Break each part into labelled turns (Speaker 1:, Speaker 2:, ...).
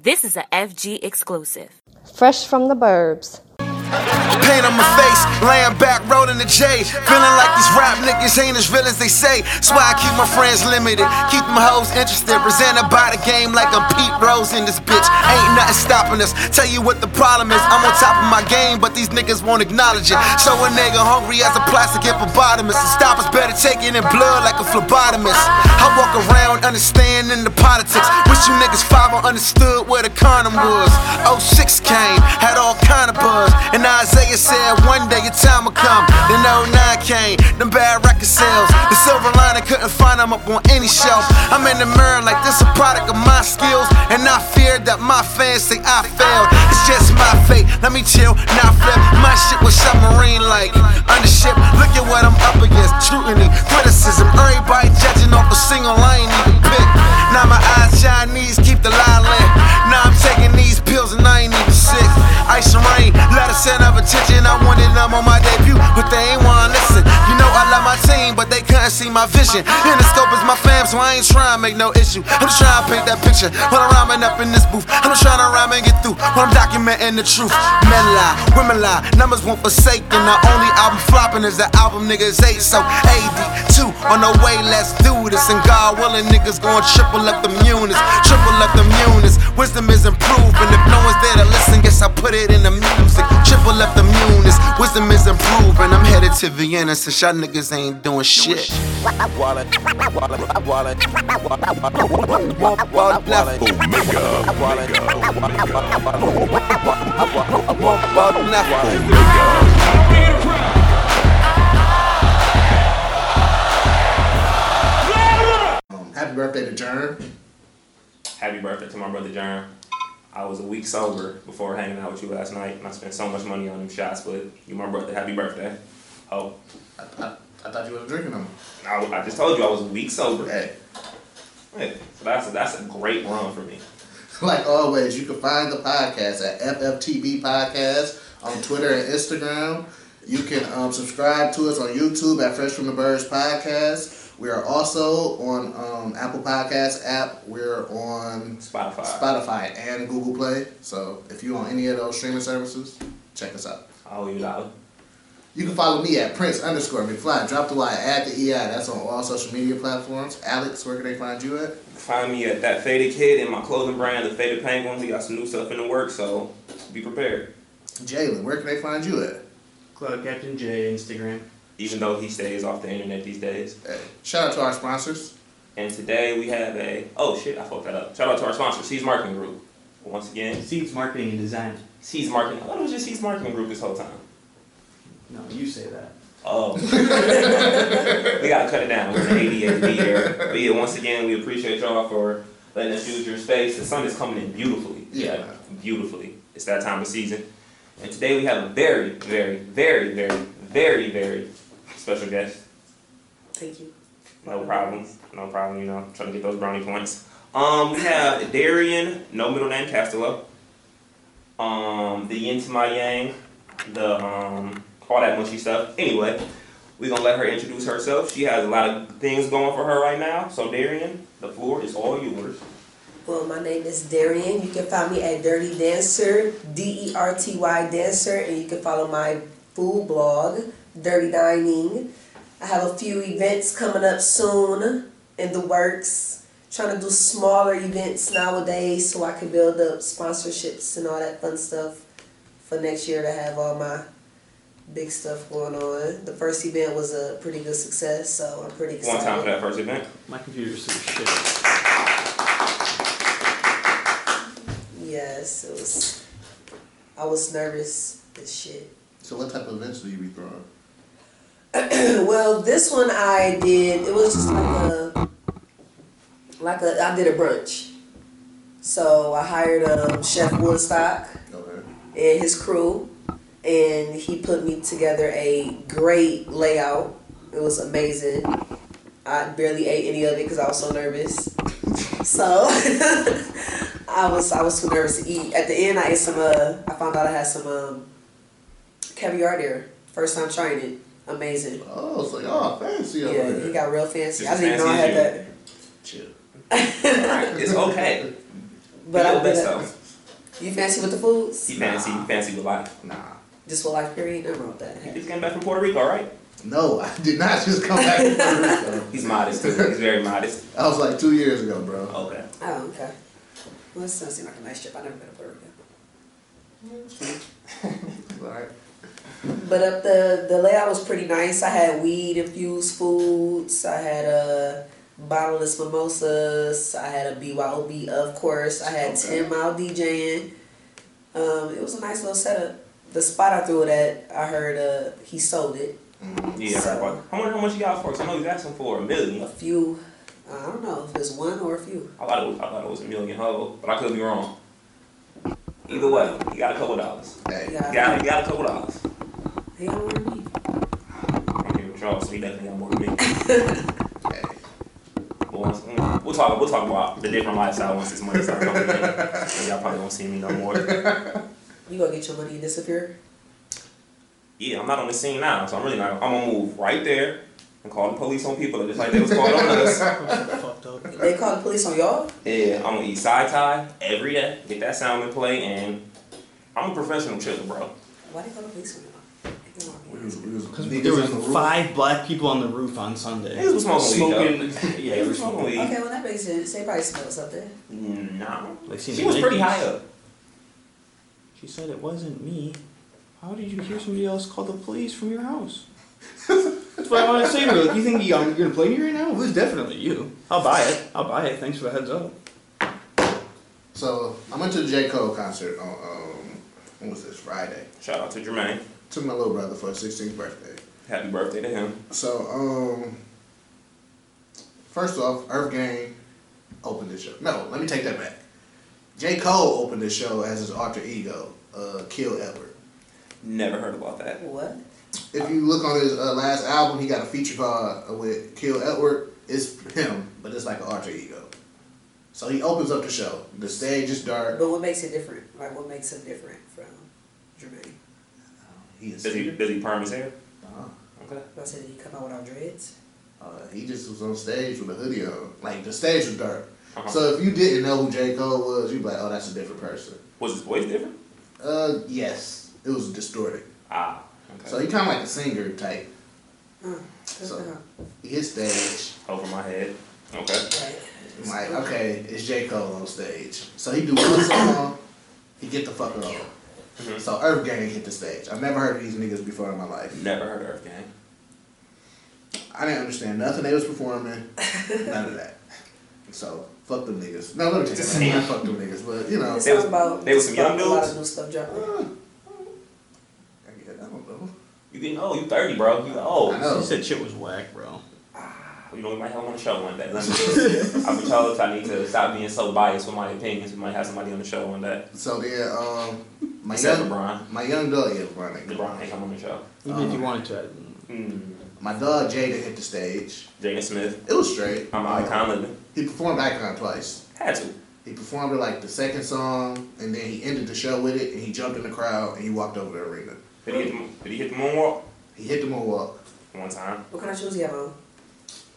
Speaker 1: This is a FG exclusive.
Speaker 2: Fresh from the burbs.
Speaker 3: Pain on my face, laying back, rolling the J. Feeling like these rap niggas ain't as real as they say. That's why I keep my friends limited, keep my hoes interested. Presented by the game like I'm Pete Rose in this bitch. Ain't nothing stopping us. Tell you what the problem is. I'm on top of my game, but these niggas won't acknowledge it. So a nigga hungry as a plastic hippopotamus. The stop is better taking in blood like a phlebotomist. I walk around understanding the politics. Wish you niggas five I understood where the condom was. 06 came, had all kind of buzz. And Isaiah said, one day your time will come. Then 09 came, them bad record sales. The silver lining couldn't find them up on any shelf. I'm in the mirror like this a product of my skills. And I fear that my fans say I failed. It's just my fate. Let me chill, not flip. My shit was submarine like under ship. Look at what I'm up against. Scrutiny, criticism, everybody judging off a single line even pick. Now my eyes Chinese, keep the line lit. Now I'm taking these pills and I ain't even sick. Ice and rain, let us in of attention. I wanted them on my debut, but they ain't wanna listen. You know I love my team, but they couldn't see my vision. In the scope is my fam, so I ain't trying to make no issue. I'm just trying to paint that picture when I'm rhyming up in this booth. I'm just trying to rhyme and get through when I'm documenting the truth. Men lie, women lie, numbers won't forsake. And the only album flopping is the album niggas ate. So AD2 on the way, let's do this. And God willing, niggas going triple up them units, triple up them units. Wisdom is improving. If no one's there to listen, guess I put it in the music. Triple up the units, wisdom is improving. I'm headed to Vienna since y'all niggas ain't doing shit.
Speaker 4: Happy birthday to Jern.
Speaker 5: Happy birthday to my brother John. I was a week sober before hanging out with you last night, and I spent so much money on them shots. But you, my brother, happy birthday. Oh,
Speaker 4: I, I, I thought you was drinking them.
Speaker 5: I, I just told you I was a week sober.
Speaker 4: Hey,
Speaker 5: Hey, so that's a, that's a great run for me.
Speaker 4: like always, you can find the podcast at FFTB Podcast on Twitter and Instagram. You can um, subscribe to us on YouTube at Fresh from the Birds Podcast. We are also on um, Apple Podcast app. We're on
Speaker 5: Spotify.
Speaker 4: Spotify and Google Play. So if you on any of those streaming services, check us out.
Speaker 5: I owe you a dollar.
Speaker 4: You can follow me at Prince underscore McFly. Drop the Y, add the EI. That's on all social media platforms. Alex, where can they find you at?
Speaker 5: Find me at that faded kid in my clothing brand, the faded penguin. We got some new stuff in the works, so be prepared.
Speaker 4: Jalen, where can they find you at?
Speaker 6: Club Captain J Instagram.
Speaker 5: Even though he stays off the internet these days.
Speaker 4: Hey, shout out to our sponsors.
Speaker 5: And today we have a oh shit, I fucked that up. Shout out to our sponsor, C's Marketing Group. Once again,
Speaker 6: Seeds Marketing and Design.
Speaker 5: C's Marketing. I thought it was just C's Marketing Group this whole time.
Speaker 6: No, you say that.
Speaker 5: Oh, we gotta cut it down. We're an ADHD here. But yeah, once again, we appreciate y'all for letting us use your space. The sun is coming in beautifully.
Speaker 4: Yeah.
Speaker 5: beautifully. It's that time of season. And today we have a very, very, very, very, very, very special guest.
Speaker 1: Thank you.
Speaker 5: No problem. No problem. You know, trying to get those brownie points. Um, we have Darian, no middle name, Castello. Um, the yin to my yang, the um, all that mushy stuff. Anyway, we're gonna let her introduce herself. She has a lot of things going for her right now. So Darian, the floor is all yours.
Speaker 7: Well, my name is Darian. You can find me at Dirty Dancer, D E R T Y Dancer, and you can follow my food blog, Dirty Dining. I have a few events coming up soon in the works. Trying to do smaller events nowadays so I can build up sponsorships and all that fun stuff for next year to have all my big stuff going on. The first event was a pretty good success, so I'm pretty
Speaker 5: One
Speaker 7: excited.
Speaker 5: time for that first event.
Speaker 6: My computer's so shit.
Speaker 7: Yes, it was. I was nervous as shit.
Speaker 4: So what type of events do you be throwing?
Speaker 7: well, this one I did. It was just like a, like a. I did a brunch. So I hired um, Chef Woodstock
Speaker 4: Okay.
Speaker 7: and his crew, and he put me together a great layout. It was amazing. I barely ate any of it because I was so nervous. So I was I was too nervous to eat. At the end, I ate some. Uh, I found out I had some um, caviar there. First time trying it. Amazing.
Speaker 4: Oh, so y'all fancy over
Speaker 7: Yeah,
Speaker 4: there.
Speaker 7: he got real fancy.
Speaker 5: Just
Speaker 7: I didn't even know I
Speaker 5: fancy
Speaker 7: had that.
Speaker 4: Chill.
Speaker 5: All right, it's okay.
Speaker 7: But
Speaker 5: you
Speaker 7: I'm
Speaker 5: the best
Speaker 7: gonna-
Speaker 5: though.
Speaker 7: You fancy with the foods?
Speaker 5: You fancy, you fancy with life. Nah.
Speaker 7: Just for life period? Nothing wrong with
Speaker 5: You
Speaker 7: that.
Speaker 5: just came back from Puerto Rico, right?
Speaker 4: No, I did not just come back from Puerto Rico.
Speaker 5: He's modest too. He's very modest.
Speaker 4: That was like two years ago, bro.
Speaker 5: Okay.
Speaker 7: Oh, okay. Well, this doesn't seem like a nice trip. I never been to Puerto Rico. Oh,
Speaker 4: Like,
Speaker 7: But up the the layout was pretty nice. I had weed infused foods. I had a bottleless mimosas. I had a BYOB, of course. I had
Speaker 4: Okay.
Speaker 7: Tim out DJing. Um, it was a nice little setup. The spot I threw it at, I heard uh, he sold it.
Speaker 5: Yeah.
Speaker 7: So-
Speaker 5: right. I wonder how much you got for us. I know he's asking for a
Speaker 7: A
Speaker 5: million.
Speaker 7: few, I don't know if it's one or a few.
Speaker 5: I thought it was, I thought it was a million whole, but I could be wrong. Either way, you got a couple dollars.
Speaker 4: hey,
Speaker 5: You
Speaker 7: Yeah.
Speaker 5: got, you got a couple dollars.
Speaker 7: He don't want me.
Speaker 5: I'm here with Charles, so he definitely got more than me.
Speaker 4: hey.
Speaker 5: But once- mm, We'll talk. We'll talk about the different lifestyle once this money starts coming in. And y'all probably won't see me no more.
Speaker 7: You gonna get your money and disappear?
Speaker 5: Yeah, I'm not on the scene now, so I'm really not. I'm gonna move right there and call the police on people just like they was called on us.
Speaker 6: Fucked up.
Speaker 7: They call the police on y'all?
Speaker 5: Yeah, I'm gonna eat side tie every day. Get that sound in play, and I'm a professional chiller, bro.
Speaker 7: Why they call the police on y'all? They don't want me.
Speaker 6: Because there was five black people on the roof on Sunday.
Speaker 5: Niggas was smoking weed,
Speaker 6: Smoking- Yeah,
Speaker 5: They
Speaker 6: they were
Speaker 5: was smoking
Speaker 6: smoking.
Speaker 5: weed.
Speaker 7: Okay, well that makes sense. They probably smell something.
Speaker 5: No,
Speaker 6: Like, see
Speaker 5: she
Speaker 6: the
Speaker 5: was pretty
Speaker 6: Nikes.
Speaker 5: high up.
Speaker 6: She said it wasn't me. How did you hear somebody else call the police from your house? That's what I want to say to her. Like, you think you- you're gonna blame me right now? It was definitely you. I'll buy it. I'll buy it. Thanks for the heads up.
Speaker 4: So I went to the J. Cole concert on um, when was this Friday?
Speaker 5: Shout out to Jermaine.
Speaker 4: Took my little brother for his 16th birthday.
Speaker 5: Happy birthday to him.
Speaker 4: So um, first off, Earth Gang opened this show. No, let me take that back. J. Cole opened this show as his alter ego, uh, Kill Edward.
Speaker 5: Never heard about that.
Speaker 7: What?
Speaker 4: If you look on his uh, last album, he got a feature called uh, with Kill Edward. It's him, but it's like an alter ego. So he opens up the show. The stage is dark.
Speaker 7: But what makes it different? Like what makes him different from Jermaine?
Speaker 4: He is
Speaker 5: Does he, does he perm his hair?
Speaker 4: Uh-huh.
Speaker 5: Okay.
Speaker 7: I said, did he come out without dreads?
Speaker 4: Uh, he just was on stage with a hoodie on. Like the stage was dark.
Speaker 5: Uh-huh.
Speaker 4: So if you didn't know who J. Cole was, you'd be like, oh, that's a different person.
Speaker 5: Was his voice different?
Speaker 4: Uh, yes, it was distorted.
Speaker 5: Ah. Okay.
Speaker 4: So he kind of like a singer type. So-
Speaker 7: Right.
Speaker 4: He hit stage.
Speaker 5: Over my head. Okay.
Speaker 4: I'm like, okay, it's J. Cole on stage. So he do one song, he get the fuck on.
Speaker 5: Mhm.
Speaker 4: So Earth Gang hit the stage. I've never heard of these niggas before in my life.
Speaker 5: Never heard of Earth Gang.
Speaker 4: I didn't understand nothing they was performing, none of that. So fuck them niggas. No, let me take that. back. Fuck them niggas, but you know.
Speaker 7: It
Speaker 5: They was-
Speaker 7: sounds about
Speaker 5: they was some young
Speaker 7: a lot
Speaker 5: dudes?
Speaker 7: of new stuff dropping.
Speaker 4: I guess- I don't know.
Speaker 5: You getting old? You thirty, bro? You
Speaker 4: I
Speaker 5: old?
Speaker 4: know.
Speaker 6: She said shit was whack, bro.
Speaker 5: You know we might have him on the show one day. Let me- I've been told I need to stop being so biased with my opinions. We might have somebody on the show one day.
Speaker 4: So then, um, my
Speaker 5: Except
Speaker 4: young,
Speaker 5: LeBron.
Speaker 4: my young dog, yeah, LeBron, ain't
Speaker 5: LeBron
Speaker 4: LeBron.
Speaker 5: ain't come on the show.
Speaker 6: Even if you wanted to, I didn't.
Speaker 5: Mm.
Speaker 4: My dog Jada hit the stage.
Speaker 5: Jaden Smith.
Speaker 4: It was straight.
Speaker 5: I'm
Speaker 4: Um,
Speaker 5: Icon Living.
Speaker 4: He performed Icon twice.
Speaker 5: Had to.
Speaker 4: He performed it like the second song, and then he ended the show with it, and he jumped in the crowd, and he walked over the arena.
Speaker 5: Did he hit the, did he hit the moonwalk?
Speaker 4: He hit the moonwalk.
Speaker 5: One time.
Speaker 7: What kind of shoes he have on?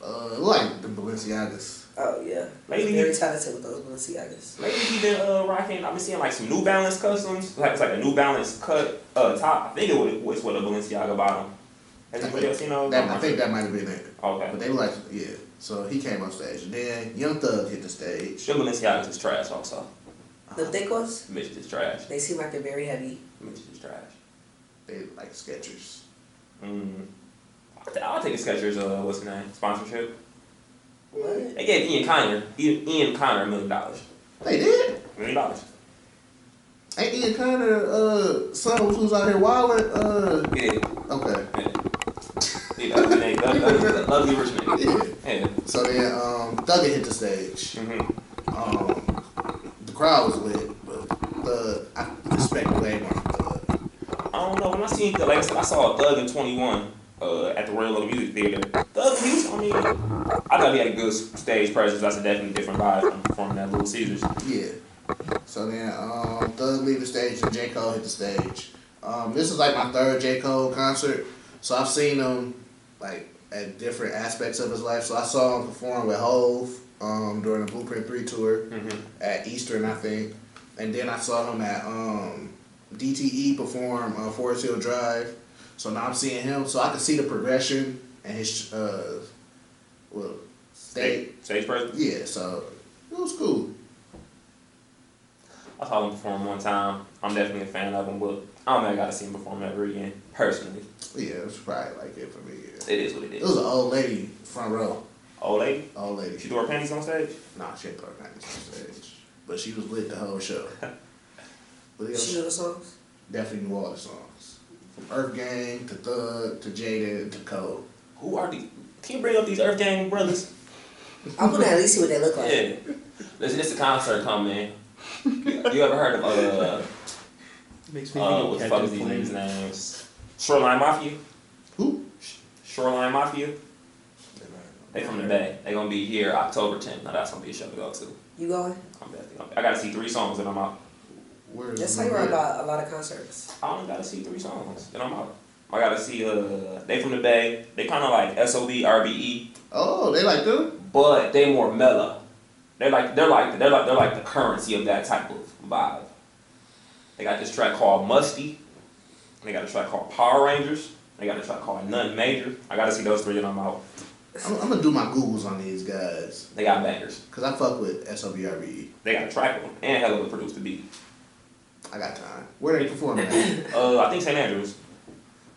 Speaker 4: Uh, like the Balenciagas.
Speaker 7: Oh yeah.
Speaker 5: Maybe.
Speaker 7: Very talented with those Balenciagas.
Speaker 5: Lately he been uh, rocking. I've been seeing like some New Balance customs. Like it's like a New Balance cut uh, top. I think it was, was with a Balenciaga bottom. Has anybody else seen those?
Speaker 4: That, I think that might have been it. But
Speaker 5: Okay.
Speaker 4: they were like, yeah. So he came on stage. And then Young Thug hit the stage.
Speaker 5: Your Balenciagas is trash also. Uh-huh.
Speaker 7: The thick ones,
Speaker 5: Midget is trash.
Speaker 7: they seem like they're very heavy.
Speaker 5: Midget is trash.
Speaker 4: Uh, They like Skechers.
Speaker 5: Mm. I'll, t- I'll take a Skechers. Uh, what's his name? Sponsorship.
Speaker 7: What?
Speaker 5: They gave Ian Connor. Ian, Ian Connor a million dollars.
Speaker 4: They did.
Speaker 5: Million dollars.
Speaker 4: Ain't Ian Connor, uh, son who's out here wilding? Uh,
Speaker 5: Yeah.
Speaker 4: okay.
Speaker 5: Yeah. Yeah, that was the name. That- that was the Lovely rich man.
Speaker 4: Yeah.
Speaker 5: Yeah.
Speaker 4: So then, um, Thugger hit the stage.
Speaker 5: Mm-hmm.
Speaker 4: Um, the crowd was lit, but Thug, I expect way more from Thug.
Speaker 5: I don't know. When I seen like I said, I saw Thug in Twenty One uh, at the Royal Little Music Theater. Thug, he was, I mean, I thought he had a good stage presence. That's a definitely different vibe from performing at Little Caesars.
Speaker 4: Yeah. So then, um, Thug leave the stage and J. Cole hit the stage. Um, this is like my third J. Cole concert, so I've seen him like at different aspects of his life. So I saw him perform with Hove. um, during the Blueprint 3 tour
Speaker 5: Mhm.
Speaker 4: at Eastern, I think. And then I saw him at um, DTE perform uh, Forest Hill Drive. So now I'm seeing him. So I can see the progression and his, uh, well, state.
Speaker 5: Stage, stage presence.
Speaker 4: Yeah, so it was cool.
Speaker 5: I saw him perform one time. I'm definitely a fan of him, but I don't think I got to see him perform ever again. Personally,
Speaker 4: Yeah, it was probably like it for me. Yeah.
Speaker 5: it is what it
Speaker 4: It was
Speaker 5: is.
Speaker 4: an old lady, front row.
Speaker 5: Old lady,
Speaker 4: Old lady.
Speaker 5: Oh, she threw her panties on stage.
Speaker 4: Nah, she didn't put her panties on stage. But she was lit the whole show. But yeah,
Speaker 7: She know the songs.
Speaker 4: definitely knew all the songs. From Earth Gang to Thug to Jaded to Code.
Speaker 5: Who are these? Can you bring up these Earth Gang brothers?
Speaker 7: I want to at least see what they look like.
Speaker 5: Yeah. Listen, it's a concert coming. You ever heard of uh,
Speaker 6: Makes me think
Speaker 5: uh
Speaker 6: of
Speaker 5: what the
Speaker 6: Captain
Speaker 5: fuck is these
Speaker 6: Planet.
Speaker 5: niggas' names? Shoreline Mafia.
Speaker 4: Who?
Speaker 5: Shoreline Mafia. They from the Bay. They gonna be here October 10th. Now that's gonna be a show to go to.
Speaker 7: You going?
Speaker 5: I'm definitely. gonna- I gotta see three songs and I'm out.
Speaker 4: Where is
Speaker 7: That's
Speaker 4: my
Speaker 7: how you are
Speaker 4: man?
Speaker 7: about a lot of concerts.
Speaker 5: I only gotta see three songs and I'm out. I gotta see uh they from the Bay. They kind of like SOB RBE,
Speaker 4: Oh, they like them?
Speaker 5: but they more mellow. They're like they're like they're like they're like the currency of that type of vibe. They got this track called Musty. They got a track called Power Rangers. They got a track called Nothing Major. I gotta see those three and I'm out.
Speaker 4: I'm, I'm gonna do my Googles on these guys.
Speaker 5: They got bangers.
Speaker 4: Cause I fuck with SOBRBE.
Speaker 5: They got a track with them and hell of a produced the beat.
Speaker 4: I got time. Where they performing at?
Speaker 5: Uh, I think St. Andrews.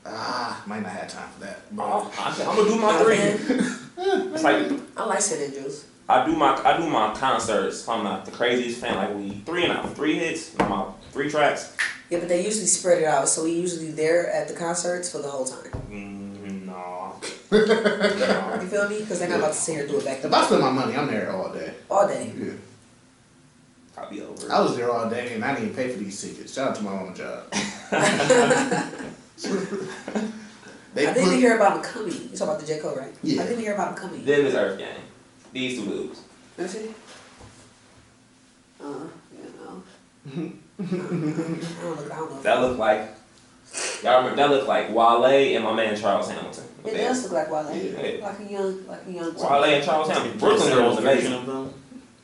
Speaker 4: ah, might not have time for that. But
Speaker 5: Oh, I, am gonna do my three. it's like
Speaker 7: I like Santa Juice.
Speaker 5: I do my I do my concerts. I'm not the craziest fan. Like we three and out, three hits, and I'm out, three tracks.
Speaker 7: Yeah, but they usually spread it out, so we usually there at the concerts for the whole time.
Speaker 5: Mm, no.
Speaker 7: You
Speaker 5: no.
Speaker 7: feel me? Because they're not about to sit here and do it back to
Speaker 4: if
Speaker 7: back
Speaker 4: I spend my money, I'm there all day.
Speaker 7: all day.
Speaker 4: Yeah.
Speaker 5: I'll be over.
Speaker 4: I was there all day and I didn't even pay for these tickets. Shout out to my own job. they
Speaker 7: I
Speaker 4: put,
Speaker 7: didn't hear about McCummy. You talking about the J Cole, right?
Speaker 4: Yeah.
Speaker 7: I didn't hear about McCummy.
Speaker 5: Them is Earth Gang. These two dudes.
Speaker 7: Let me see. Uh, you know. I don't look. I don't know.
Speaker 5: That look like y'all remember that look like Wale and my man Charles Hamilton.
Speaker 7: it does look like Wale.
Speaker 5: Yeah.
Speaker 7: Like a young, like a young.
Speaker 5: Wale and Charles Hamilton. Brooklyn Girl was amazing.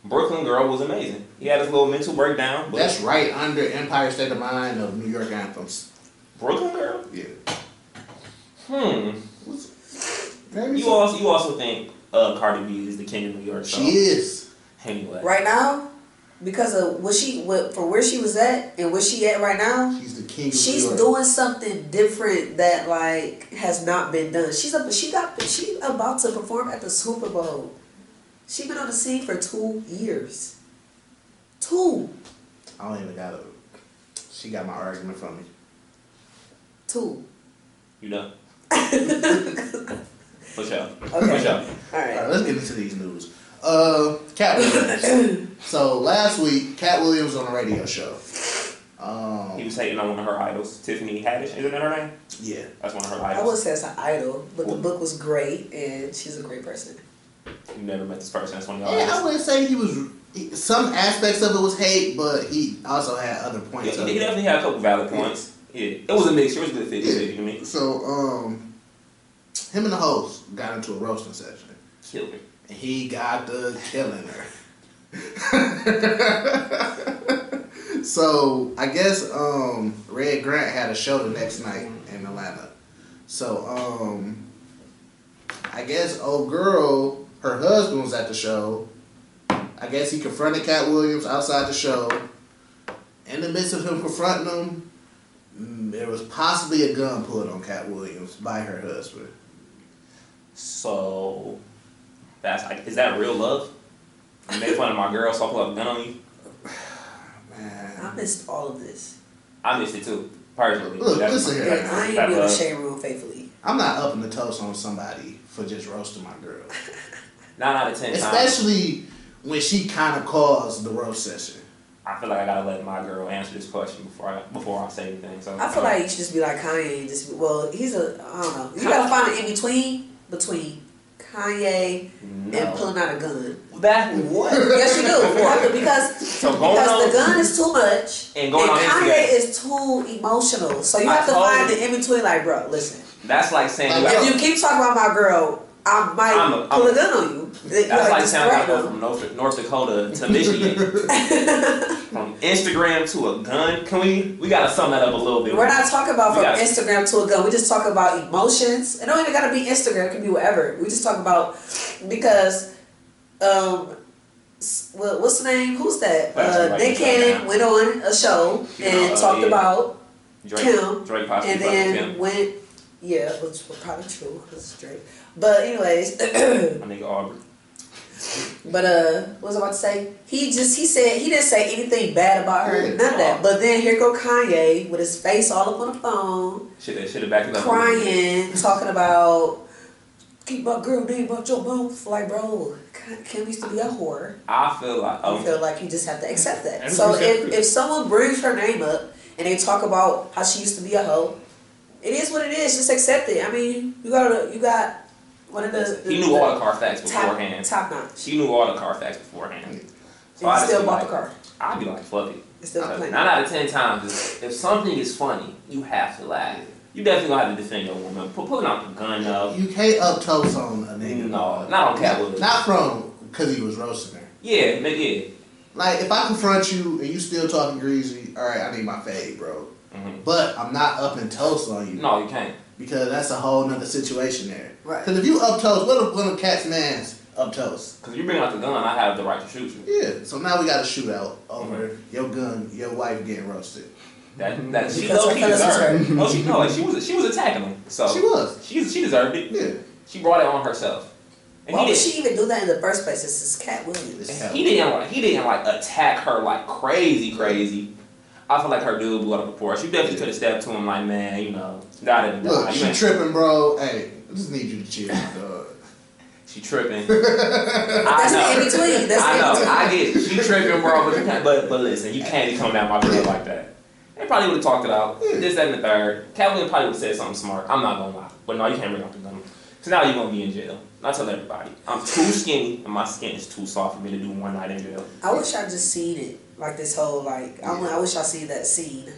Speaker 5: Brooklyn Girl was amazing. He had his little mental breakdown, but
Speaker 4: that's right under Empire State of Mind of New York anthems.
Speaker 5: Brooklyn Girl.
Speaker 4: Yeah.
Speaker 5: Hmm.
Speaker 4: Maybe
Speaker 5: You also you also think uh, Cardi B is the king of New York? So.
Speaker 4: she is.
Speaker 5: Anyway,
Speaker 7: Right now, because of what she, what for where she was at and where she at right now,
Speaker 4: She's the king of
Speaker 7: she's
Speaker 4: New York.
Speaker 7: doing something different that like has not been done. She's up. She got. She about to perform at the Super Bowl. She been on the scene for two years. Two,
Speaker 4: I don't even gotta. She got my argument from me.
Speaker 7: two.
Speaker 5: you know. For sure. For
Speaker 7: Okay.
Speaker 5: sure.
Speaker 4: All
Speaker 7: All right.
Speaker 4: right, let's get into these news. Uh, Cat Williams. so last week, Cat Williams on a radio show.
Speaker 5: He
Speaker 4: Um,
Speaker 5: was hating on one of her idols, Tiffany Haddish. Isn't that her name?
Speaker 4: yeah,
Speaker 5: That's one of her
Speaker 7: I
Speaker 5: idols.
Speaker 7: would say it's an idol, but the book was great, and she's a great person.
Speaker 5: You never met this person. That's one of y'all.
Speaker 4: yeah. I would say he was. He, some aspects of it was hate, but he also had other
Speaker 5: he,
Speaker 4: points. of
Speaker 5: he
Speaker 4: it.
Speaker 5: definitely had a couple valid points. Yeah. It was a mixture. It was a good 50 50 to me.
Speaker 4: So, um, him and the host got into a roasting session,
Speaker 5: Killed me.
Speaker 4: and he got the killing her. so I guess um, Red Grant had a show the next night in Atlanta. So um, I guess old girl, her husband was at the show. I guess he confronted Cat Williams outside the show. In the midst of him confronting him, mm, there was possibly a gun pulled on Cat Williams by her husband.
Speaker 5: So, that's like, is that real love? You made fun of my girl, so I pull up a gun on you.
Speaker 4: Man.
Speaker 7: I missed all of this.
Speaker 5: I missed it too, personally.
Speaker 4: Look,
Speaker 5: That's
Speaker 4: listen
Speaker 5: my-
Speaker 4: here.
Speaker 7: Yeah, I ain't
Speaker 5: That
Speaker 7: be in the
Speaker 5: love.
Speaker 7: shade room faithfully.
Speaker 4: I'm not upping the toast on somebody for just roasting my girl.
Speaker 5: Nine out of ten times.
Speaker 4: Especially when she kind of caused the roast session.
Speaker 5: I feel like I gotta let my girl answer this question before I before I say anything. So
Speaker 7: I feel like you should just be like Kanye and just be, well, he's a I don't know. You gotta find an in between between Kanye and
Speaker 5: no.
Speaker 7: pulling out a gun.
Speaker 5: that what
Speaker 7: Yes, you do. You have to- because
Speaker 5: So going
Speaker 7: because
Speaker 5: on-
Speaker 7: the gun is too much
Speaker 5: And going on
Speaker 7: Kanye
Speaker 5: Instagram.
Speaker 7: is too emotional. So you
Speaker 5: I
Speaker 7: have to
Speaker 5: told
Speaker 7: find
Speaker 5: you.
Speaker 7: the in between. Like, bro, listen.
Speaker 5: That's like saying
Speaker 4: Like,
Speaker 5: you
Speaker 7: If you keep talking about my girl, I might
Speaker 5: I'm a-
Speaker 7: pull
Speaker 5: I'm
Speaker 7: a gun on you. They-
Speaker 5: That's
Speaker 7: like,
Speaker 5: like saying I
Speaker 7: destroy
Speaker 5: go
Speaker 7: them.
Speaker 5: from North, North Dakota to Michigan, from Instagram to a gun. Can we? We gotta sum that up a little bit.
Speaker 7: We're not talking about
Speaker 5: We
Speaker 7: from
Speaker 5: gotta-
Speaker 7: Instagram to a gun. We just talk about emotions. It don't even gotta be Instagram. It can be whatever. We just talk about because, um, s- what, what's the name? Who's that?
Speaker 5: That's
Speaker 7: Uh,
Speaker 5: right,
Speaker 7: Nick
Speaker 5: right
Speaker 7: Cannon
Speaker 5: now.
Speaker 7: went on a show
Speaker 5: You
Speaker 7: and
Speaker 5: know, uh,
Speaker 7: talked
Speaker 5: yeah.
Speaker 7: about Kim,
Speaker 5: Drake, Drake possibly fucking
Speaker 7: and then
Speaker 5: Kim.
Speaker 7: went, yeah, which was probably true because it's Drake. But anyways,
Speaker 5: My nigga Aubrey.
Speaker 7: but uh, what was I about to say? He just he said he didn't say anything bad about her,
Speaker 4: Yeah.
Speaker 7: none of that. But then here go Kanye with his face all up on the phone.
Speaker 5: Shit, that shit have backed it up.
Speaker 7: crying, talking about keep my girl name out your mouth. Like, bro, God, Kim used to be a whore.
Speaker 5: I feel like
Speaker 7: I
Speaker 5: um,
Speaker 7: feel like you just have to accept that.
Speaker 6: And
Speaker 7: So if,
Speaker 6: accept it.
Speaker 7: if someone brings her name up and they talk about how she used to be a hoe, it is what it is. Just accept it. I mean, you got you got one of the, the
Speaker 5: he knew
Speaker 7: the
Speaker 5: all the car facts
Speaker 7: top
Speaker 5: beforehand.
Speaker 7: top notch.
Speaker 5: She knew all the car facts beforehand. So
Speaker 7: And
Speaker 5: I
Speaker 7: you
Speaker 5: just
Speaker 7: still
Speaker 5: be
Speaker 7: bought
Speaker 5: like,
Speaker 7: the car.
Speaker 5: I'd be like, fuck it.
Speaker 7: It's still
Speaker 5: Because
Speaker 7: playing.
Speaker 5: Nine out of ten times, if- if something is funny, you have to laugh. You definitely gonna have to defend your woman. Pu- Pulling out the gun up.
Speaker 4: You can't up toast on a nigga.
Speaker 5: No, not on Cat Williams.
Speaker 4: Not from because he was roasting her.
Speaker 5: Yeah, nigga.
Speaker 4: Like if I confront you and you still talking greasy, all right, I need my fade, bro.
Speaker 5: Yeah. hmm
Speaker 4: But I'm not up and toast on you
Speaker 5: No, you can't.
Speaker 4: because that's a whole nother situation there.
Speaker 7: Right.
Speaker 4: Because if you up toast, what if one of Cat's man's up toast?
Speaker 5: Cause you bring out the gun, I have the right to shoot you.
Speaker 4: Yeah. So now we got a shootout over
Speaker 5: Mm-hmm.
Speaker 4: your gun, your wife getting roasted.
Speaker 5: That that she
Speaker 7: Because
Speaker 5: low
Speaker 7: her
Speaker 5: key
Speaker 7: feelings was
Speaker 5: deserved. it. No, she no, like, she was she was attacking him. So
Speaker 4: She was.
Speaker 5: She she deserved it.
Speaker 4: Yeah.
Speaker 5: She brought it on herself. And
Speaker 7: Why
Speaker 5: he
Speaker 7: would
Speaker 5: didn't-
Speaker 7: she even do that in the first place? This is Cat Williams.
Speaker 4: Yeah.
Speaker 5: He didn't like he didn't like attack her like crazy crazy. I feel like her dude blew out of proportion. You definitely could have stepped to him like, man, you know, da da da.
Speaker 4: Look,
Speaker 5: da, you
Speaker 4: she
Speaker 5: ain't-
Speaker 4: tripping, bro. Hey, I just need you to chill, dog.
Speaker 5: she tripping.
Speaker 7: That's the in
Speaker 5: I know.
Speaker 7: between. That's
Speaker 5: I
Speaker 7: the in
Speaker 5: know.
Speaker 7: between.
Speaker 5: I get it. She tripping, bro. But, you can't, but but listen, you can't be coming at my girl like that. They probably would have talked it out. This, that, and the third. Calvin probably would have said something smart. I'm not gonna lie. But no, you can't bring up the gun. So now you're gonna be in jail. I tell everybody, I'm too skinny and my skin is too soft for me to do one night in jail.
Speaker 7: I wish I just seen it, like this whole like. I, want- I wish I seen that scene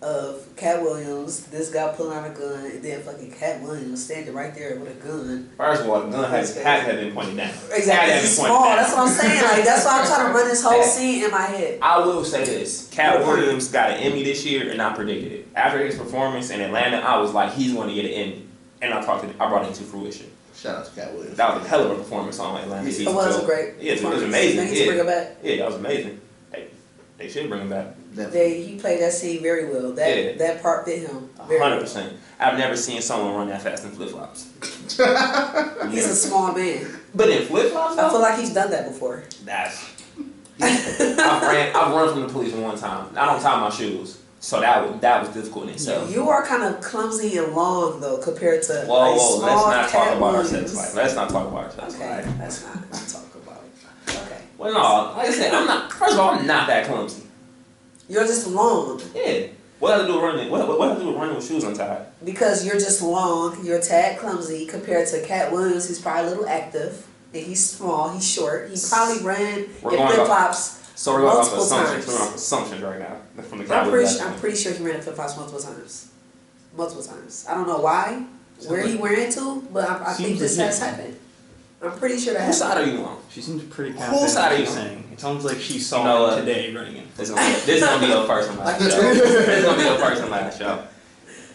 Speaker 7: of Cat Williams, this guy pulling out a gun, and then fucking Cat Williams standing right there with a gun.
Speaker 5: First of all, the gun has has had been pointed down.
Speaker 7: Exactly,
Speaker 5: Had been
Speaker 7: it's
Speaker 5: pointed
Speaker 7: small.
Speaker 5: down.
Speaker 7: That's what I'm saying. Like that's why I'm trying to run this whole scene in my head.
Speaker 5: I will say this: Cat Williams got an Emmy this year, and I predicted it. After his performance in Atlanta, I was like, he's going to get an Emmy, and I talked to, I brought it to fruition.
Speaker 4: Shout out to Cat Williams.
Speaker 5: That was a hell of a performance on Atlanta.
Speaker 7: It
Speaker 5: season
Speaker 7: was
Speaker 5: two.
Speaker 7: a great.
Speaker 5: Yeah, it was
Speaker 7: performance.
Speaker 5: amazing,
Speaker 7: They need to
Speaker 5: yeah.
Speaker 7: bring it back.
Speaker 5: Yeah, that was amazing. They, they should bring him back.
Speaker 4: Definitely.
Speaker 7: They, he played that scene very well. That
Speaker 5: Yeah.
Speaker 7: that part fit him. Very
Speaker 5: hundred
Speaker 7: well.
Speaker 5: percent. I've never seen someone run that fast in flip flops.
Speaker 7: He's a small man.
Speaker 5: But in flip flops,
Speaker 7: I feel like he's done that before.
Speaker 5: That's. I've ran. I've run from the police one time. I don't tie my shoes, so that was that was difficult in itself.
Speaker 7: You are kind of clumsy and long though compared to
Speaker 5: Whoa,
Speaker 7: like,
Speaker 5: whoa,
Speaker 7: small
Speaker 5: let's not
Speaker 7: cat
Speaker 5: talk about our sex
Speaker 7: Williams.
Speaker 5: life. Let's not talk about our sex
Speaker 7: Okay,
Speaker 5: life.
Speaker 7: let's not talk about it. Okay.
Speaker 5: Well, no, like I said, I'm not. First of all, I'm not that clumsy.
Speaker 7: You're just long.
Speaker 5: Yeah. What I do with running? What what, what I do with running with shoes untied?
Speaker 7: Because you're just long, you're a tad clumsy compared to Cat Williams, who's probably a little active. And he's small, he's short. He probably ran in
Speaker 5: We're going
Speaker 7: flip flops.
Speaker 5: So we're going off
Speaker 7: Multiple
Speaker 5: assumptions. We're
Speaker 7: times.
Speaker 5: going off assumptions right now from the
Speaker 7: I'm pretty,
Speaker 5: Cowboys.
Speaker 7: su- I'm pretty sure he ran in flip flops multiple times. Multiple times. I don't know why, where he ran to, but I, I think
Speaker 6: Seems
Speaker 7: this
Speaker 6: legit.
Speaker 7: has happened. I'm pretty sure that
Speaker 5: Whose
Speaker 7: happened.
Speaker 5: side are you on?
Speaker 6: She seems pretty
Speaker 5: Who's
Speaker 6: confident. in
Speaker 5: side
Speaker 6: what
Speaker 5: are you
Speaker 6: she's
Speaker 5: on?
Speaker 6: saying. It sounds like she saw
Speaker 5: You know
Speaker 6: him
Speaker 5: what?
Speaker 6: today running in.
Speaker 5: This gonna, be- this gonna be your first and last show. This gonna be your first and last show.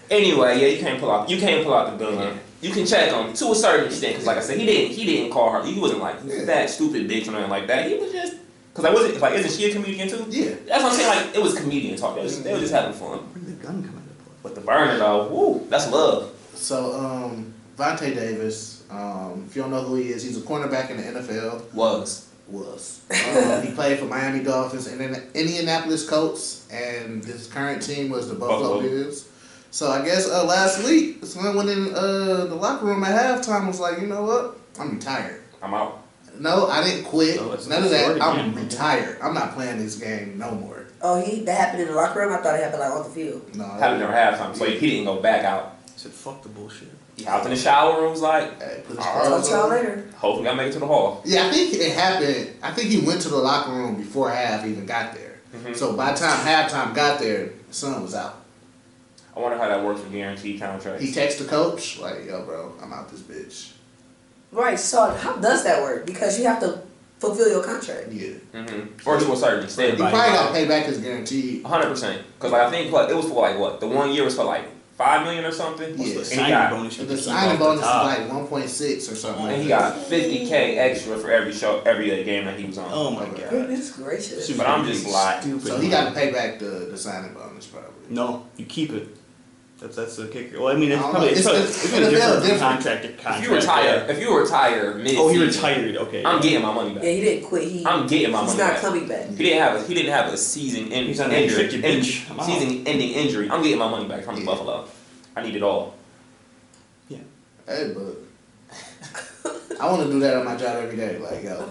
Speaker 5: Anyway, yeah, you can't pull out. You can't pull out the gun. You can check him to a certain extent, 'cause like I said, he didn't. He didn't call her. He wasn't like that stupid bitch or nothing like that. He was just because I wasn't like, isn't she a comedian too?
Speaker 4: Yeah.
Speaker 5: That's what I'm saying. Like it was comedian talk. They was, they were just having fun.
Speaker 6: Where did the gun come into play?
Speaker 5: But the burner though, woo, that's love.
Speaker 4: So, um, Vontae Davis, um, if you don't know who he is, he's a cornerback in the NFL.
Speaker 5: Was
Speaker 4: was. Um, he played for Miami Dolphins and then Indianapolis Colts, and his current team was the Buffalo
Speaker 5: Buffalo.
Speaker 4: Bills. So I guess uh, last week, someone went in uh, the locker room at halftime was like, you know what? I'm retired.
Speaker 5: I'm out.
Speaker 4: No, I didn't quit.
Speaker 6: So it's
Speaker 4: None of that.
Speaker 6: short
Speaker 4: I'm
Speaker 6: again.
Speaker 4: retired. I'm not playing this game no more.
Speaker 7: Oh, he that happened in the locker room? I thought it happened like on the field.
Speaker 4: No,
Speaker 5: Happened during halftime, so he, he didn't go back out.
Speaker 6: I said, fuck the bullshit.
Speaker 5: He hopped in the shower and was like,
Speaker 4: Hey, put his
Speaker 5: All
Speaker 7: Talk
Speaker 4: clothes
Speaker 7: to y'all
Speaker 4: on.
Speaker 7: later.
Speaker 5: hopefully I make it to the hall.
Speaker 4: Yeah, I think it happened. I think he went to the locker room before half even got there. So by the time halftime got there, the sun was out.
Speaker 5: I wonder how that works with guaranteed contracts.
Speaker 4: He texted the coach, like, yo, bro, I'm out this bitch.
Speaker 7: Right, so how does that work? Because you have to fulfill your contract.
Speaker 4: Yeah.
Speaker 5: Mm-hmm. Or to a certain
Speaker 4: He
Speaker 5: extent,
Speaker 4: probably
Speaker 5: like
Speaker 4: got to pay back his guarantee.
Speaker 5: hundred percent. Because like I think like, it was for like what the one year was for like five million or something.
Speaker 4: Yeah.
Speaker 6: The
Speaker 5: And he
Speaker 6: signing
Speaker 5: got-
Speaker 6: bonus. you
Speaker 4: And the
Speaker 6: keep
Speaker 4: signing
Speaker 6: off the
Speaker 4: bonus is
Speaker 6: top.
Speaker 4: like 1.6 or something
Speaker 5: And Oh, he
Speaker 4: like that.
Speaker 5: got 50k extra for every show, every other game that he was on.
Speaker 6: Oh my god.
Speaker 7: Goodness gracious.
Speaker 5: But I'm just lying.
Speaker 6: Stupid.
Speaker 4: So he got to pay back the, the signing bonus probably.
Speaker 6: No, you keep it. That's that's the kicker. Well, I mean,
Speaker 4: I
Speaker 6: it's
Speaker 4: don't
Speaker 6: probably
Speaker 4: know.
Speaker 6: it's,
Speaker 4: It's-
Speaker 6: probably-
Speaker 4: it's-
Speaker 6: it's probably
Speaker 4: it's
Speaker 6: different,
Speaker 4: different.
Speaker 6: from contract to contract.
Speaker 5: If you retire,
Speaker 6: yeah.
Speaker 5: if you retire mid,
Speaker 6: Oh, he retired. Okay.
Speaker 5: I'm getting my money back.
Speaker 7: Yeah, he didn't quit. He
Speaker 5: I'm getting my
Speaker 7: he's
Speaker 5: money
Speaker 7: not
Speaker 5: back.
Speaker 7: coming back.
Speaker 5: He didn't have a he didn't have a season end,
Speaker 6: He's on the
Speaker 5: injury,
Speaker 6: restricted
Speaker 5: end-
Speaker 6: bench. I'm out.
Speaker 5: season ending injury. I'm getting my money back from
Speaker 4: Yeah.
Speaker 5: Buffalo. I need it all.
Speaker 4: Hey, but I want to do that on my job every day. Like, yo,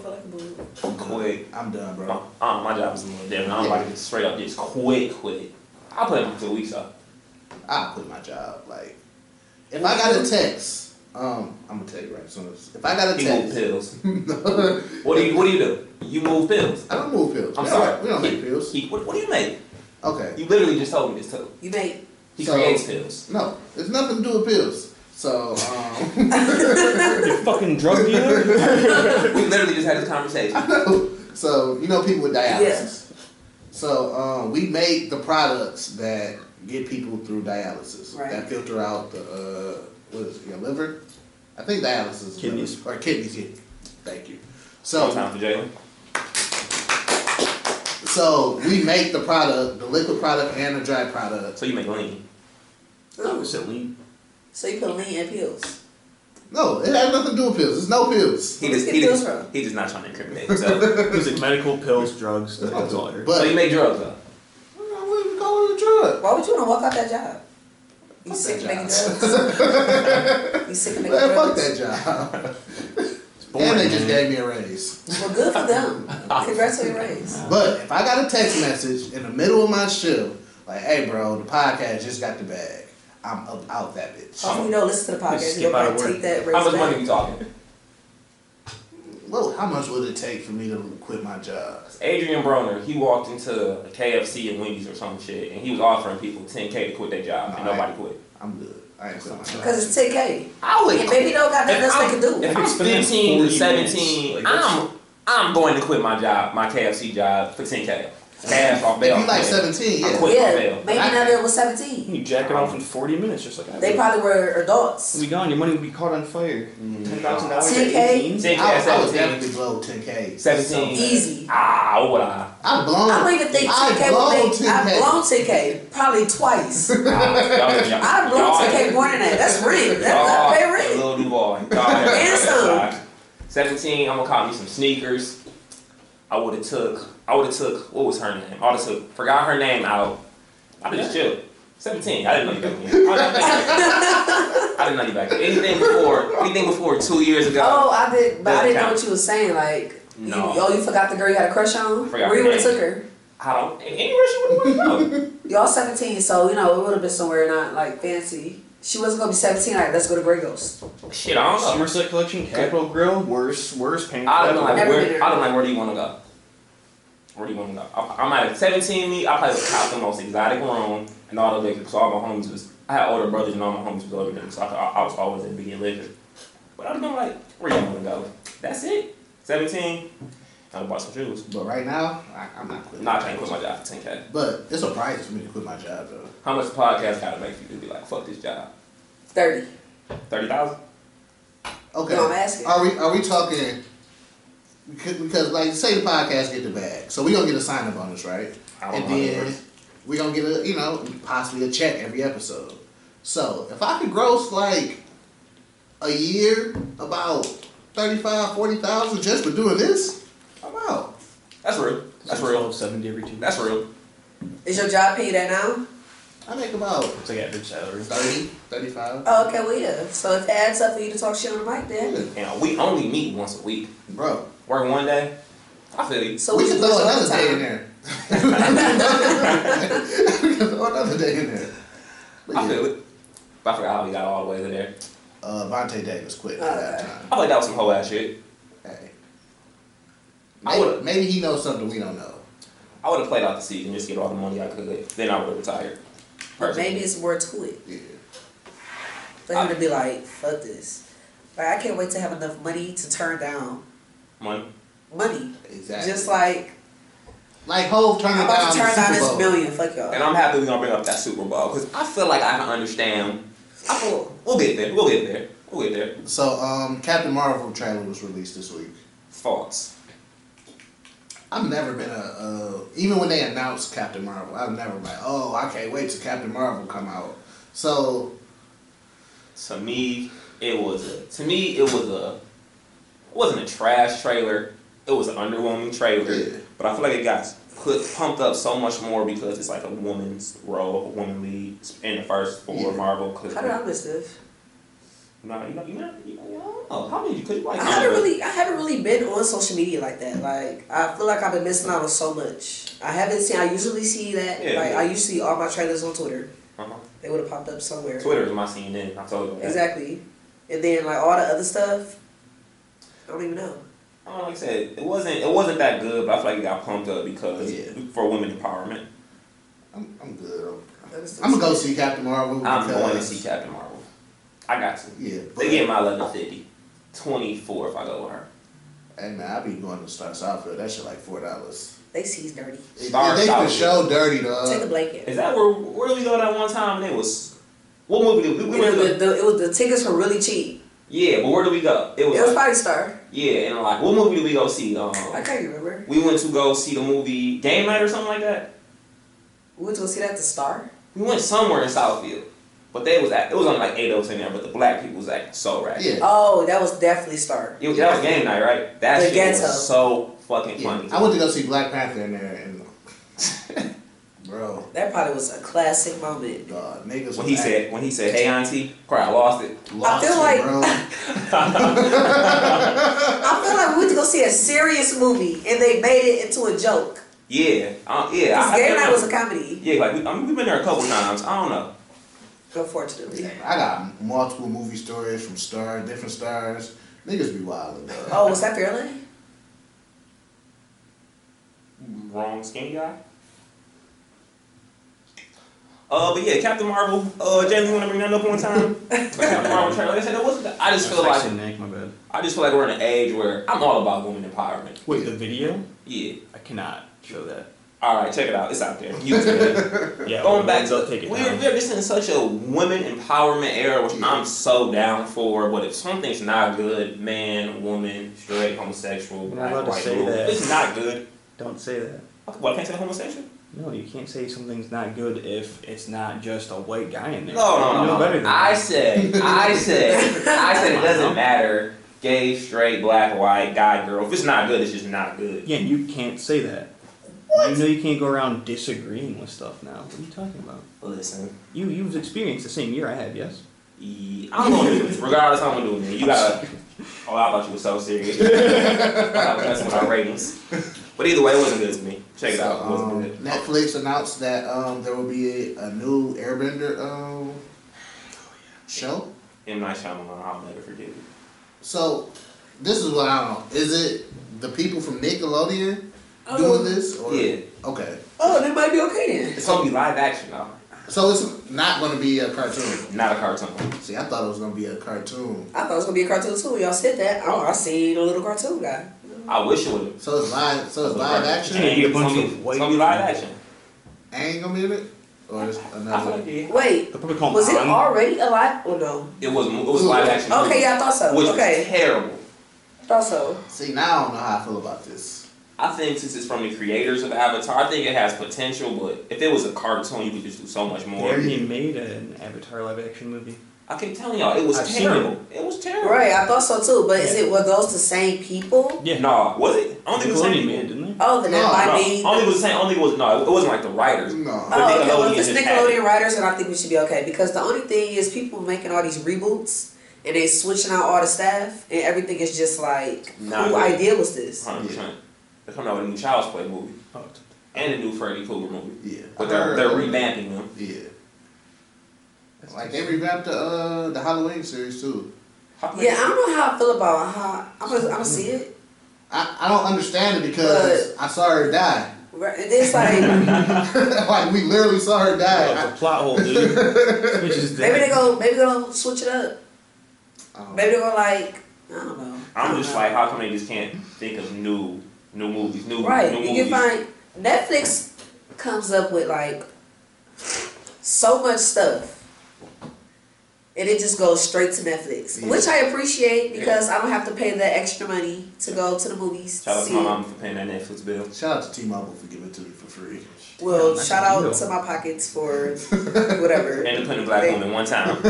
Speaker 5: Quick.
Speaker 4: I'm done,
Speaker 5: My,
Speaker 4: bro.
Speaker 5: uh, my job is a little different. I don't like it straight up just quit, quit. I'll put him for two weeks though.
Speaker 4: I quit my job. Like, if I got a text, um, I'm gonna tell you right soon. as- If I got a
Speaker 5: He move
Speaker 4: text,
Speaker 5: pills.
Speaker 4: No.
Speaker 5: What do you what do you do? You move pills.
Speaker 4: I don't move pills.
Speaker 5: I'm
Speaker 4: we
Speaker 5: sorry.
Speaker 4: Don't, we don't
Speaker 5: He-
Speaker 4: make pills.
Speaker 5: He, what, what do you make?
Speaker 4: Okay.
Speaker 5: You literally just told me this too.
Speaker 7: You made
Speaker 5: He
Speaker 4: So-
Speaker 5: creates pills.
Speaker 4: No, it's nothing to do with pills. So, um,
Speaker 6: You're a fucking drug dealer.
Speaker 5: we literally just had this conversation.
Speaker 4: so you know people with dialysis.
Speaker 7: Yes.
Speaker 4: So um, we make the products that get people through dialysis
Speaker 7: Right.
Speaker 4: that filter out the uh, what is it, your liver? I think dialysis is
Speaker 6: Kidneys.
Speaker 4: liver. or kidneys. Yeah. Thank you. So
Speaker 5: One time for Jalen.
Speaker 4: so we make the product, the liquid product and the dry product.
Speaker 5: So you make lean.
Speaker 6: I was at lean.
Speaker 7: so you put lean and pills.
Speaker 4: No, it has nothing to do with pills. It's no pills.
Speaker 5: He
Speaker 7: Where's
Speaker 5: just
Speaker 7: the
Speaker 5: he
Speaker 7: pills
Speaker 5: just,
Speaker 7: from?
Speaker 5: he just not trying to incriminate himself.
Speaker 6: It was like medical pills, drugs. That's, that's all I heard.
Speaker 4: But
Speaker 5: so you make drugs though.
Speaker 4: I wouldn't go with a drug.
Speaker 7: Why would you want to walk out that job? You
Speaker 4: Fuck
Speaker 7: sick
Speaker 4: that
Speaker 7: of making
Speaker 4: job.
Speaker 7: drugs. you sick of making
Speaker 4: Man, fuck
Speaker 7: drugs.
Speaker 4: that job.
Speaker 6: It's
Speaker 4: and they just
Speaker 6: man.
Speaker 4: gave me a raise.
Speaker 7: Well, good for them. Congrats on your raise.
Speaker 4: But if I got a text message in the middle of my shift, like, "Hey, bro, the podcast just got the bag. I'm up, out that bitch."
Speaker 6: Oh.
Speaker 7: Hopefully, you don't listen to the podcast.
Speaker 6: Just
Speaker 7: You
Speaker 6: skip out
Speaker 7: don't
Speaker 6: of
Speaker 7: take
Speaker 6: work.
Speaker 7: that
Speaker 5: How much money
Speaker 7: raise
Speaker 5: are
Speaker 7: back.
Speaker 5: we talking?
Speaker 4: Well, how much would it take for me to quit my job?
Speaker 5: Adrian Broner, he walked into a KFC and Wendy's or some shit, and he was offering people 10K to quit their job, and
Speaker 4: Alright.
Speaker 5: nobody quit.
Speaker 4: I'm good. I ain't quitting my job.
Speaker 7: Because it's 10K.
Speaker 5: I would
Speaker 7: And maybe don't got nothing else they can do.
Speaker 5: If
Speaker 6: You
Speaker 5: I'm 15
Speaker 6: spend
Speaker 5: to
Speaker 6: 40 minutes,
Speaker 5: 17,
Speaker 6: like, that's-
Speaker 5: I'm, I'm going to quit my job, my KFC job, for 10K. Cash off bail.
Speaker 4: If you like
Speaker 5: man.
Speaker 4: 17,
Speaker 5: I
Speaker 4: yeah.
Speaker 5: quit. Hmm.
Speaker 7: Yeah, maybe
Speaker 4: I-
Speaker 7: none of them was 17.
Speaker 6: You jack it off in 40 minutes, just like I
Speaker 7: They
Speaker 6: would.
Speaker 7: probably were
Speaker 6: It'll
Speaker 7: adults.
Speaker 6: be gone. Your money will be caught on fire. Ten thousand dollars.
Speaker 7: 10K?
Speaker 4: I,
Speaker 5: 10K at
Speaker 4: I was
Speaker 5: 17.
Speaker 4: definitely below 10k.
Speaker 5: 17.
Speaker 7: Easy.
Speaker 5: Ah, what would I?
Speaker 4: I've blown.
Speaker 7: I don't even think
Speaker 4: I've
Speaker 7: 10K
Speaker 4: blown
Speaker 7: would make.
Speaker 4: 10K.
Speaker 7: I've blown 10K probably twice.
Speaker 5: Y'all- y'all-
Speaker 7: I've blown
Speaker 5: y'all-
Speaker 4: Oh,
Speaker 7: 10K more than that. That's rent. That's
Speaker 5: Y'all
Speaker 7: not pay
Speaker 5: are
Speaker 7: rent.
Speaker 5: Lil Duval. Y'all are-
Speaker 7: And some.
Speaker 5: Seventeen. I'm gonna cop me some sneakers. I would have took. I would have took. What was her name? I would have took. Forgot her name out. I would just chilled. Seventeen. I didn't know you back then. I didn't know you back then. Anything before. Anything before two years ago.
Speaker 7: Oh, I did, but I
Speaker 5: Doesn't
Speaker 7: didn't know
Speaker 5: count.
Speaker 7: what you was saying. Like, you,
Speaker 5: No.
Speaker 7: oh, you forgot the girl you had a crush on.
Speaker 5: Forgot
Speaker 7: Where you
Speaker 5: her
Speaker 7: would have
Speaker 5: name.
Speaker 7: took her?
Speaker 5: I don't. Anywhere she would have go.
Speaker 7: Y'all 17, so you know it would have been somewhere not like fancy. She wasn't gonna be 17. Like, let's go to Grey Ghost.
Speaker 5: Shit, I don't know.
Speaker 6: Somerset Collection, Capitol Grill, worse, worse paint.
Speaker 5: I don't know. Like,
Speaker 7: Never been
Speaker 5: where,
Speaker 7: there.
Speaker 5: I don't know. Where do you want to go? Where do you want to go? I, I might have seventeen. Me, I probably would cop the most exotic room and all the liquor. So all my homies was. I had older brothers and all my homies was older than me, so I, could- I, I was always in being liquor. But I've been like, where you want to go? That's it. Seventeen. I would bought some shoes.
Speaker 4: But right now, I, I'm not quitting.
Speaker 5: No, I can't quit my job for ten k.
Speaker 4: But it's a price for me to quit my job though.
Speaker 5: How much the podcast gotta make you to be like, fuck this job?
Speaker 7: 30.
Speaker 5: Thirty thousand.
Speaker 4: Okay.
Speaker 7: No, I'm asking.
Speaker 4: Are we are we talking? Because, because like say the podcast get the bag, so we gonna get a sign up bonus, right?
Speaker 5: I don't
Speaker 4: And
Speaker 5: know how that
Speaker 4: then
Speaker 5: works.
Speaker 4: we gonna get a you know possibly a check every episode. So if I could gross like a year about 35, 40,000 just for doing this, I'm out.
Speaker 5: That's real. That's real.
Speaker 6: Seventy every two.
Speaker 5: That's real.
Speaker 7: Is your job paid that now?
Speaker 4: I make about
Speaker 6: It's like average salary.
Speaker 4: 30, 35.
Speaker 7: Oh, okay, well yeah. So it adds up for you to talk shit on the mic then.
Speaker 5: And we only meet once a week.
Speaker 4: Bro,
Speaker 5: Work one day. I feel you.
Speaker 7: So
Speaker 4: we can
Speaker 7: should
Speaker 4: throw
Speaker 7: do
Speaker 4: another
Speaker 7: it
Speaker 4: day in
Speaker 7: all
Speaker 4: there. we can throw another day in there. But
Speaker 5: I
Speaker 4: yeah.
Speaker 5: feel it. But I forgot how we got all the way to there.
Speaker 4: Uh, Vontae Davis quit at that time.
Speaker 5: I thought that was some whole ass shit.
Speaker 4: Hey.
Speaker 5: I
Speaker 4: Maybe,
Speaker 5: would
Speaker 4: maybe he knows something we don't know.
Speaker 5: I would have played out the season, just get all the money I could. Then I would have retired.
Speaker 7: But
Speaker 5: Personally.
Speaker 7: maybe it's more to it
Speaker 4: Yeah.
Speaker 7: for him to be like, fuck this. Like I can't wait to have enough money to turn down
Speaker 5: Money.
Speaker 7: money.
Speaker 4: Exactly.
Speaker 7: Just like
Speaker 4: like Hove turning
Speaker 7: I'm
Speaker 4: down
Speaker 7: about to
Speaker 4: the
Speaker 7: turn down
Speaker 4: Super
Speaker 7: this
Speaker 4: Bowl.
Speaker 7: million. Fuck y'all.
Speaker 5: And I'm happy we're gonna bring up that Super Bowl because I feel like I can understand. I feel we'll get there. We'll get there. We'll get there.
Speaker 4: So, um, Captain Marvel trailer was released this week.
Speaker 5: Thoughts.
Speaker 4: I've never been a, a even when they announced Captain Marvel, I've never been like, oh, I can't wait till Captain Marvel come out. So
Speaker 5: To me, it was a, to me it was a it wasn't a trash trailer. It was an underwhelming trailer,
Speaker 4: Yeah.
Speaker 5: but I feel like it got put pumped up so much more because it's like a woman's role, a woman lead in the first four
Speaker 4: Yeah.
Speaker 5: Marvel. Cause
Speaker 7: How did I miss this?
Speaker 5: No, you know, you know, you know, you know. How did you? Cause you like
Speaker 7: I haven't really, I haven't really been on social media like that. Like I feel like I've been missing out on so much. I haven't seen. I usually see that.
Speaker 5: Yeah.
Speaker 7: like I usually see all my trailers on Twitter.
Speaker 5: Uh-huh.
Speaker 7: They would have popped up somewhere.
Speaker 5: Twitter is my CNN. I told you that.
Speaker 7: Exactly. And then like all the other stuff, I don't even know.
Speaker 5: I don't know, like I said, it wasn't it wasn't that good, but I feel like it got pumped up because
Speaker 4: Yeah.
Speaker 5: for women empowerment.
Speaker 4: I'm, I'm good.
Speaker 7: That is
Speaker 4: I'm gonna go see Captain Marvel.
Speaker 5: I'm going to
Speaker 4: because-
Speaker 5: see Captain Marvel. I got to.
Speaker 4: Yeah, but
Speaker 5: They get my 1150. 24 if I go with her.
Speaker 4: hey man, I be going to Star Southfield. That shit like four dollars.
Speaker 7: They sees dirty.
Speaker 4: They
Speaker 5: Star
Speaker 4: for
Speaker 5: Southfield.
Speaker 4: show dirty
Speaker 7: Take a
Speaker 4: dog.
Speaker 7: blanket.
Speaker 5: Uh, Is that where where did we go that one time? They was what movie did we, we
Speaker 7: You know,
Speaker 5: went
Speaker 7: the,
Speaker 5: to?
Speaker 7: the, it was the tickets were really cheap.
Speaker 5: Yeah, but where did we go? It was,
Speaker 7: It was
Speaker 5: like,
Speaker 7: Party Star.
Speaker 5: yeah, and like what movie did we go see? Um,
Speaker 7: I can't remember.
Speaker 5: we went to go see the movie Game Night or something like that.
Speaker 7: We went to go see that at the Star.
Speaker 5: We went somewhere in Southfield, but they was at it was on like 8 in there, but the black people was acting so ratchet.
Speaker 4: Yeah.
Speaker 7: Oh, that was definitely Star.
Speaker 5: It, that was game night, right? That
Speaker 7: The
Speaker 5: shit
Speaker 7: ghetto.
Speaker 5: was so fucking
Speaker 4: yeah.
Speaker 5: funny.
Speaker 4: I went to go see Black Panther in there and bro,
Speaker 7: That probably was a classic moment.
Speaker 4: dog, niggas.
Speaker 5: when he
Speaker 4: was
Speaker 5: said when he said, "Hey, auntie," probably lost it.
Speaker 4: acting lost
Speaker 7: I feel
Speaker 4: it,
Speaker 7: like-
Speaker 4: bro.
Speaker 7: I feel like we went to go see a serious movie and they made it into a joke.
Speaker 5: Yeah, uh, yeah.
Speaker 7: Because
Speaker 5: I- I
Speaker 7: Game
Speaker 5: can't
Speaker 7: Night was a
Speaker 5: remember.
Speaker 7: comedy,
Speaker 5: Yeah, like we, I mean, we've been there a couple times. I don't know.
Speaker 7: unfortunately.
Speaker 4: I got multiple movie stories from stars, different stars. Niggas be wildin', dog.
Speaker 7: Oh, was that Fairlane?
Speaker 5: Wrong skin guy. Uh, but yeah, Captain Marvel. Uh, James, you want to bring that up one time? The Captain Marvel trailer. They said it wasn't. I just
Speaker 6: That's
Speaker 5: feel like
Speaker 6: actually Nick, my bad.
Speaker 5: I just feel like we're in an age where I'm all about women empowerment.
Speaker 6: Wait, the video?
Speaker 5: Yeah.
Speaker 6: I cannot show that.
Speaker 5: All right, check it out. It's out there. YouTube.
Speaker 6: Yeah,
Speaker 5: Going back
Speaker 6: they'll
Speaker 5: to
Speaker 6: take it
Speaker 5: we're,
Speaker 6: down.
Speaker 5: we're just in such a women empowerment era, which I'm so down for. But if something's not good, man, woman, straight, homosexual,
Speaker 6: You're
Speaker 5: black,
Speaker 6: not allowed to
Speaker 5: white,
Speaker 6: say
Speaker 5: blue,
Speaker 6: that.
Speaker 5: it's not good.
Speaker 6: Don't say that.
Speaker 5: What I can't say homosexual?
Speaker 6: No, you can't say something's not good if it's not just a white guy in there.
Speaker 5: No, no,
Speaker 6: You know
Speaker 5: no.
Speaker 6: better
Speaker 5: no.
Speaker 6: than
Speaker 5: I
Speaker 6: that.
Speaker 5: said, I said, I said it
Speaker 6: Come on,
Speaker 5: doesn't
Speaker 6: no.
Speaker 5: matter. Gay, straight, black, white, guy, girl. If it's not good, it's just not good.
Speaker 6: Again, you can't say that. You know you can't go around disagreeing with stuff now. What are you talking about?
Speaker 5: Listen,
Speaker 6: You you've experienced the same year I have, yes.
Speaker 5: e- I'm gonna do this. Regardless, I'm gonna do it. Man. You gotta. Oh, I thought you were so serious. I thought that's what our ratings. But either way, it wasn't good to me. Check it
Speaker 4: So,
Speaker 5: out. It wasn't
Speaker 4: um,
Speaker 5: good.
Speaker 4: Netflix announced that um, there will be a, a new Airbender um, show.
Speaker 5: M Night Shyamalan, I'll never forget it.
Speaker 4: So, this is what I don't. Is it the people from Nickelodeon doing this? Or?
Speaker 5: Yeah.
Speaker 4: Okay.
Speaker 7: Oh, that might be okay then.
Speaker 5: It's gonna be live action though,
Speaker 4: So it's not going to be a cartoon.
Speaker 5: not a cartoon.
Speaker 4: See, I thought it was going to be a cartoon.
Speaker 7: I thought it was gonna be a cartoon too. Y'all said that. Oh, I seen a little cartoon guy.
Speaker 5: I wish it would.
Speaker 4: So it's live. So it's live action.
Speaker 6: Yeah, you get a
Speaker 5: It's gonna
Speaker 6: bunch
Speaker 5: be-
Speaker 6: of
Speaker 5: It's
Speaker 6: white-
Speaker 5: gonna be live action.
Speaker 4: Ain't gonna be in it. Or it's
Speaker 5: I feel
Speaker 4: another.
Speaker 5: like it-
Speaker 7: Wait,
Speaker 6: They'll probably call him
Speaker 7: was it
Speaker 6: Ang.
Speaker 7: already alive? Oh no.
Speaker 5: It was it was live action.
Speaker 7: Okay, yeah, I thought so.
Speaker 5: Which was
Speaker 7: Oh, okay,
Speaker 5: terrible.
Speaker 7: thought so.
Speaker 4: See, now I don't know how I feel about this.
Speaker 5: I think since it's from the creators of Avatar, I think it has potential. But if it was a cartoon, you could just do so much
Speaker 6: They
Speaker 5: more.
Speaker 6: already made an Avatar live action movie.
Speaker 5: I keep telling y'all, it was
Speaker 6: I've seen
Speaker 5: terrible. It. was terrible.
Speaker 7: Right, I thought so too. But is
Speaker 6: Yeah.
Speaker 7: it were those the same people?
Speaker 6: Yeah.
Speaker 5: No, was it? I don't think it was the
Speaker 6: Nickelodeon
Speaker 5: same.
Speaker 6: made it,
Speaker 5: people.
Speaker 6: didn't they?
Speaker 7: Oh, then that
Speaker 4: No,
Speaker 5: No,
Speaker 7: might
Speaker 5: I
Speaker 7: be.
Speaker 5: don't think it was the same. I don't think it was no. It wasn't like the writers.
Speaker 4: No.
Speaker 5: But
Speaker 7: Oh, okay. Well, if it's
Speaker 5: just had it.
Speaker 7: Nickelodeon writers, then I think we should be okay because the only thing is people making all these reboots and they switching out all the staff and everything is just like,
Speaker 5: Nah,
Speaker 7: who
Speaker 5: dude.
Speaker 7: idea was this?
Speaker 5: Hundred percent. They're coming out with a new Child's Play movie
Speaker 6: Oh,
Speaker 5: and a new Freddy Krueger movie,
Speaker 4: Yeah.
Speaker 5: but
Speaker 4: I
Speaker 5: they're
Speaker 4: heard
Speaker 5: they're
Speaker 4: that.
Speaker 5: revamping them.
Speaker 4: Yeah.
Speaker 6: that's
Speaker 4: Like they revamped the uh, the Halloween series too.
Speaker 5: How can they
Speaker 7: Yeah, I don't know how I feel about how I'm gonna, I'm gonna see it.
Speaker 4: I, I don't understand it because I saw her die.
Speaker 7: Right, And it's like
Speaker 4: like we literally saw her die.
Speaker 6: Oh, it's a plot hole, dude. Which is
Speaker 7: maybe
Speaker 6: dead.
Speaker 7: they go maybe they gonna switch it up.
Speaker 4: Um,
Speaker 7: Maybe they were like, I don't know. I
Speaker 5: I'm
Speaker 7: don't
Speaker 5: just
Speaker 7: know.
Speaker 5: like, how come they just can't think of new, new movies, new,
Speaker 7: right.
Speaker 5: new
Speaker 7: you
Speaker 5: movies?
Speaker 7: can find Netflix comes up with like so much stuff. And it just goes straight to Netflix,
Speaker 4: Yeah.
Speaker 7: which I appreciate because I don't have to pay the extra money to go to the movies.
Speaker 5: Shout
Speaker 7: to
Speaker 5: out to
Speaker 7: see
Speaker 5: my
Speaker 7: it.
Speaker 5: mom for paying that Netflix bill.
Speaker 4: shout out to T-Mobile for giving it to me for free.
Speaker 7: Well,
Speaker 6: That's
Speaker 7: shout
Speaker 6: a
Speaker 7: out
Speaker 6: deal.
Speaker 7: to my pockets for whatever.
Speaker 5: And to put a black woman one time.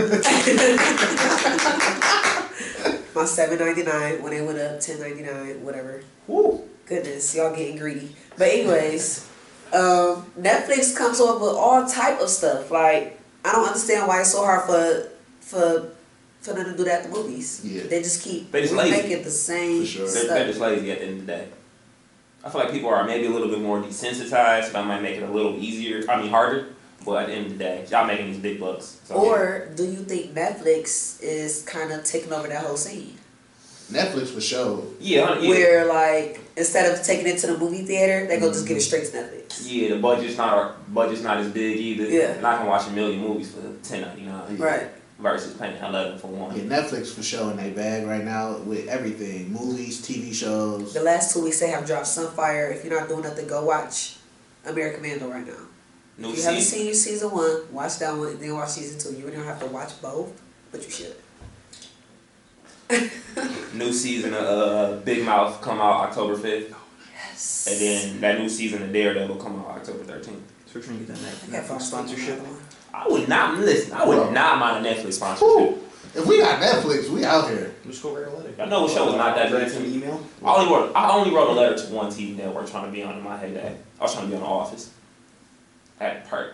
Speaker 7: my seven ninety nine when it went up ten ninety nine whatever.
Speaker 6: Woo.
Speaker 7: Goodness, y'all getting greedy. But anyways, um, Netflix comes up with all type of stuff. Like I don't understand why it's so hard for for for them to do that at the movies.
Speaker 4: Yeah.
Speaker 7: They just keep
Speaker 5: They just lazy.
Speaker 7: making the same
Speaker 4: For sure.
Speaker 5: They're, they're
Speaker 7: stuff.
Speaker 5: just lazy at the end of the day. I feel like people are maybe a little bit more desensitized, so that might make it a little easier, I mean harder. But at the end of the day, y'all making these big bucks. So
Speaker 7: Or do you think Netflix is kind of taking over that whole scene?
Speaker 4: Netflix for sure.
Speaker 5: yeah, yeah, yeah,
Speaker 7: Where like instead of taking it to the movie theater, they go just give it
Speaker 4: Mm-hmm.
Speaker 7: straight to Netflix.
Speaker 5: yeah, the budget's not budget's not as big either.
Speaker 7: Yeah.
Speaker 5: and I can watch a million movies for ten ninety nine
Speaker 7: Right.
Speaker 5: versus paying eleven for one.
Speaker 4: Yeah, Netflix for sure in their bag right now with everything, movies, TV shows.
Speaker 7: The last two weeks they have dropped Sunfire. If you're not doing nothing, go watch American Vandal right now.
Speaker 5: New
Speaker 7: if you haven't
Speaker 5: season.
Speaker 7: seen season one, watch that one, then watch season two. You don't have to watch both, but you should.
Speaker 5: new season of uh, Big Mouth come out October fifth,
Speaker 7: Oh, Yes.
Speaker 5: and then that new season of Daredevil come out October thirteenth.
Speaker 6: So we're trying to get that
Speaker 7: I got
Speaker 6: Netflix sponsorship.
Speaker 5: I would not listen. I would
Speaker 4: Bro.
Speaker 5: not mind a Netflix sponsorship.
Speaker 4: Whew. If we got Netflix, we out here.
Speaker 6: Just go write a letter.
Speaker 5: I know the show was not that
Speaker 6: Write
Speaker 5: big.
Speaker 6: an email.
Speaker 5: I only wrote I only wrote a letter to one TV network trying to be on in my heyday. I was trying to be on the office. I had per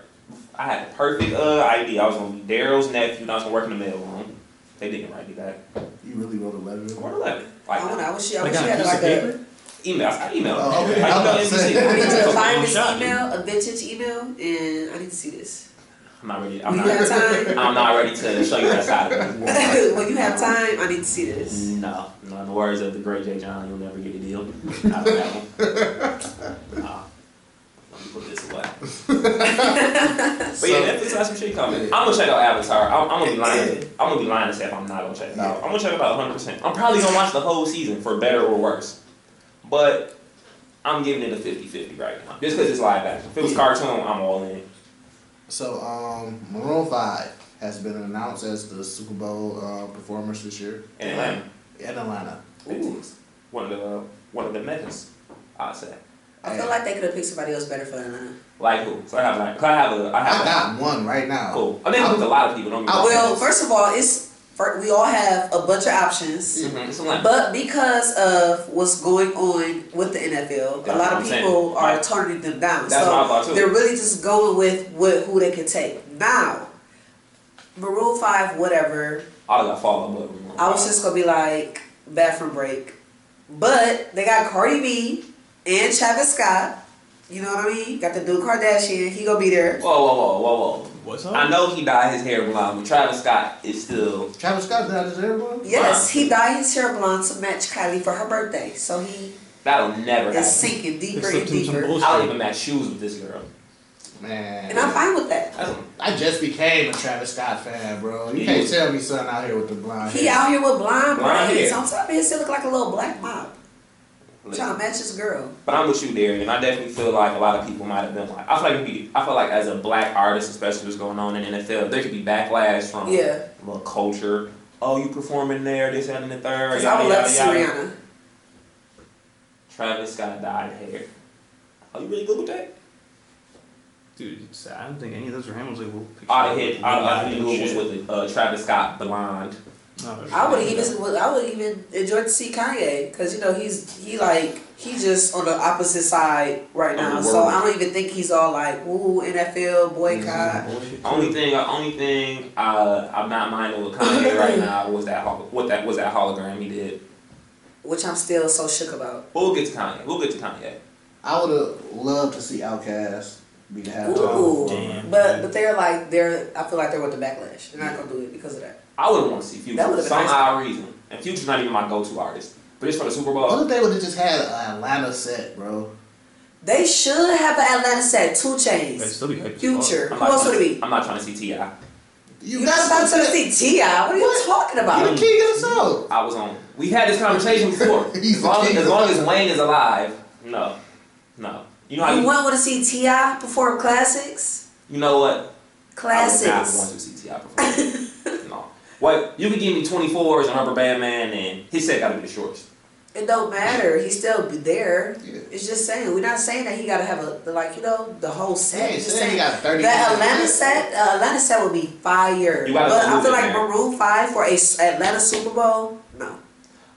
Speaker 5: I had the perfect uh idea. I was gonna be Daryl's nephew and I was gonna work in the mail room. They didn't write me back.
Speaker 4: You really wrote a
Speaker 5: I
Speaker 4: letter.
Speaker 5: wrote a letter. Like
Speaker 7: I, wanna, I wish you, I
Speaker 6: Like
Speaker 7: wish you
Speaker 6: on a
Speaker 7: had
Speaker 6: piece
Speaker 7: like
Speaker 6: of
Speaker 7: a.
Speaker 6: paper?
Speaker 5: email. I emailed.
Speaker 4: Oh, okay.
Speaker 5: I
Speaker 4: I
Speaker 5: emailed
Speaker 4: was about to say.
Speaker 7: I need
Speaker 5: NBC.
Speaker 7: to
Speaker 5: Fuck,
Speaker 7: find
Speaker 5: I'm
Speaker 7: this
Speaker 5: shot.
Speaker 7: email, a vintage email, and I need to see this.
Speaker 5: I'm not ready. I'm
Speaker 7: when you have
Speaker 5: not
Speaker 7: time,
Speaker 5: I'm not ready to show you that side of me.
Speaker 7: when you have time, I need to see this.
Speaker 5: No, no. In the words of the great Jay John, you'll never get a deal. Not on that one. Nah. Let me put this away. But yeah, Netflix got some shit coming.
Speaker 4: Yeah.
Speaker 5: I'm gonna check out Avatar. I'm, I'm gonna be lying. I'm gonna be lying to say if I'm not gonna check it out. I'm gonna check it out 100. percent I'm probably gonna watch the whole season for better or worse. But I'm giving it a 50-50 right now. Just because it's live action. If it was cartoon, I'm all in.
Speaker 4: So, um, Maroon Five has been announced as the Super Bowl uh, performers this year
Speaker 5: And Atlanta,
Speaker 4: in Atlanta.
Speaker 5: Ooh. one of the one of the meccas, I'd say.
Speaker 7: I feel like they could have picked somebody else better for Atlanta.
Speaker 5: Like who? So I have like, 'cause I have a, I
Speaker 4: I
Speaker 5: have a,
Speaker 4: got one right now.
Speaker 5: cool. I mean, with a lot of people. Don't get me wrong.
Speaker 7: Well, first of all, it's fir- we all have a bunch of options.
Speaker 5: Mhm, it's Atlanta.
Speaker 7: But because of what's going on with the NFL, a
Speaker 5: That's
Speaker 7: lot
Speaker 5: what
Speaker 7: of
Speaker 5: I'm saying.
Speaker 7: people are
Speaker 5: Right.
Speaker 7: turning them down.
Speaker 5: That's
Speaker 7: so
Speaker 5: what I thought too.
Speaker 7: they're really just going with what, who they can take. Now, Maroon 5, whatever,
Speaker 5: I'd have got Fall Out Boy.
Speaker 7: I was just going to be like, bathroom break. But they got Cardi B and Travis Scott. You know what I mean? Got the dude Kardashian. He going to be there.
Speaker 5: Whoa, whoa, whow, whoa, whoa.
Speaker 6: What's
Speaker 5: I know he dyed his hair blonde, but Travis Scott is still.
Speaker 4: Travis Scott did that to everyone.
Speaker 7: Yes, he dyed his hair blonde to match Kylie for her birthday. So he
Speaker 5: That'll never
Speaker 7: is
Speaker 5: happen.
Speaker 7: sinking
Speaker 6: They
Speaker 7: deeper and
Speaker 6: slipped him some
Speaker 7: deeper.
Speaker 6: bullshit.
Speaker 5: I don't even match shoes with this girl.
Speaker 4: Man,
Speaker 7: And I'm fine with that.
Speaker 5: That's
Speaker 4: I just became a Travis Scott fan, bro. You
Speaker 5: Yeah.
Speaker 4: can't tell me something out here with the blonde.
Speaker 7: He
Speaker 4: hair.
Speaker 7: out here with blonde,
Speaker 5: Blonde
Speaker 7: braids.
Speaker 5: hair.
Speaker 7: On top of his, he look like a little black mop. Trying to
Speaker 5: listen.
Speaker 7: match his girl.
Speaker 5: But I'm with you, Darian. I definitely feel like a lot of people might have been like, I feel like it'd be, I feel like as a black artist, especially what's going on in the NFL, there could be backlash from
Speaker 7: Yeah.
Speaker 5: the culture. Oh, you performing there, this, that, and the third.
Speaker 7: Because I
Speaker 5: Yada,
Speaker 7: would love to
Speaker 5: yada,
Speaker 7: see
Speaker 5: yada.
Speaker 7: Rihanna.
Speaker 5: Travis Scott dyed hair. Are you really good with that?
Speaker 6: Dude, it's, I don't think any of those are him. I was like, well, picture
Speaker 5: I'd have hit, I'd I'd have
Speaker 6: Yeah,
Speaker 5: been
Speaker 6: shit.
Speaker 5: Googles with a uh, Travis Scott blonde.
Speaker 6: No, it's-
Speaker 7: I would even I would even enjoy to see Kanye because you know he's he like he just on the opposite side right
Speaker 5: Of the
Speaker 7: now. So
Speaker 5: world.
Speaker 7: I don't even think he's all like ooh NFL
Speaker 5: Mm-hmm.
Speaker 7: boycott.
Speaker 6: Bullshit,
Speaker 5: Only
Speaker 6: too.
Speaker 5: thing, uh, only thing uh, I'm not minding with Kanye right now was that hol- what that was that hologram he did.
Speaker 7: Which I'm still so shook about.
Speaker 5: But we'll get to Kanye. We'll get to Kanye.
Speaker 4: I would have loved to see Outkast be the halftime.
Speaker 5: Oh,
Speaker 7: Ooh,
Speaker 4: performer.
Speaker 7: but but they're like they're I feel like they're with the backlash. They're not gonna do it because of that.
Speaker 5: I would have wanted to see Future
Speaker 7: That
Speaker 5: for
Speaker 7: would've been
Speaker 5: some
Speaker 7: nice.
Speaker 5: odd reason. And Future's not even my go-to artist, but it's for the Super
Speaker 4: What
Speaker 5: Bowl.
Speaker 4: if they would have just had an Atlanta set, bro?
Speaker 7: They should have an Atlanta set. Two
Speaker 6: That'd
Speaker 7: Chains,
Speaker 6: still be hype as fuck.
Speaker 7: Future.
Speaker 5: I'm
Speaker 7: Who
Speaker 5: not
Speaker 7: else would
Speaker 5: trying
Speaker 7: it
Speaker 5: to
Speaker 7: be?
Speaker 5: see- I'm not trying to see Ti.
Speaker 4: You
Speaker 7: You're not about to see Ti. What are you
Speaker 4: What?
Speaker 7: talking
Speaker 4: You're the
Speaker 7: about?
Speaker 4: king of the soul.
Speaker 5: I was on. We had this conversation before.
Speaker 4: He's
Speaker 5: as, long,
Speaker 4: the king
Speaker 5: as
Speaker 4: of
Speaker 5: long
Speaker 4: the-
Speaker 5: as Wayne is alive, no, no. You know how
Speaker 7: You
Speaker 5: you,
Speaker 7: wouldn't want to see Ti perform classics.
Speaker 5: you know what? I would not want
Speaker 7: Classics.
Speaker 5: to see T.I. perform. no. What? You could give me 24s and Rubber Band Man, and his set got to be the shortest.
Speaker 7: It don't matter. He's still be there.
Speaker 4: Yeah.
Speaker 7: It's just saying we're not saying that he gotta have a like you know the whole set.
Speaker 4: Hey,
Speaker 7: Just
Speaker 4: say he
Speaker 7: saying
Speaker 4: got 30
Speaker 7: the
Speaker 4: minutes.
Speaker 7: Atlanta set. Uh, Atlanta set would be fire.
Speaker 5: You gotta
Speaker 7: but I
Speaker 5: move
Speaker 7: feel
Speaker 5: it,
Speaker 7: like
Speaker 5: man.
Speaker 7: Maroon Five for a s- Atlanta Super Bowl. No.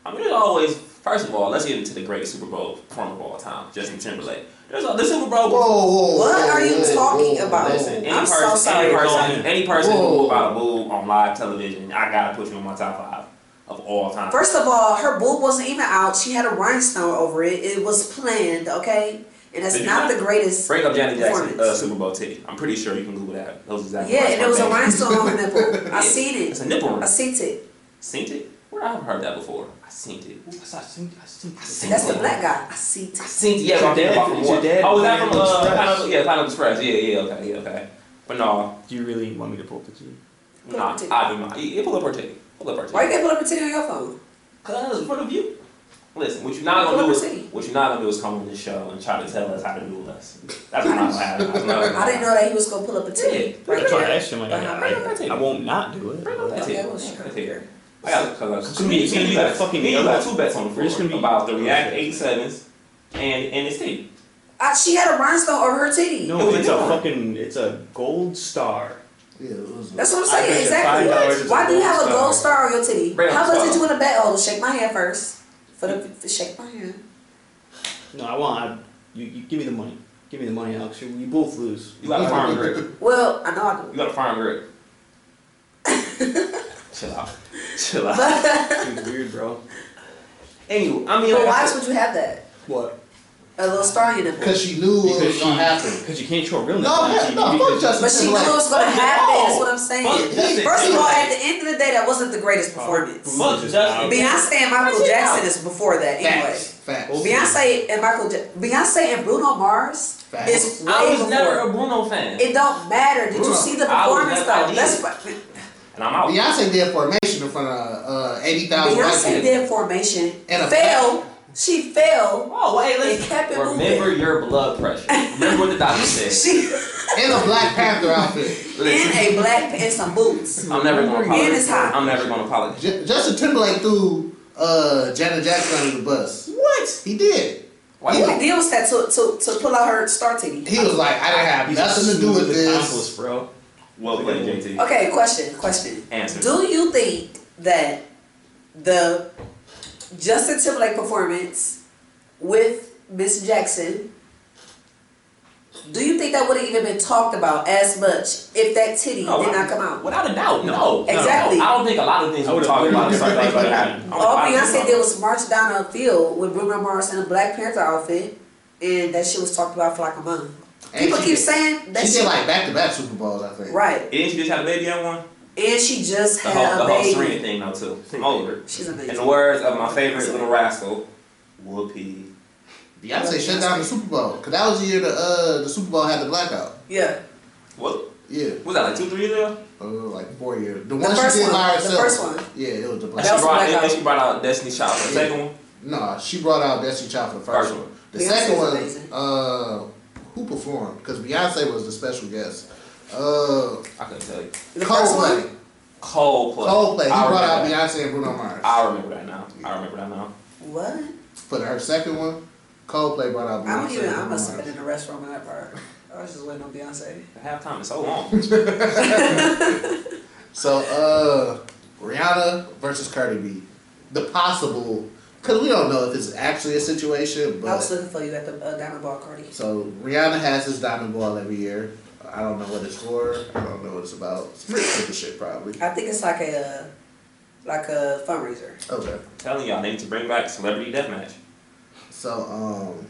Speaker 5: I mean, there's always. First of all, let's get into the greatest Super Bowl performer of all time, Justin Timberlake. There's a, the Super Bowl.
Speaker 4: Whoa, whoa,
Speaker 7: What
Speaker 4: whoa,
Speaker 7: are you
Speaker 4: whoa,
Speaker 7: talking
Speaker 4: whoa,
Speaker 7: about?
Speaker 5: Listen,
Speaker 4: whoa.
Speaker 5: any
Speaker 7: I'm so
Speaker 5: person,
Speaker 7: sorry,
Speaker 5: any person,
Speaker 7: Rosanna.
Speaker 5: any person
Speaker 4: Whoa.
Speaker 5: who about a boo on live television, I gotta put you in my top five of all time.
Speaker 7: First of all, her boob wasn't even out. She had a rhinestone over it. It was planned, okay? And that's
Speaker 5: Did you
Speaker 7: not
Speaker 5: not-
Speaker 7: the greatest.
Speaker 5: Bring up Janet Jackson
Speaker 7: performance.
Speaker 5: uh, Super Bowl titty. I'm pretty sure you can Google that. Those exact
Speaker 7: yeah, and it was a
Speaker 5: rhinestone.
Speaker 7: rhinestone on her nipple. I
Speaker 5: Yeah,
Speaker 7: seen
Speaker 5: It's
Speaker 7: it.
Speaker 5: a nipple ring.
Speaker 7: I seen it.
Speaker 5: Seen it? Where I haven't heard that before. I seen it.
Speaker 6: Ooh, I saw- I seen- I seen- I seen-
Speaker 7: That's the black guy. I seen
Speaker 5: I
Speaker 7: it.
Speaker 5: seen it. Yeah,
Speaker 6: It's
Speaker 5: but
Speaker 6: your
Speaker 5: I'm thinking
Speaker 6: dad-
Speaker 5: about from
Speaker 6: it's your
Speaker 5: one.
Speaker 6: dad
Speaker 5: Oh, was that from
Speaker 6: Pineapple
Speaker 5: uh,
Speaker 6: Express.
Speaker 5: Pineapple? Yeah, Pineapple Express. Yeah, yeah, okay, yeah, okay. But no,
Speaker 6: Do you really want me to pull up the key?
Speaker 7: Pull
Speaker 5: nah,
Speaker 7: up her titty.
Speaker 5: I do not. You you pull up her titty. Pull up her titty.
Speaker 7: Why you can't put up a titty on your phone?
Speaker 5: Cause for the view. Listen, what you're not gonna
Speaker 7: Pull
Speaker 5: do
Speaker 7: up
Speaker 5: is
Speaker 7: her titty.
Speaker 5: what you're not gonna do is come on this show and try to tell us how to do us. That's not gonna happen. That's not gonna
Speaker 7: I didn't know that he was gonna pull up a titty.
Speaker 5: Yeah.
Speaker 7: Right
Speaker 6: That's why I
Speaker 7: there.
Speaker 6: asked him. Like,
Speaker 5: Bring up- bring up that
Speaker 6: I,
Speaker 5: titty.
Speaker 6: I, I won't not do it.
Speaker 5: Bring up that
Speaker 6: but-
Speaker 5: titty.
Speaker 7: Okay, I was trying to
Speaker 5: Titty.
Speaker 7: figure.
Speaker 5: I got cause
Speaker 6: So me-
Speaker 5: me,
Speaker 6: so you
Speaker 5: me,
Speaker 6: got
Speaker 5: got
Speaker 6: fucking-
Speaker 5: fucking me.
Speaker 6: you
Speaker 5: You
Speaker 6: got
Speaker 5: got two bets on the floor
Speaker 6: We're just gonna be-
Speaker 5: about the React 87s and and its team.
Speaker 7: I, she had a rhinestone over her titty.
Speaker 5: It
Speaker 6: No,
Speaker 5: was
Speaker 6: it's
Speaker 5: a
Speaker 6: a
Speaker 5: dollar.
Speaker 6: fucking, it's a gold star.
Speaker 4: Yeah, it was-
Speaker 7: That's what I'm
Speaker 6: I bet
Speaker 7: saying.
Speaker 6: you
Speaker 7: Exactly.
Speaker 6: $5 it's a
Speaker 7: Why do you
Speaker 6: gold
Speaker 7: have a
Speaker 6: star.
Speaker 7: gold star on your titty?
Speaker 5: Bring
Speaker 7: How
Speaker 5: up
Speaker 7: much did
Speaker 5: star.
Speaker 7: you want to bet? Oh, shake my hand first. For the for- shake my hand.
Speaker 6: No, I want. I, you, you give me the money. Give me the money, Alex. You, you both lose.
Speaker 5: You got a farm grip.
Speaker 7: Well, I know I
Speaker 5: You
Speaker 7: do.
Speaker 5: got a farm grip. Chill out. Chill out.
Speaker 7: But,
Speaker 6: Dude, weird, bro.
Speaker 5: Anyway, I mean,
Speaker 7: but
Speaker 5: like
Speaker 7: why
Speaker 5: I
Speaker 7: else
Speaker 5: said,
Speaker 7: would you have that?
Speaker 6: What?
Speaker 7: A little star in your nipple.
Speaker 4: Because she knew it
Speaker 6: Because
Speaker 4: was
Speaker 6: she,
Speaker 4: gonna happen.
Speaker 6: because you can't show a real
Speaker 4: No,
Speaker 6: nigga
Speaker 4: heck
Speaker 6: on
Speaker 4: no, fuck
Speaker 6: TV because-
Speaker 4: Justin
Speaker 7: But she knew
Speaker 4: Timberlake.
Speaker 7: it was gonna
Speaker 5: Fuck
Speaker 7: happen.
Speaker 5: no.
Speaker 7: That's what I'm
Speaker 5: Fuck
Speaker 7: saying.
Speaker 5: Justin
Speaker 7: First of all,
Speaker 5: Timberlake.
Speaker 7: at the end of the day, that wasn't the greatest performance.
Speaker 5: Fuck
Speaker 6: Just
Speaker 5: Justin.
Speaker 7: Beyonce and Michael
Speaker 5: That's it.
Speaker 7: Jackson is before that, anyway.
Speaker 4: Facts, facts.
Speaker 7: Beyonce and Michael, Ja- Beyonce and Bruno Mars
Speaker 4: Facts.
Speaker 7: is way
Speaker 5: I was
Speaker 7: before.
Speaker 5: never a Bruno fan.
Speaker 7: It don't matter. Did you
Speaker 4: Bruno.
Speaker 7: see the
Speaker 5: I was
Speaker 7: performance
Speaker 5: never- I
Speaker 7: though?
Speaker 5: did.
Speaker 7: That's what
Speaker 5: and I'm out.
Speaker 4: Beyonce did formation in front of uh, eighty thousand white
Speaker 7: Beyonce
Speaker 4: people.
Speaker 7: did formation.
Speaker 4: And a-
Speaker 7: fell. She fell.
Speaker 5: Oh, wait,
Speaker 7: It
Speaker 5: listen.
Speaker 7: kept it
Speaker 5: Remember
Speaker 7: moving.
Speaker 5: your blood pressure. Remember what the doctor said.
Speaker 7: She
Speaker 4: in a Black Panther outfit.
Speaker 7: in
Speaker 5: Listen,
Speaker 7: a black pa- and some boots.
Speaker 5: I'm never going to
Speaker 7: Remember your-
Speaker 5: apologize.
Speaker 7: It is hot.
Speaker 5: I'm never going to apologize.
Speaker 4: J- Justin Timberlake threw uh, Janet Jackson under the bus.
Speaker 5: What?
Speaker 4: He did.
Speaker 5: Why
Speaker 7: All
Speaker 5: you
Speaker 7: the deal was that to, to, to pull out her star titty.
Speaker 4: He was like, I didn't have
Speaker 6: He's
Speaker 4: nothing to do with
Speaker 6: smooth and
Speaker 4: this.
Speaker 6: topless, bro.
Speaker 5: Well played, JT.
Speaker 7: Okay, question, question.
Speaker 5: Answer.
Speaker 7: Do you think that the Justin Timberlake performance with Miss Jackson? Do you think that would have even been talked about as much if that titty
Speaker 5: Oh, No,
Speaker 7: did
Speaker 5: I-
Speaker 7: not come out?
Speaker 5: Without a doubt, no.
Speaker 7: Exactly.
Speaker 5: No, I don't think a lot of things
Speaker 6: I
Speaker 5: we're
Speaker 6: would've
Speaker 5: talking about
Speaker 6: literally
Speaker 5: is something that's going to happen.
Speaker 6: different.
Speaker 7: All Beyonce
Speaker 5: Beyonce
Speaker 7: did was march down a field with Bruno Mars in a Black Panther outfit, and that shit was talked about for like a month.
Speaker 4: And
Speaker 7: People
Speaker 4: she
Speaker 7: keep
Speaker 4: did-
Speaker 7: saying that
Speaker 4: She
Speaker 7: shit,
Speaker 4: did like back to back Super Bowls, I think.
Speaker 7: right,
Speaker 5: Didn't she just have a baby on one?
Speaker 7: and she just
Speaker 5: The
Speaker 7: had
Speaker 5: whole, the
Speaker 7: a
Speaker 5: whole
Speaker 7: baby.
Speaker 5: Serena thing, though, too. I'm over it.
Speaker 7: She's amazing.
Speaker 5: In the words of my favorite little rascal, Whoopi.
Speaker 4: Beyonce shut down the Super Bowl because that was the year the uh, the Super Bowl had the blackout.
Speaker 7: yeah,
Speaker 5: What?
Speaker 4: Yeah,
Speaker 5: Was that like two, three years ago?
Speaker 4: uh, like four years. The, one
Speaker 7: first
Speaker 4: she did
Speaker 7: one.
Speaker 4: by
Speaker 7: The
Speaker 4: herself.
Speaker 7: first one.
Speaker 4: Yeah, it was the
Speaker 5: And
Speaker 4: black.
Speaker 5: she,
Speaker 7: That was
Speaker 5: brought,
Speaker 7: blackout.
Speaker 5: and she brought out Destiny Child for the
Speaker 4: Yeah.
Speaker 5: second one.
Speaker 4: Nah, she brought out Destiny Child for the first
Speaker 5: First
Speaker 4: one.
Speaker 5: one.
Speaker 4: The
Speaker 7: Beyonce's
Speaker 4: second one,
Speaker 7: amazing.
Speaker 4: uh, who performed? Because Beyonce was the special guest. Uh,
Speaker 5: I couldn't tell you.
Speaker 7: the first one.
Speaker 4: Coldplay.
Speaker 5: Coldplay.
Speaker 4: Coldplay. He
Speaker 5: I
Speaker 4: brought out
Speaker 5: remember that.
Speaker 4: Beyonce and Bruno Mars.
Speaker 5: I remember that now. I remember that now.
Speaker 7: What?
Speaker 4: For her second one, Coldplay brought out Beyonce.
Speaker 7: I don't even.
Speaker 4: and
Speaker 7: I
Speaker 4: Bruno
Speaker 7: must have
Speaker 4: Mars.
Speaker 7: been in the restroom when that part. I was just waiting on Beyonce.
Speaker 5: The halftime is so long.
Speaker 4: So, uh, Rihanna versus Cardi B. The possible, because we don't know if it's actually a situation,
Speaker 7: I was
Speaker 4: but.
Speaker 7: looking for you at the uh, Diamond Ball Cardi.
Speaker 4: So, Rihanna has this diamond ball every year. I don't know what it's for. I don't know what it's about. It's pretty simple shit, probably.
Speaker 7: I think it's like a uh, like a fundraiser.
Speaker 4: Okay.
Speaker 5: I'm telling y'all, they need to bring back Celebrity Deathmatch.
Speaker 4: So, um,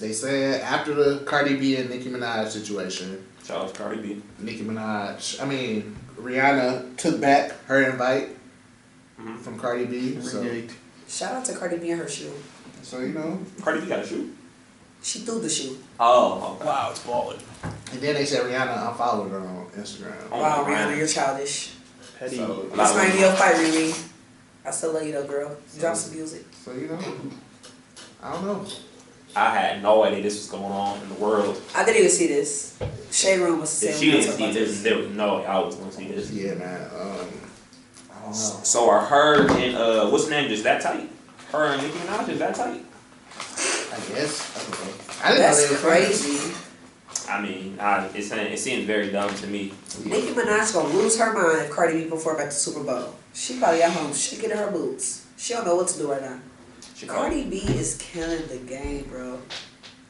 Speaker 4: they said after the Cardi B and Nicki Minaj situation,
Speaker 5: Shout out to Cardi B.
Speaker 4: Nicki Minaj, I mean, Rihanna took back her invite
Speaker 5: Mhm.
Speaker 4: from Cardi B. So,
Speaker 7: Shout out to Cardi B and her shoe.
Speaker 4: so, you know,
Speaker 5: Cardi B got a shoe.
Speaker 7: She threw the shoe.
Speaker 5: Oh, okay.
Speaker 6: Wow, it's balling.
Speaker 4: And then they said Rihanna unfollowed her on Instagram.
Speaker 5: Oh,
Speaker 7: Wow,
Speaker 5: man.
Speaker 7: Rihanna, you're childish.
Speaker 6: Petty.
Speaker 4: So-
Speaker 7: That's my ideal fight, Riri. I still love you though, girl. Drop some music.
Speaker 4: So you know, I don't know.
Speaker 5: I had no idea this was going on in the world.
Speaker 7: I didn't even see this. Shade Room was saying
Speaker 5: If she didn't see this, there was no way I was going to see this.
Speaker 4: Yeah, man. Um, I don't know.
Speaker 5: So are her and uh, what's her name just that tight? Her and Nicki Minaj is that tight?
Speaker 4: I guess I don't know. I didn't know
Speaker 7: That's
Speaker 4: they were friends.
Speaker 7: crazy.
Speaker 5: I mean, I, it, seems, it seems very dumb to me.
Speaker 7: Nicki Minaj gonna lose her mind if Cardi B perform at the Super Bowl. She probably at home shaking in her boots. She don't know what to do right now.
Speaker 5: Chicago,
Speaker 7: Cardi B is killing the game, bro.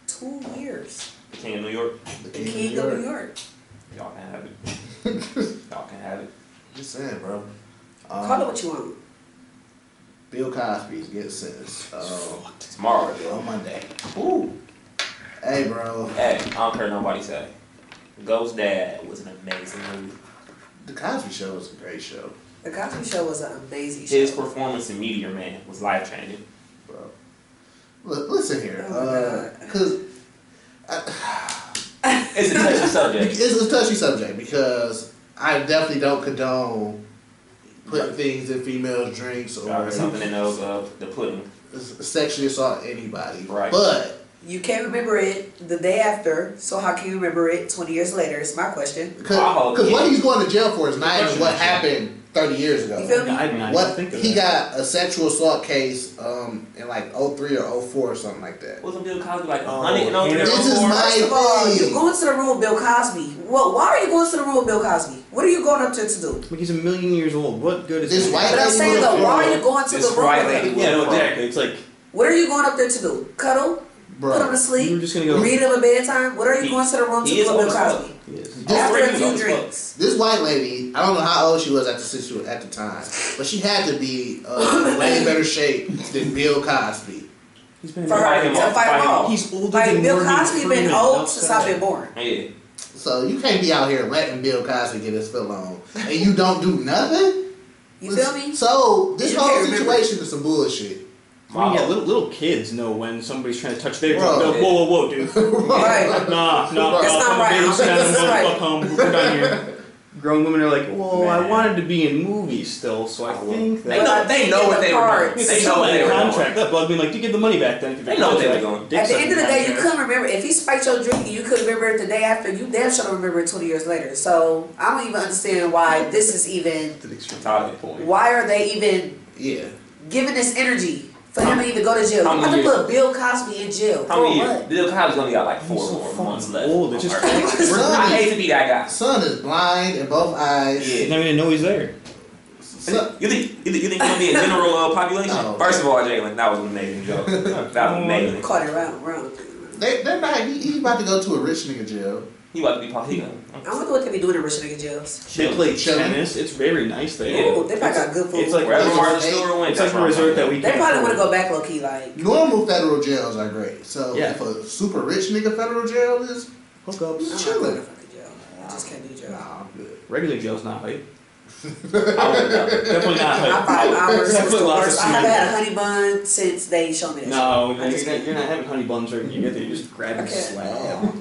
Speaker 7: Two years.
Speaker 5: the king of New York,
Speaker 4: The
Speaker 7: The king of New York.
Speaker 5: y'all can have it. y'all can have it.
Speaker 4: Just saying, bro.
Speaker 7: Call it
Speaker 4: Um,
Speaker 7: what you want.
Speaker 4: Bill Cosby gets sentenced um,
Speaker 5: Tomorrow.
Speaker 4: on Monday.
Speaker 5: Ooh.
Speaker 4: Hey, bro.
Speaker 5: Hey, I don't care nobody say. Ghost Dad was an amazing movie.
Speaker 4: The Cosby Show was a great show,
Speaker 7: The Cosby Show was an amazing
Speaker 5: His
Speaker 7: show.
Speaker 5: performance in Meteor Man was life changing.
Speaker 4: bro. Look, listen here,
Speaker 7: Oh, my
Speaker 4: uh,
Speaker 7: God.
Speaker 4: cause
Speaker 5: It's a touchy subject.
Speaker 4: it's a touchy subject because I definitely don't condone putting things in females' drinks or
Speaker 5: Dropping something in those uh, the pudding.
Speaker 4: sexually assault anybody.
Speaker 5: Right.
Speaker 4: But
Speaker 7: You can't remember it the day after, so how can you remember it 20 years later? Is my question.
Speaker 5: Wow,
Speaker 4: because what
Speaker 5: yeah.
Speaker 4: he's going to jail for is not even what
Speaker 6: Yeah.
Speaker 4: happened thirty years ago.
Speaker 7: You feel me?
Speaker 6: I did not
Speaker 4: what
Speaker 6: think of
Speaker 4: he
Speaker 6: that.
Speaker 4: got a sexual assault case um in like 03 or 04 or something like that.
Speaker 5: Wasn't Bill Cosby like a
Speaker 6: Oh,
Speaker 5: hundred and over
Speaker 6: Hannibal.
Speaker 4: This is my-
Speaker 7: First of all,
Speaker 4: Hey.
Speaker 7: you going to the room with Bill Cosby. Well, why are you going to the room with Bill Cosby? What are you going up there to do?
Speaker 6: Like he's a million years old. What good is
Speaker 4: This
Speaker 6: that?
Speaker 4: white
Speaker 7: But I'm
Speaker 4: lady
Speaker 7: saying
Speaker 4: was
Speaker 7: though, why
Speaker 4: a-
Speaker 7: are you going to the
Speaker 5: This
Speaker 7: room
Speaker 5: white
Speaker 7: with
Speaker 5: lady
Speaker 7: him?
Speaker 5: was-
Speaker 6: Yeah, no, exactly. It's like
Speaker 7: What are you going up there to do? Cuddle? Put him to
Speaker 4: Bro,
Speaker 7: sleep?
Speaker 6: You were just gonna go-
Speaker 7: Read him a bedtime? What are you
Speaker 5: He-
Speaker 7: going to the room to
Speaker 5: he
Speaker 7: do
Speaker 5: is
Speaker 7: with Bill
Speaker 5: old as fuck.
Speaker 7: Cosby?
Speaker 6: yes.
Speaker 4: This
Speaker 7: After
Speaker 5: lady
Speaker 7: a
Speaker 5: is
Speaker 7: few
Speaker 5: old as fuck.
Speaker 7: drinks.
Speaker 4: this white lady, I don't know how old she was at the situ- at the time, but she had to be uh, in way better shape than Bill Cosby.
Speaker 6: He's been
Speaker 7: For
Speaker 5: Fight
Speaker 7: her
Speaker 5: him
Speaker 7: to
Speaker 5: off,
Speaker 7: fight
Speaker 5: fight
Speaker 7: him
Speaker 5: him
Speaker 7: off.
Speaker 5: off.
Speaker 6: He's older
Speaker 7: Like
Speaker 6: than
Speaker 7: Bill
Speaker 6: Morgan
Speaker 7: Cosby been
Speaker 6: Freeman.
Speaker 7: old
Speaker 6: That's
Speaker 7: since
Speaker 6: sad.
Speaker 7: I've been born.
Speaker 5: Yeah.
Speaker 4: So you can't be out here letting Bill Cosby get his fill on, and you don't do nothing.
Speaker 7: You feel me?
Speaker 4: So this
Speaker 7: You
Speaker 4: whole
Speaker 7: can't remember.
Speaker 4: situation is some bullshit.
Speaker 6: I mean, yeah, little, little kids know when somebody's trying to touch their.
Speaker 4: Bro.
Speaker 6: Bro, whoa, whoa, whoa, dude.
Speaker 7: Right.
Speaker 6: Nah, nah,
Speaker 4: That's
Speaker 6: nah,
Speaker 7: not
Speaker 6: nah,
Speaker 7: right.
Speaker 6: baby,
Speaker 7: I'm
Speaker 6: stand
Speaker 7: like,
Speaker 6: and
Speaker 7: that's
Speaker 6: walk
Speaker 7: right.
Speaker 6: up home, we're down here. Grown women are like, well, I
Speaker 5: Man.
Speaker 6: wanted to be in movies still, so I think
Speaker 5: They
Speaker 6: that.
Speaker 7: Well,
Speaker 5: know,
Speaker 7: I
Speaker 5: they
Speaker 7: think
Speaker 5: know
Speaker 7: in
Speaker 5: what
Speaker 7: the
Speaker 5: they were doing.
Speaker 7: cards-
Speaker 5: They know what they were doing.
Speaker 6: contract up. I'd be like, you give the money back then. If you
Speaker 5: They know what they were doing.
Speaker 7: At the end of the day, you couldn't remember. If he spiked your drink and you couldn't remember it the day after, you damn sure don't remember it 20 years later. So I don't even understand why this is even.
Speaker 5: Todd,
Speaker 7: Why are they even
Speaker 4: Yeah,
Speaker 7: giving this energy for him to even go to jail?
Speaker 5: how
Speaker 7: You have to
Speaker 5: many years?
Speaker 7: put Bill Cosby in jail.
Speaker 5: How many
Speaker 7: For
Speaker 5: years?
Speaker 7: what?
Speaker 5: Bill Cosby's only got like four
Speaker 6: so
Speaker 5: more
Speaker 6: fucking
Speaker 5: months left.
Speaker 6: old, it's Oh, just-
Speaker 5: Alright. I hate to be that guy.
Speaker 4: son is blind in both eyes.
Speaker 5: Yeah.
Speaker 6: Not even know he's there.
Speaker 4: Son-
Speaker 5: You think you think, you think gonna be a general uh, population?
Speaker 4: No.
Speaker 5: First of all, Jalen, that was an amazing joke. That was amazing.
Speaker 7: Caught it round, round.
Speaker 4: They, they're not. He, he about to go to a rich nigga jail.
Speaker 5: He about to be pop. He gonna-
Speaker 7: I wonder what they be doing in rich nigga jails.
Speaker 6: They
Speaker 5: chill.
Speaker 6: play
Speaker 4: Chilling.
Speaker 6: tennis. It's very nice there.
Speaker 5: Yeah.
Speaker 7: Ooh, they probably got good food.
Speaker 6: It's like
Speaker 5: Wherever
Speaker 4: It's
Speaker 5: Martha
Speaker 4: like-
Speaker 5: Stewart went,
Speaker 6: it's like
Speaker 5: that's
Speaker 6: a
Speaker 5: where I'm
Speaker 6: resort that
Speaker 5: going.
Speaker 6: we
Speaker 7: they
Speaker 6: can't
Speaker 7: probably want to
Speaker 6: afford.
Speaker 7: go back low key. Like
Speaker 4: Normal federal jails are great. So
Speaker 6: Yeah.
Speaker 4: if a super rich nigga federal jail is,
Speaker 6: Hookups.
Speaker 7: I'm not
Speaker 4: Chilling.
Speaker 7: going to fucking jail. I just can't do jail.
Speaker 4: nah, I'm good.
Speaker 6: Regular jail's not hype.
Speaker 5: I wouldn't know.
Speaker 6: Definitely not
Speaker 7: I five
Speaker 6: hype.
Speaker 7: hours
Speaker 6: I
Speaker 7: since
Speaker 6: put
Speaker 7: the
Speaker 6: lots of
Speaker 7: worst. I
Speaker 6: sweet
Speaker 7: haven't
Speaker 6: in it.
Speaker 7: had a honey bun since they showed me that.
Speaker 6: No,
Speaker 7: shit. I
Speaker 6: you're
Speaker 7: just
Speaker 6: not, you're not having honey buns right when you get there. You just grab your
Speaker 7: Okay.
Speaker 6: slab.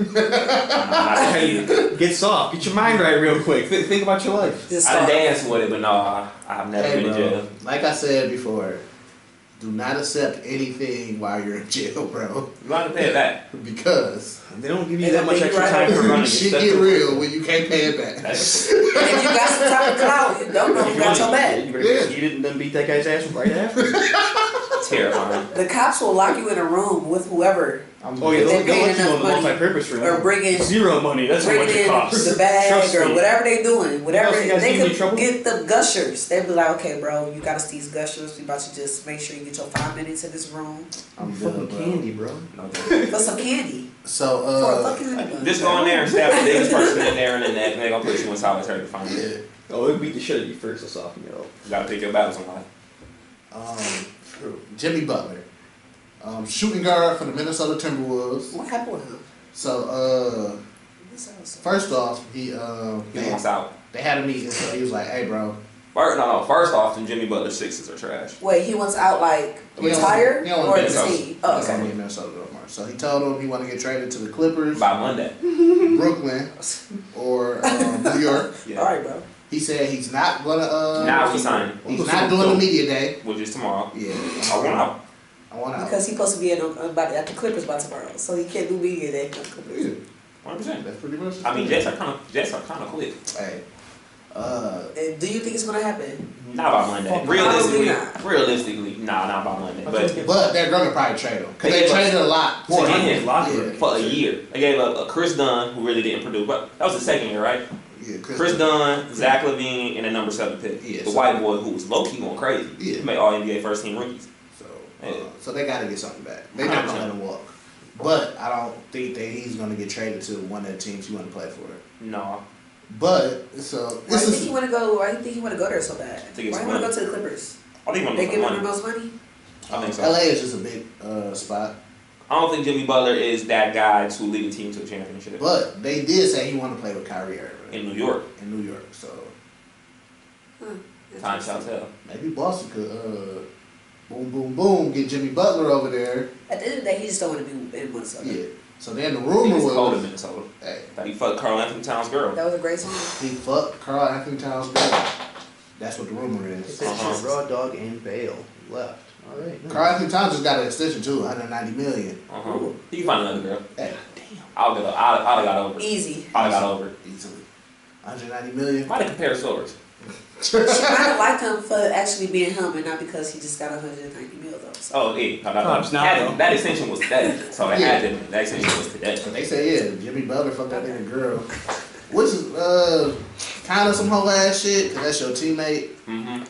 Speaker 5: I'm not kidding.
Speaker 6: Get soft. Get your mind right real quick. Th- think about your life.
Speaker 7: Just
Speaker 5: I
Speaker 7: start.
Speaker 5: dance with it, but no, I, I've never
Speaker 4: Hey,
Speaker 5: been to
Speaker 4: bro,
Speaker 5: jail.
Speaker 4: like I said before, do not accept anything while you're in jail, bro.
Speaker 5: You got to pay it back.
Speaker 4: Because
Speaker 6: They don't give you
Speaker 7: They
Speaker 6: that
Speaker 7: don't
Speaker 6: much
Speaker 7: think
Speaker 6: extra
Speaker 7: you're
Speaker 6: time
Speaker 7: right.
Speaker 6: for running. It's
Speaker 4: shit
Speaker 6: that's
Speaker 4: get
Speaker 6: the-
Speaker 4: real when you can't pay it back.
Speaker 5: That's
Speaker 7: And if you got some type of clout, you don't know
Speaker 6: If
Speaker 7: who
Speaker 6: you
Speaker 7: got your
Speaker 6: want it,
Speaker 7: back.
Speaker 6: You better
Speaker 4: Yeah.
Speaker 6: get it and then beat that guy's ass right after.
Speaker 5: terrifying.
Speaker 7: The cops will lock you in a room with whoever,
Speaker 4: I'm
Speaker 6: Oh yeah,
Speaker 4: good.
Speaker 6: they'll,
Speaker 7: They
Speaker 6: they'll let you
Speaker 7: paying
Speaker 6: go in the
Speaker 7: enough money.
Speaker 6: multi-purpose room.
Speaker 7: Or bring in-
Speaker 6: zero money. That's how
Speaker 7: bringing
Speaker 6: much it
Speaker 7: in
Speaker 6: costs.
Speaker 7: the bag
Speaker 6: Trust
Speaker 7: or
Speaker 6: me.
Speaker 7: whatever they doing, whatever
Speaker 6: else you guys
Speaker 7: they
Speaker 6: think in
Speaker 7: could
Speaker 6: trouble?
Speaker 7: get the gushers. They'd be like, okay, bro, you got us these gushers. We about to just make sure you get your five minutes in this room
Speaker 4: I'm
Speaker 6: Fucking
Speaker 4: good, bro.
Speaker 6: candy, bro.
Speaker 5: No, thank you.
Speaker 7: for some candy
Speaker 4: So
Speaker 7: for a
Speaker 4: uh,
Speaker 7: fucking honey bun.
Speaker 5: Just go in there and stab the biggest person in there and then that- and they're gonna put you in solitary confinement.
Speaker 4: yeah,
Speaker 6: Oh, it'll beat the shit out of you first. That's off, you know.
Speaker 5: You gotta pick your battles in life.
Speaker 4: um, Jimmy Butler, um, shooting guard for the Minnesota Timberwolves.
Speaker 7: What happened with him?
Speaker 4: So uh,
Speaker 7: This house.
Speaker 4: first off, he um,
Speaker 5: He wants out.
Speaker 4: they had a meeting, so he was like, "Hey, bro,
Speaker 5: First, no, no. First off, them Jimmy Butler sixes are trash.
Speaker 7: Wait, he wants out like
Speaker 4: He don't-
Speaker 7: retired
Speaker 4: he don't
Speaker 7: or
Speaker 4: want
Speaker 5: to
Speaker 7: the
Speaker 5: be
Speaker 7: team? Oh,
Speaker 4: He's gonna
Speaker 7: okay.
Speaker 4: be in Minnesota tomorrow. So he told him he want to get traded to the Clippers,
Speaker 5: By Monday.
Speaker 4: Brooklyn, or um, New York.
Speaker 5: Yeah.
Speaker 7: All right, bro.
Speaker 4: He said he's not gonna. Uh,
Speaker 5: Now he's signing,
Speaker 4: he's not doing the media day.
Speaker 5: which is tomorrow.
Speaker 4: Yeah,
Speaker 5: I want out.
Speaker 4: I want out.
Speaker 7: Because he's supposed to be in on, on, by, at the Clippers by tomorrow, so he can't do media day. for the Clippers.
Speaker 4: Yeah,
Speaker 5: 100%.
Speaker 4: that's pretty much. it.
Speaker 5: I mean, Jets are kind of Jets are kind of quick.
Speaker 4: Hey, uh,
Speaker 7: And do you think it's gonna happen?
Speaker 5: Not by Monday.
Speaker 7: Fuck,
Speaker 5: Realistically,
Speaker 7: probably not.
Speaker 5: realistically, nah, not by Monday. But
Speaker 4: but they're gonna probably trade him because
Speaker 5: They
Speaker 4: they,
Speaker 5: gave us-
Speaker 4: traded a lot for
Speaker 5: To get
Speaker 4: him.
Speaker 5: him.
Speaker 6: Locker
Speaker 4: Yeah.
Speaker 6: room.
Speaker 5: for a year, they gave up uh, Chris Dunn, who really didn't produce. But that was the second year, right?
Speaker 4: Yeah,
Speaker 5: Chris Dunn, Zach Levine, and a number seven pick.
Speaker 4: Yeah,
Speaker 5: the
Speaker 4: so-
Speaker 5: white boy who was low key going crazy.
Speaker 4: Yeah.
Speaker 5: He made all NBA first team rookies.
Speaker 4: So,
Speaker 5: Yeah.
Speaker 4: uh, so they got to get something back. They're not gonna let him walk. But I don't think that he's gonna get traded to one of the teams he want to play for.
Speaker 5: No.
Speaker 4: But so
Speaker 7: Why
Speaker 4: this
Speaker 7: do you think
Speaker 4: is
Speaker 7: he want to go? Why do you think he want to go there so bad?
Speaker 5: think it's
Speaker 7: why do you want to
Speaker 5: money.
Speaker 7: go to the Clippers?
Speaker 5: I think I'm
Speaker 7: They
Speaker 5: gonna
Speaker 7: give him
Speaker 5: money.
Speaker 7: the most money.
Speaker 5: I think so.
Speaker 4: LA is just a big uh, spot.
Speaker 5: I don't think Jimmy Butler is that guy to lead a team to a championship
Speaker 4: But they did say he want to play with Kyrie Irving
Speaker 5: in New York.
Speaker 4: in New York. So
Speaker 5: Time shall tell.
Speaker 4: maybe Boston could uh, boom, boom, boom get Jimmy Butler over there.
Speaker 7: At the end of the day, he just don't want to be in Minnesota.
Speaker 4: Yeah. So then the
Speaker 5: He
Speaker 4: rumor
Speaker 5: was cold in
Speaker 4: was
Speaker 5: Minnesota.
Speaker 4: hey,
Speaker 5: Thought he fucked Carl Anthony Towns' girl.
Speaker 7: That was a great song.
Speaker 4: he fucked Carl Anthony Towns brother. That's what the rumor is.
Speaker 5: Uh-huh.
Speaker 6: Raw Dog and Bale left. All right. nice.
Speaker 4: Carl Anthony Towns just got an extension too, 190 million.
Speaker 5: Uh huh. He can find another girl.
Speaker 4: Hey,
Speaker 5: I'll get. I'll. I'll got over. it.
Speaker 7: Easy.
Speaker 5: I'll got over. it.
Speaker 4: easily. 190 million.
Speaker 5: Why they compare stories?
Speaker 7: She might have liked him for actually being him and not because he just got 190 mil though. So.
Speaker 5: Oh yeah, no, no, no.
Speaker 6: Comes now,
Speaker 5: That-
Speaker 6: though.
Speaker 5: that extension was today, so it
Speaker 4: Yeah.
Speaker 5: had to. That extension was today.
Speaker 4: But they say, yeah, Jimmy Butler fucked that nigga girl. Which is uh, kind of some whole ass shit, because that's your teammate.
Speaker 5: Mm-hmm. Oh,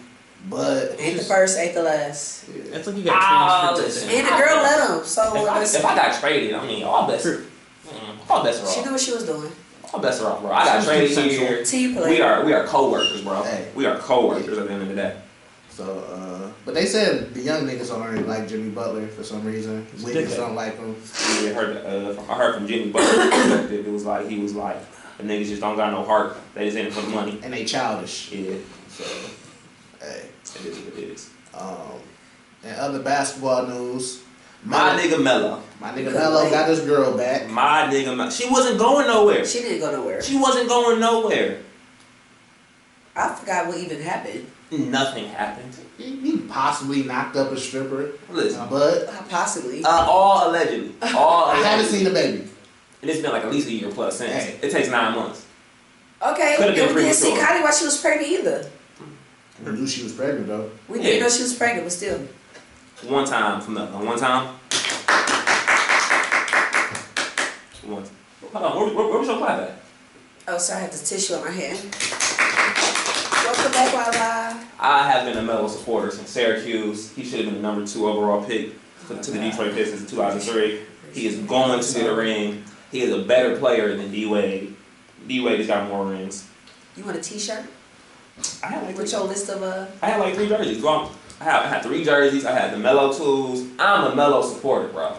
Speaker 4: But
Speaker 7: Ain't the first, ain't the last.
Speaker 6: That's like you
Speaker 5: Ah,
Speaker 6: got transferred
Speaker 5: listen.
Speaker 6: to the
Speaker 7: And the girl let him. So uh,
Speaker 5: If I, if I got traded, I mean, all bets.
Speaker 6: True.
Speaker 5: Mm, All bets are
Speaker 7: she knew
Speaker 5: off.
Speaker 7: what she was doing.
Speaker 5: All bets are off, bro. I got
Speaker 6: She's
Speaker 5: traded
Speaker 6: consensual.
Speaker 5: here.
Speaker 7: Team player.
Speaker 5: We are we are coworkers, bro.
Speaker 4: Hey.
Speaker 5: We are coworkers at the end of the day.
Speaker 4: so, uh, but they said the young niggas don't really like Jimmy Butler for some reason. Wiggins
Speaker 6: dickhead.
Speaker 4: don't like him.
Speaker 5: We heard uh, from- I heard from Jimmy Butler's perspective. It was like he was like the niggas just don't got no heart. They just in it for the money.
Speaker 4: And they childish.
Speaker 5: Yeah,
Speaker 4: So, hey.
Speaker 5: it is what it is.
Speaker 4: Um, and other basketball news.
Speaker 5: My nigga Mello.
Speaker 4: My nigga Melo got his girl back.
Speaker 5: My nigga Mello. She wasn't going nowhere.
Speaker 7: She didn't go nowhere.
Speaker 5: She wasn't going nowhere.
Speaker 7: I forgot what even happened.
Speaker 5: Nothing happened.
Speaker 4: He, he possibly knocked up a stripper,
Speaker 5: Listen.
Speaker 4: but
Speaker 7: Possibly.
Speaker 5: Uh, all allegedly. All
Speaker 4: I haven't
Speaker 5: allegedly.
Speaker 4: seen the baby.
Speaker 5: And it's been like at least a year plus since.
Speaker 4: Hey.
Speaker 5: It takes nine months.
Speaker 7: okay.
Speaker 5: could've been
Speaker 7: And we didn't see
Speaker 5: premature.
Speaker 7: Kylie while she was pregnant either.
Speaker 4: We knew she was pregnant though.
Speaker 7: We
Speaker 5: Yeah.
Speaker 7: didn't know she was pregnant, but still.
Speaker 5: One time from nothing. One time. One. Hold on. Where, where, where was your clap at?
Speaker 7: Oh, sorry, I had the tissue on my hand. Welcome back, Lala.
Speaker 5: I have been a Melo supporter since Syracuse. He should have been the number two overall pick to, to the Detroit Pistons in 2003. He is going to the ring. He is a better player than D Wade. D Wade has got more rings.
Speaker 7: You want a T-shirt
Speaker 5: I had like
Speaker 7: with your list of uh?
Speaker 5: I had like three jerseys. Well, I had, I had three jerseys. I had the Melo twos. I'm a Melo supporter, bro.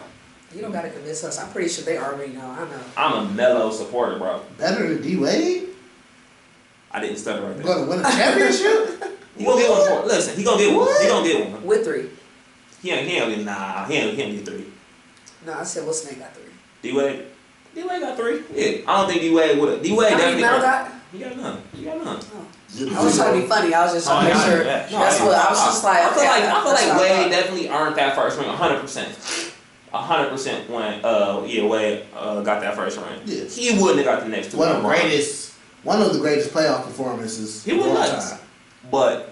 Speaker 7: You don't gotta convince us. I'm pretty sure they already know. I know.
Speaker 5: I'm a Melo supporter, bro.
Speaker 4: Better than D Wade.
Speaker 5: I didn't stutter right there.
Speaker 4: Gonna win a championship?
Speaker 5: He gonna get one. For, listen, he gonna get one. He gonna get one.
Speaker 7: With three.
Speaker 5: He ain't. He ain't get nah. He ain't. He ain't get three.
Speaker 7: No, I said Wilson ain't got three.
Speaker 5: D Wade. D Wade got three. Yeah. I don't think D Wade would. D Wade
Speaker 7: How
Speaker 5: definitely.
Speaker 7: many Mel
Speaker 5: got-
Speaker 7: got?
Speaker 5: He got none. He got none.
Speaker 7: I was trying to be funny. I was just trying to make sure.
Speaker 6: yeah.
Speaker 7: That's what I was just like.
Speaker 5: Oh, I feel
Speaker 7: okay,
Speaker 5: like I feel
Speaker 7: that's
Speaker 5: like
Speaker 7: what I
Speaker 5: Wade
Speaker 7: thought.
Speaker 5: definitely earned that first ring, hundred percent, hundred percent. When uh yeah Wade uh, got that first ring,
Speaker 4: Yeah.
Speaker 5: he wouldn't have got the next two.
Speaker 4: One of the
Speaker 5: LeBron.
Speaker 4: greatest, one of the greatest playoff performances.
Speaker 5: He was
Speaker 4: of all
Speaker 5: nuts.
Speaker 4: time.
Speaker 5: But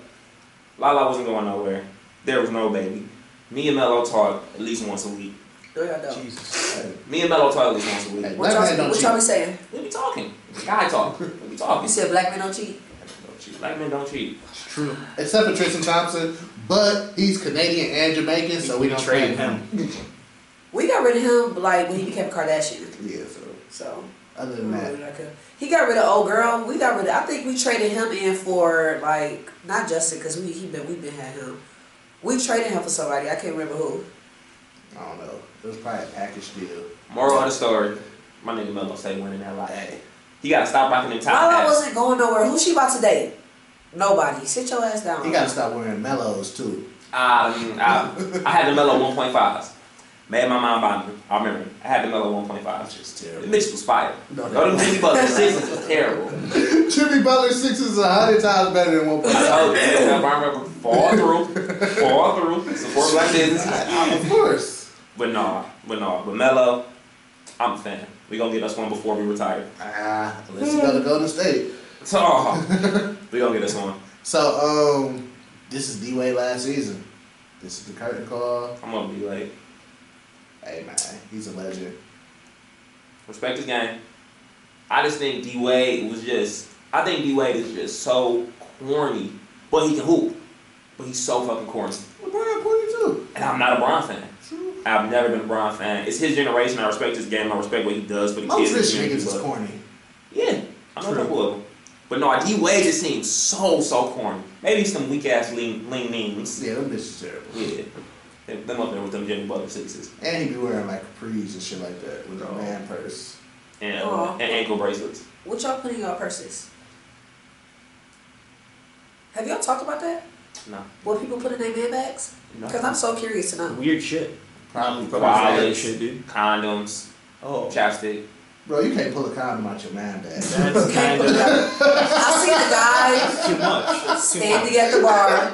Speaker 5: Lala wasn't going nowhere. There was no baby. Me and Melo talk at least once a week.
Speaker 7: No, y'all don't.
Speaker 6: Jesus.
Speaker 4: Hey,
Speaker 5: Me and Melo talk at least once a week.
Speaker 7: What
Speaker 4: Black man
Speaker 7: y'all,
Speaker 4: don't
Speaker 7: what y'all be
Speaker 4: cheat.
Speaker 7: saying?
Speaker 5: We be talking. Guy talk. We be talking.
Speaker 7: You said black men don't cheat.
Speaker 5: Don't cheat. Black men don't cheat.
Speaker 6: It's true.
Speaker 4: Except for Tristan Thompson, but he's Canadian and Jamaican, so we don't
Speaker 6: traded
Speaker 4: blame
Speaker 6: him.
Speaker 7: We got rid of him like when he became Kardashian.
Speaker 4: Yeah. So
Speaker 7: So
Speaker 4: other
Speaker 7: I
Speaker 4: than
Speaker 7: don't
Speaker 4: that,
Speaker 7: really like him. he got rid of old girl. We got rid. of I think we traded him in for like not Justin because we he been we been had him. We traded him for somebody. I can't remember who.
Speaker 4: I don't know. It was probably a package deal.
Speaker 5: Moral of the story. My nigga Melo stay winning that life. He gotta stop rocking them top
Speaker 7: Lala
Speaker 5: hats.
Speaker 7: wasn't going nowhere. Who she about to date? Nobody. Sit your ass down.
Speaker 4: He gotta stop wearing mellows too.
Speaker 5: Um, I, I had the mellow 1.5s. Made my mom buy me. I remember. I had the mellow 1.5s.
Speaker 4: Just
Speaker 5: The
Speaker 4: terrible.
Speaker 5: bitch was fire.
Speaker 4: No,
Speaker 5: No,
Speaker 4: they weren't.
Speaker 5: them Jimmy Butler sixes was terrible.
Speaker 4: Jimmy Butler six is a hundred times better than one point
Speaker 5: I
Speaker 4: five.
Speaker 5: told you, that Brian Rubber fall through, fall through, support black business.
Speaker 4: Of course.
Speaker 5: But no, but no, but Mello, I'm a fan. We gonna get us one before we retire.
Speaker 4: Ah, unless you go to Golden State.
Speaker 5: So we gonna get us one.
Speaker 4: So um, this is D Wade last season. This is the curtain call.
Speaker 5: I'm gonna be like,
Speaker 4: Hey man, he's a legend.
Speaker 5: respect this game. I just think D Wade was just. I think D Wade is just so corny, but he can hoop, but he's so fucking corny.
Speaker 4: LeBron Porter too.
Speaker 5: And I'm not a Bron fan. I've never been a Bron fan. It's his generation. I respect his game. I respect what he does for the
Speaker 4: Most
Speaker 5: kids.
Speaker 4: rich
Speaker 5: and the
Speaker 4: niggas
Speaker 5: community,
Speaker 4: is
Speaker 5: but-
Speaker 4: corny.
Speaker 5: Yeah, I'm not cool with him. But no, D Wade just seems so so corny. Maybe some weak ass lean lean memes.
Speaker 4: Yeah, them bitches terrible.
Speaker 5: Yeah, them them up there with them Jimmy Butler sixes
Speaker 4: And he be wearing like capris and shit like that with a
Speaker 5: No.
Speaker 4: man purse.
Speaker 5: and,
Speaker 7: Aw.
Speaker 5: and ankle bracelets.
Speaker 7: What y'all putting in your purses? Have y'all talked about that?
Speaker 5: No,
Speaker 7: What people put in their man bags?
Speaker 5: no.
Speaker 7: Because I'm so curious to know.
Speaker 6: Weird shit.
Speaker 4: Probably.
Speaker 5: Wow.
Speaker 6: Weird shit, dude.
Speaker 5: Condoms,
Speaker 6: Oh.
Speaker 5: chapstick.
Speaker 4: Bro, you can't pull a condom out your man bag.
Speaker 6: That's kind of
Speaker 7: I seen a guy
Speaker 6: too much.
Speaker 7: standing at the bar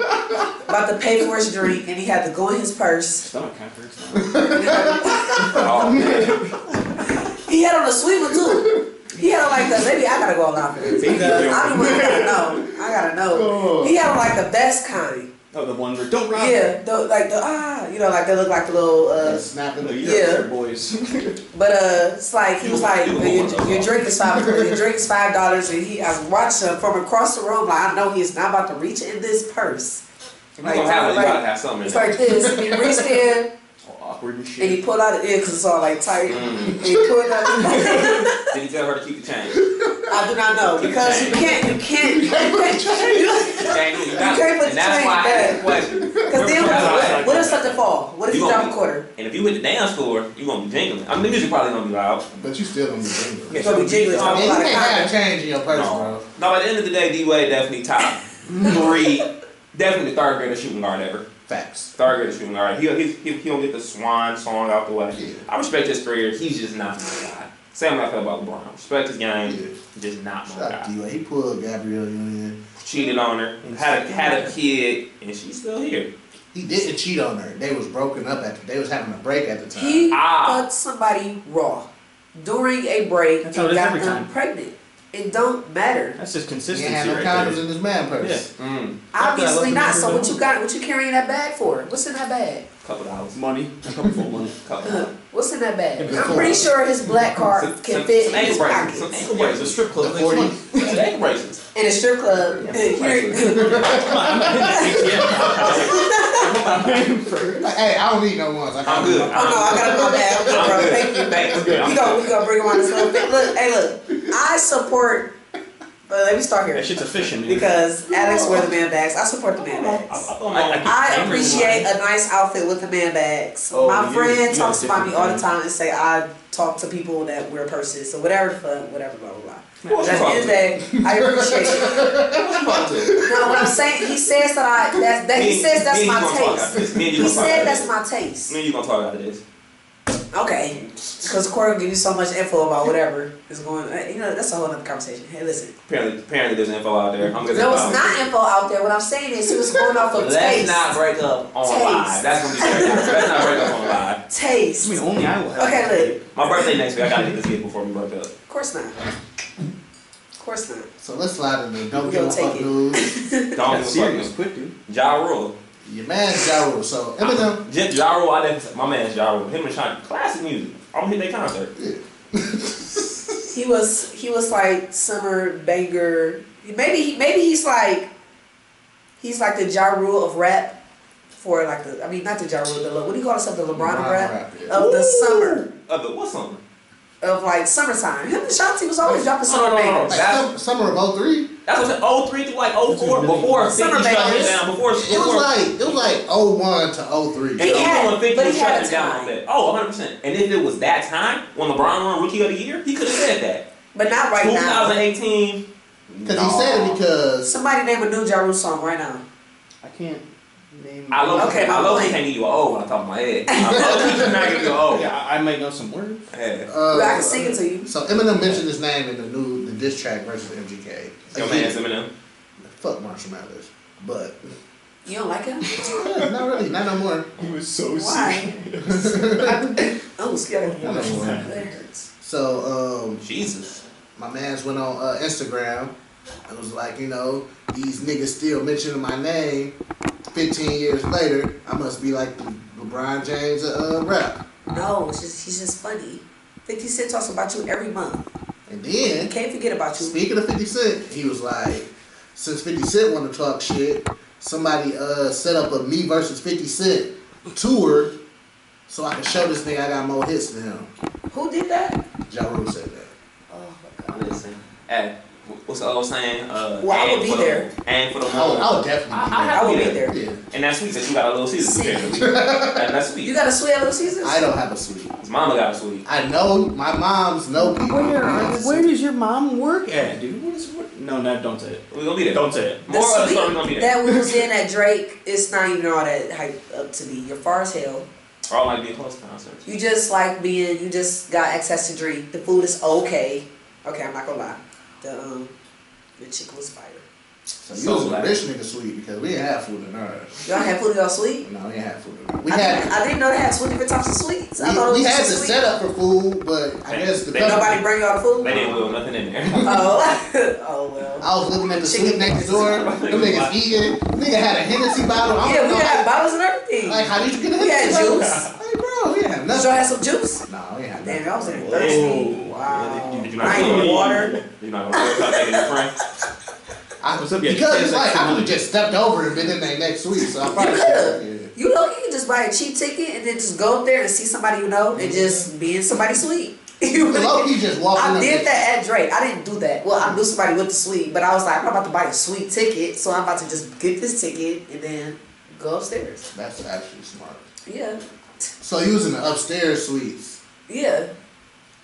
Speaker 7: about to pay for his drink, and he had to go in his purse.
Speaker 6: Stomach kind of hurts.
Speaker 5: Oh man,
Speaker 7: He had on a sweater too. He had on like the maybe I gotta go all out for this.
Speaker 6: Big
Speaker 7: because
Speaker 6: deal.
Speaker 7: I don't even gotta know. I gotta know. He had on like the best kind.
Speaker 6: Oh, the ones where don't rock.
Speaker 7: Yeah, the, like the ah, you know, like they look like the little. Uh,
Speaker 4: Snapping
Speaker 6: No,
Speaker 4: the
Speaker 6: you
Speaker 7: Yeah.
Speaker 6: yeah. boys.
Speaker 7: But uh, it's like he was like,
Speaker 5: You- you
Speaker 7: your,
Speaker 5: want
Speaker 7: your
Speaker 5: those.
Speaker 7: drink is five. Your drink is five dollars, and he. I was watching him from across the room. Like I know he is not about to reach in this purse.
Speaker 5: if you gonna have it, you
Speaker 7: Like-
Speaker 5: gotta have something. In
Speaker 7: It's
Speaker 5: there.
Speaker 7: like this. and He reached in
Speaker 6: All awkward and
Speaker 7: and he
Speaker 6: shit.
Speaker 7: pulled out the ear because it's all like tight. And he pulled out.
Speaker 5: Did he tell her to keep the change?
Speaker 7: I do not know because you can't. You can't. You can't.
Speaker 5: Change, you got-
Speaker 7: can't put
Speaker 5: and that's
Speaker 7: the
Speaker 5: why I asked
Speaker 7: change
Speaker 5: the question.
Speaker 7: Because then what, what if something fall? What if
Speaker 5: You
Speaker 7: you
Speaker 5: gonna
Speaker 7: drop a
Speaker 5: be-
Speaker 7: quarter?
Speaker 5: And if you hit the dance floor, you gonna be jingling. I mean, the music probably gonna be loud. Um,
Speaker 4: But you still don't be single.
Speaker 7: It's gonna be jiggling.
Speaker 4: I mean,
Speaker 7: I'm
Speaker 4: you
Speaker 7: like,
Speaker 4: can't have
Speaker 7: ah,
Speaker 4: change in your purse,
Speaker 5: No,
Speaker 4: bro.
Speaker 5: no. At the end of the day, D Wade definitely top three, definitely the third greatest shooting guard ever.
Speaker 4: Facts.
Speaker 5: Third greatest shooting guard. He he he he don't get the swan song out the way. I respect his career. He's just not my guy. Same way I feel about LeBron. I respect his
Speaker 4: Yeah.
Speaker 5: game. Just not my
Speaker 4: Shout out to
Speaker 5: guy.
Speaker 4: D-Wade. He pulled Gabrielle Union.
Speaker 5: Cheated on her. Had a had a kid, and she's still here.
Speaker 4: He didn't cheat on her. They was broken up at. They was having a break at the time.
Speaker 7: he
Speaker 5: Ah.
Speaker 7: fucked somebody raw during a break
Speaker 6: That's how it is
Speaker 7: and got
Speaker 6: every
Speaker 7: them
Speaker 6: time.
Speaker 7: pregnant. It don't matter.
Speaker 6: That's just
Speaker 4: he
Speaker 6: consistency
Speaker 4: ain't had no
Speaker 6: right
Speaker 4: condoms
Speaker 6: there.
Speaker 4: in his man purse.
Speaker 5: Mm,
Speaker 7: Obviously
Speaker 6: love the
Speaker 7: not. So
Speaker 6: numbers,
Speaker 7: what you got? What you carrying that bag for? What's in that bag?
Speaker 5: couple dollars.
Speaker 6: Money. A couple full money.
Speaker 5: Couple.
Speaker 7: Uh,
Speaker 5: dollars.
Speaker 7: What's in that bag?
Speaker 4: It's
Speaker 7: I'm
Speaker 4: cool.
Speaker 7: pretty sure his black
Speaker 5: Some-
Speaker 7: card
Speaker 5: some-
Speaker 7: can fit
Speaker 5: some
Speaker 7: in
Speaker 5: ankle
Speaker 7: his
Speaker 5: bracelets. Some
Speaker 7: pockets.
Speaker 5: ankle
Speaker 6: Yeah, it's a
Speaker 5: bracelets.
Speaker 6: strip club.
Speaker 4: The 40.
Speaker 6: next month.
Speaker 5: Some ankle bracelets.
Speaker 7: In a strip club. Here-
Speaker 4: Hey, I don't need no ones. I
Speaker 5: I'm good.
Speaker 7: Oh no, I gotta go back. I'm good, bro. Thank you.
Speaker 5: Thanks. I'm good.
Speaker 7: We gonna we gonna bring him on this little bit. Look, hey, look. I support. But let me start here
Speaker 6: That shit's efficient, man.
Speaker 7: because Alex wear the man bags. I support the man
Speaker 5: I,
Speaker 7: bags.
Speaker 5: I,
Speaker 7: I appreciate a nice outfit with the man bags.
Speaker 6: Oh,
Speaker 7: My
Speaker 6: you-
Speaker 7: friend
Speaker 6: you
Speaker 7: talks
Speaker 6: a
Speaker 7: about me all the
Speaker 6: different
Speaker 7: time and say I talk to people that wear purses or whatever the fuck, whatever, blah blah blah.
Speaker 5: Who else
Speaker 7: But at the end of the day, I appreciate it.
Speaker 5: you talk to?
Speaker 7: No, what I'm saying, he says that I that, that he
Speaker 5: Me-
Speaker 7: says that's
Speaker 5: me and
Speaker 7: my
Speaker 5: you gonna talk after this.
Speaker 7: taste.
Speaker 5: Me and you
Speaker 7: He
Speaker 5: gonna talk
Speaker 7: said that's
Speaker 5: after
Speaker 7: my taste.
Speaker 5: Me and you gonna talk after this.
Speaker 7: Okay, because Corey will give you so much info about whatever is going. You know, that's a whole other conversation. Hey, listen.
Speaker 5: Apparently, apparently there's info out there. I'm gonna
Speaker 7: There was not info out there. What I'm saying is he was going off of
Speaker 5: Let's
Speaker 7: taste.
Speaker 5: not break up on
Speaker 7: Taste.
Speaker 5: live. That's gonna be very different. Let's not break up on live.
Speaker 6: I
Speaker 7: Taste.
Speaker 6: mean, only I will have
Speaker 7: Okay,
Speaker 6: it.
Speaker 7: look.
Speaker 5: My birthday next week. I gotta get this gift before we break up.
Speaker 7: Of course not. Of course not.
Speaker 4: So let's slide into don't
Speaker 7: We
Speaker 4: give a
Speaker 7: gonna
Speaker 4: fuck
Speaker 7: take it.
Speaker 4: news.
Speaker 5: Don't
Speaker 6: Got
Speaker 5: give a
Speaker 6: serious
Speaker 5: fuck.
Speaker 6: quick, dude.
Speaker 5: Ja Rule.
Speaker 4: Your man's Ja Rule. So Eminem.
Speaker 5: Ja, ja Rule. I didn't. My man's Ja Rule. Him and Sean. Classic music. I'm gonna hit their concert.
Speaker 7: He was he was like summer banger. Maybe he, maybe he's like he's like the Ja Rule of rap for like the I mean not the Ja Rule the Le- what do you call himself the LeBron, of
Speaker 4: LeBron
Speaker 7: rap,
Speaker 4: rap, yeah.
Speaker 7: of the summer
Speaker 5: Of the what's something?
Speaker 7: of like summertime. Him and Shanti was always dropping
Speaker 5: No, no, no,
Speaker 7: summer
Speaker 5: no.
Speaker 7: bangers.
Speaker 4: Like,
Speaker 5: That-
Speaker 4: sum- summer of 03.
Speaker 5: That's what I'm saying. 03 to like 04 before 50 shut
Speaker 7: Summer
Speaker 5: him
Speaker 7: Bangers.
Speaker 5: down. Before
Speaker 4: It was like it was like 01 to 03.
Speaker 5: And
Speaker 7: He
Speaker 5: I'm
Speaker 7: had-
Speaker 5: going 50
Speaker 7: but he
Speaker 5: was
Speaker 7: had
Speaker 5: shutting
Speaker 7: a
Speaker 5: down
Speaker 7: time.
Speaker 5: on that. Oh, 100 percent. And if it was that time when LeBron won Rookie of the Year, he could have said that.
Speaker 7: But not right now.
Speaker 5: 2018,
Speaker 4: Because he said it because
Speaker 7: Somebody name a new Ja Rule song right now.
Speaker 6: I can't name.
Speaker 5: I love
Speaker 7: Okay,
Speaker 5: okay, I love
Speaker 7: I'm
Speaker 5: can't give you an O on top of my head. I love cannot give you an O.
Speaker 6: Yeah, I I might know some words.
Speaker 5: Yeah.
Speaker 4: uh,
Speaker 7: I can sing it to you.
Speaker 4: So Eminem mentioned his name in the new the diss track versus MGK.
Speaker 5: Your
Speaker 4: Again,
Speaker 5: man's Eminem.
Speaker 4: Fuck Marshall Mathers, but
Speaker 7: You don't like him?
Speaker 4: yeah, not really, not no more.
Speaker 6: He was so
Speaker 7: Why? I'm scared.
Speaker 4: Not no more.
Speaker 7: That hurts.
Speaker 4: So um,
Speaker 5: Jesus.
Speaker 4: my man's went on uh, Instagram and was like, you know, these niggas still mentioning my name 15 years later. I must be like the LeBron James of uh, rap.
Speaker 7: No, it's just he's just funny. 50 Cent talks about you every month.
Speaker 4: And
Speaker 7: He
Speaker 4: then,
Speaker 7: can't forget about you.
Speaker 4: speaking of 50 Cent, he was like, since 50 Cent want to talk shit, somebody uh, set up a me versus 50 Cent tour so I can show this nigga I got more hits than him.
Speaker 7: Who did that?
Speaker 4: Ja Rule said that.
Speaker 7: Oh my god.
Speaker 5: Listen. Hey, wh- what's the old saying? Uh,
Speaker 7: Well, I would
Speaker 5: aim
Speaker 7: be
Speaker 5: for the-
Speaker 7: there. Oh,
Speaker 5: Aim for the
Speaker 4: I would,
Speaker 5: moon.
Speaker 4: I would definitely do that.
Speaker 7: I would be there.
Speaker 4: Yeah.
Speaker 5: And that's sweet that you got a little Caesar. that, that's sweet.
Speaker 7: You got a sweet little Caesars?
Speaker 4: I don't have a sweet.
Speaker 5: His mama got a sweet.
Speaker 4: I know my mom's know people.
Speaker 6: Where? Where does your mom work at, dude? What is? What? No, no, don't say it.
Speaker 5: We gonna be there.
Speaker 6: Don't say it.
Speaker 7: The
Speaker 5: More of the
Speaker 7: sweet
Speaker 5: story gonna be there.
Speaker 7: that we was in at Drake, it's not even all that hype up to be. You're far as hell.
Speaker 5: Or I might be a close concert.
Speaker 7: You just like being, you just got access to drink. The food is okay. Okay, I'm not gonna lie. The um, the chicken was fire.
Speaker 4: So you was a rich nigga sweet because we didn't have food in ours.
Speaker 7: Y'all had food y'all sweet?
Speaker 4: No, we didn't have food in ours. We
Speaker 7: I,
Speaker 4: had
Speaker 7: didn't- I didn't know they had 20 different types of sweets. I thought
Speaker 4: we,
Speaker 7: it was
Speaker 4: we
Speaker 7: just
Speaker 4: had the
Speaker 7: a sweet.
Speaker 4: setup for food, but I
Speaker 5: They-
Speaker 4: guess the
Speaker 5: they-
Speaker 4: company-
Speaker 7: Nobody bring y'all food?
Speaker 5: They didn't wheel nothing in there.
Speaker 7: Oh, oh well.
Speaker 4: I was looking at the sweet
Speaker 7: Chicken
Speaker 4: next
Speaker 7: boxes.
Speaker 4: door. Them niggas eating. Nigga had a Hennessy bottle. I'm
Speaker 7: yeah, we
Speaker 4: like,
Speaker 7: had bottles and everything.
Speaker 4: oh, like, how did you get a
Speaker 7: We had
Speaker 4: Hennessy bottle?
Speaker 7: juice.
Speaker 4: Like, bro, we didn't have
Speaker 7: Did
Speaker 4: nothing.
Speaker 7: y'all have some juice?
Speaker 4: no, we didn't have
Speaker 7: Damn,
Speaker 4: nothing.
Speaker 7: y'all was like
Speaker 5: Whoa.
Speaker 7: thirsty. Wow.
Speaker 5: Did you not
Speaker 7: I ain't
Speaker 5: feel-
Speaker 7: even water.
Speaker 5: Did you not feel something in your friend?
Speaker 4: I,
Speaker 6: What's up, yeah,
Speaker 4: because
Speaker 6: you
Speaker 4: it's
Speaker 6: said
Speaker 4: like,
Speaker 6: next
Speaker 4: I
Speaker 6: to
Speaker 4: would
Speaker 6: mine.
Speaker 4: have just stepped over and been in there next week, so I probably
Speaker 7: You
Speaker 4: should
Speaker 7: could.
Speaker 4: have.
Speaker 7: You know, you can just buy a cheap ticket and then just go up there and see somebody you know and just being somebody sweet.
Speaker 4: Yeah.
Speaker 7: You really-
Speaker 4: Low key just walking
Speaker 7: I
Speaker 4: up
Speaker 7: did
Speaker 4: there.
Speaker 7: that at Drake. I didn't do that. Well, I knew somebody with the sweet, but I was like, I'm not about to buy a sweet ticket, so I'm about to just get this ticket and then go upstairs.
Speaker 4: That's actually smart.
Speaker 7: Yeah,
Speaker 4: So you was in the upstairs suites.
Speaker 7: yeah.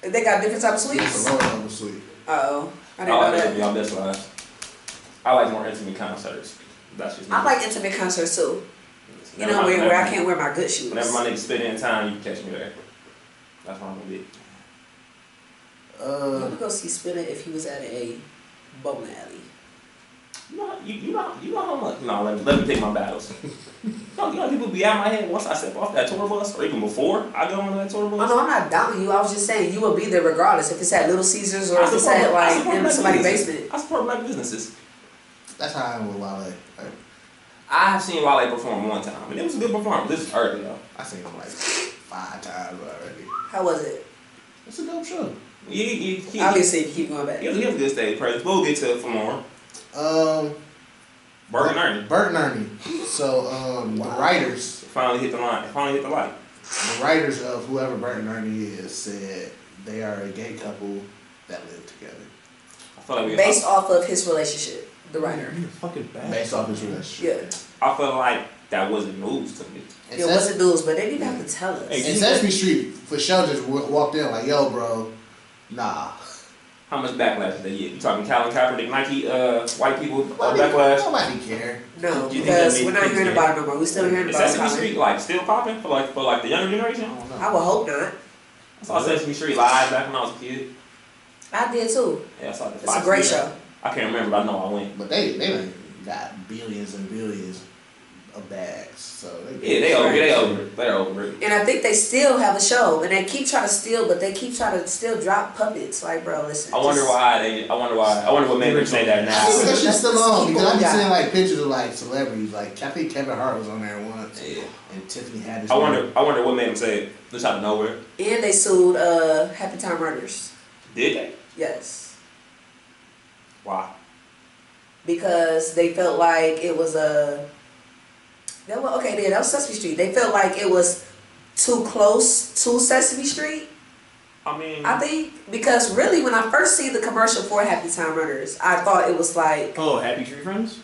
Speaker 7: They got different type of
Speaker 4: It's
Speaker 7: sweets.
Speaker 4: a lower level suite.
Speaker 7: Oh, I didn't
Speaker 5: Y'all
Speaker 7: know
Speaker 5: live
Speaker 7: that.
Speaker 5: y'all best lives. I like more intimate concerts. That's just me.
Speaker 7: I like intimate concerts too. You
Speaker 5: Whenever
Speaker 7: know,
Speaker 5: my-
Speaker 7: where, where I
Speaker 5: whenever-
Speaker 7: can't wear my good shoes.
Speaker 5: Whenever my niggas spend in time, you catch me there. That's where I'm gonna be.
Speaker 7: I
Speaker 4: Uh,
Speaker 7: would go see Spinner if he was at a bowling alley.
Speaker 5: You know, you, you know, you know how much. No, let, me- let me pick my battles. no, you know, people be out my head once I step off that tour bus, or even before I go on that tour
Speaker 7: Well,
Speaker 5: bus.
Speaker 7: Oh, no, I'm not doubting you. I was just saying you will be there regardless if it's at Little Caesars or
Speaker 5: I
Speaker 7: if it's
Speaker 5: support-
Speaker 7: at
Speaker 5: I
Speaker 7: like
Speaker 5: support
Speaker 7: in
Speaker 5: black
Speaker 7: somebody's
Speaker 5: businesses.
Speaker 7: basement.
Speaker 5: I support black businesses.
Speaker 4: that's how I am with Wale. Like,
Speaker 5: I have seen Wale perform one time, and it was a good performance. This is early though.
Speaker 4: I seen him like five times already.
Speaker 7: How was it?
Speaker 4: It's a dope show.
Speaker 5: You, you, he, he, he,
Speaker 7: Obviously, you keep going back.
Speaker 5: was, he was a good stage presence. We'll get to it for more.
Speaker 4: Um,
Speaker 5: Bert and Ernie
Speaker 4: Bert and Ernie. So um, the writers,
Speaker 5: finally hit the line. Finally hit the light.
Speaker 4: the writers of whoever Bert and Ernie is, said they are a gay couple that live together
Speaker 5: I feel like we.
Speaker 7: Based off of his relationship, the writer.
Speaker 5: Mm-hmm.
Speaker 6: You're fucking bad.
Speaker 4: based off his relationship.
Speaker 7: Yeah.
Speaker 5: I feel like that wasn't news to me.
Speaker 4: And
Speaker 7: It
Speaker 4: Ses-
Speaker 7: wasn't news, but they didn't have to tell us.
Speaker 5: Hey,
Speaker 4: and Sesame Street for sure just w- walked in like, yo, bro, nah.
Speaker 5: How much backlash did they get? You talking Colin Kaepernick, Nike, uh, white people uh,
Speaker 4: Nobody,
Speaker 5: backlash?
Speaker 4: nobody care.
Speaker 7: No,
Speaker 5: You think
Speaker 7: because
Speaker 5: that
Speaker 7: we're not
Speaker 5: made-
Speaker 7: hearing about it no more. We're still hearing
Speaker 5: Is
Speaker 7: about
Speaker 5: Sesame
Speaker 7: it.
Speaker 5: Street like still popping for like for like the younger generation?
Speaker 4: I don't know.
Speaker 7: I would hope not.
Speaker 5: I saw Sesame Street live back when I was a kid.
Speaker 7: I did too.
Speaker 5: Yeah, I saw the
Speaker 7: It's
Speaker 5: Fox
Speaker 7: a great
Speaker 5: Theater.
Speaker 7: show.
Speaker 5: I can't remember, but I know I went.
Speaker 4: But they they done got billions and billions of bags. So they,
Speaker 5: Yeah, they over. They over. it. They're over. it.
Speaker 7: And I think they still have a show, and they keep trying to steal, but they keep trying to still drop puppets. Like, bro, listen.
Speaker 5: I wonder
Speaker 7: just-
Speaker 5: why they. I wonder why. I wonder what made them say
Speaker 4: I
Speaker 5: that
Speaker 4: think
Speaker 5: now.
Speaker 4: that shit's still on because I've been
Speaker 7: Yeah.
Speaker 4: seeing like pictures of like celebrities. Like I think Kevin Hart was on there once,
Speaker 5: Yeah.
Speaker 4: and Tiffany Haddish.
Speaker 5: I wonder. I wonder what made them say it. Just out of nowhere.
Speaker 7: And they sued uh, Happy Time Murders.
Speaker 5: Did they?
Speaker 7: Yes.
Speaker 5: Why?
Speaker 7: Because they felt like it was a. That was, okay, yeah, that was Sesame Street. They felt like it was too close to Sesame Street,
Speaker 5: I mean,
Speaker 7: I think. Because really, when I first seen the commercial for Happy Time Murders, I thought it was like.
Speaker 6: Oh, Happy Tree Friends.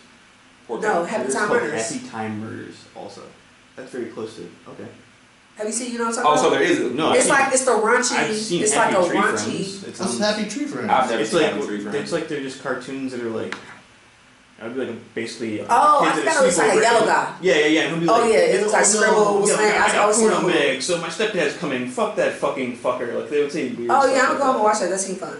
Speaker 5: poor
Speaker 7: No,
Speaker 5: guy.
Speaker 7: Happy
Speaker 6: It's
Speaker 7: Time
Speaker 6: called
Speaker 7: Murders.
Speaker 6: Happy Time Murders. Also, that's very close to. Okay.
Speaker 7: Have you seen? You know what I'm talking
Speaker 5: Oh, so
Speaker 7: about?
Speaker 5: there is a,
Speaker 6: No,
Speaker 7: it's
Speaker 6: I've
Speaker 7: like it's the raunchy.
Speaker 6: I've seen
Speaker 7: it's like a
Speaker 6: Happy Tree
Speaker 7: raunchy.
Speaker 6: Friends. It's,
Speaker 4: What's
Speaker 6: um,
Speaker 4: Happy Tree Friends?
Speaker 5: I've never
Speaker 6: it's
Speaker 5: seen
Speaker 6: like
Speaker 5: Happy Tree Friends.
Speaker 6: it's like they're just cartoons that are like. I'd be like basically. uh,
Speaker 7: Oh, I
Speaker 6: kids at
Speaker 7: thought it was like a
Speaker 6: sleepover.
Speaker 7: yellow guy.
Speaker 6: Yeah, yeah, yeah. and he'll be
Speaker 7: Oh, yeah, it
Speaker 6: "Oh,
Speaker 7: was like scribble, was
Speaker 6: yeah,
Speaker 7: like-
Speaker 6: I
Speaker 7: I
Speaker 6: got
Speaker 7: was seeing
Speaker 6: corn on
Speaker 7: it.
Speaker 6: eggs, so my stepdad's coming. Fuck that fucking fucker. Like they would say weird.
Speaker 7: Oh
Speaker 6: stuff
Speaker 7: yeah, I'm
Speaker 6: like
Speaker 7: gonna go home
Speaker 6: that.
Speaker 7: and watch that. That seemed fun.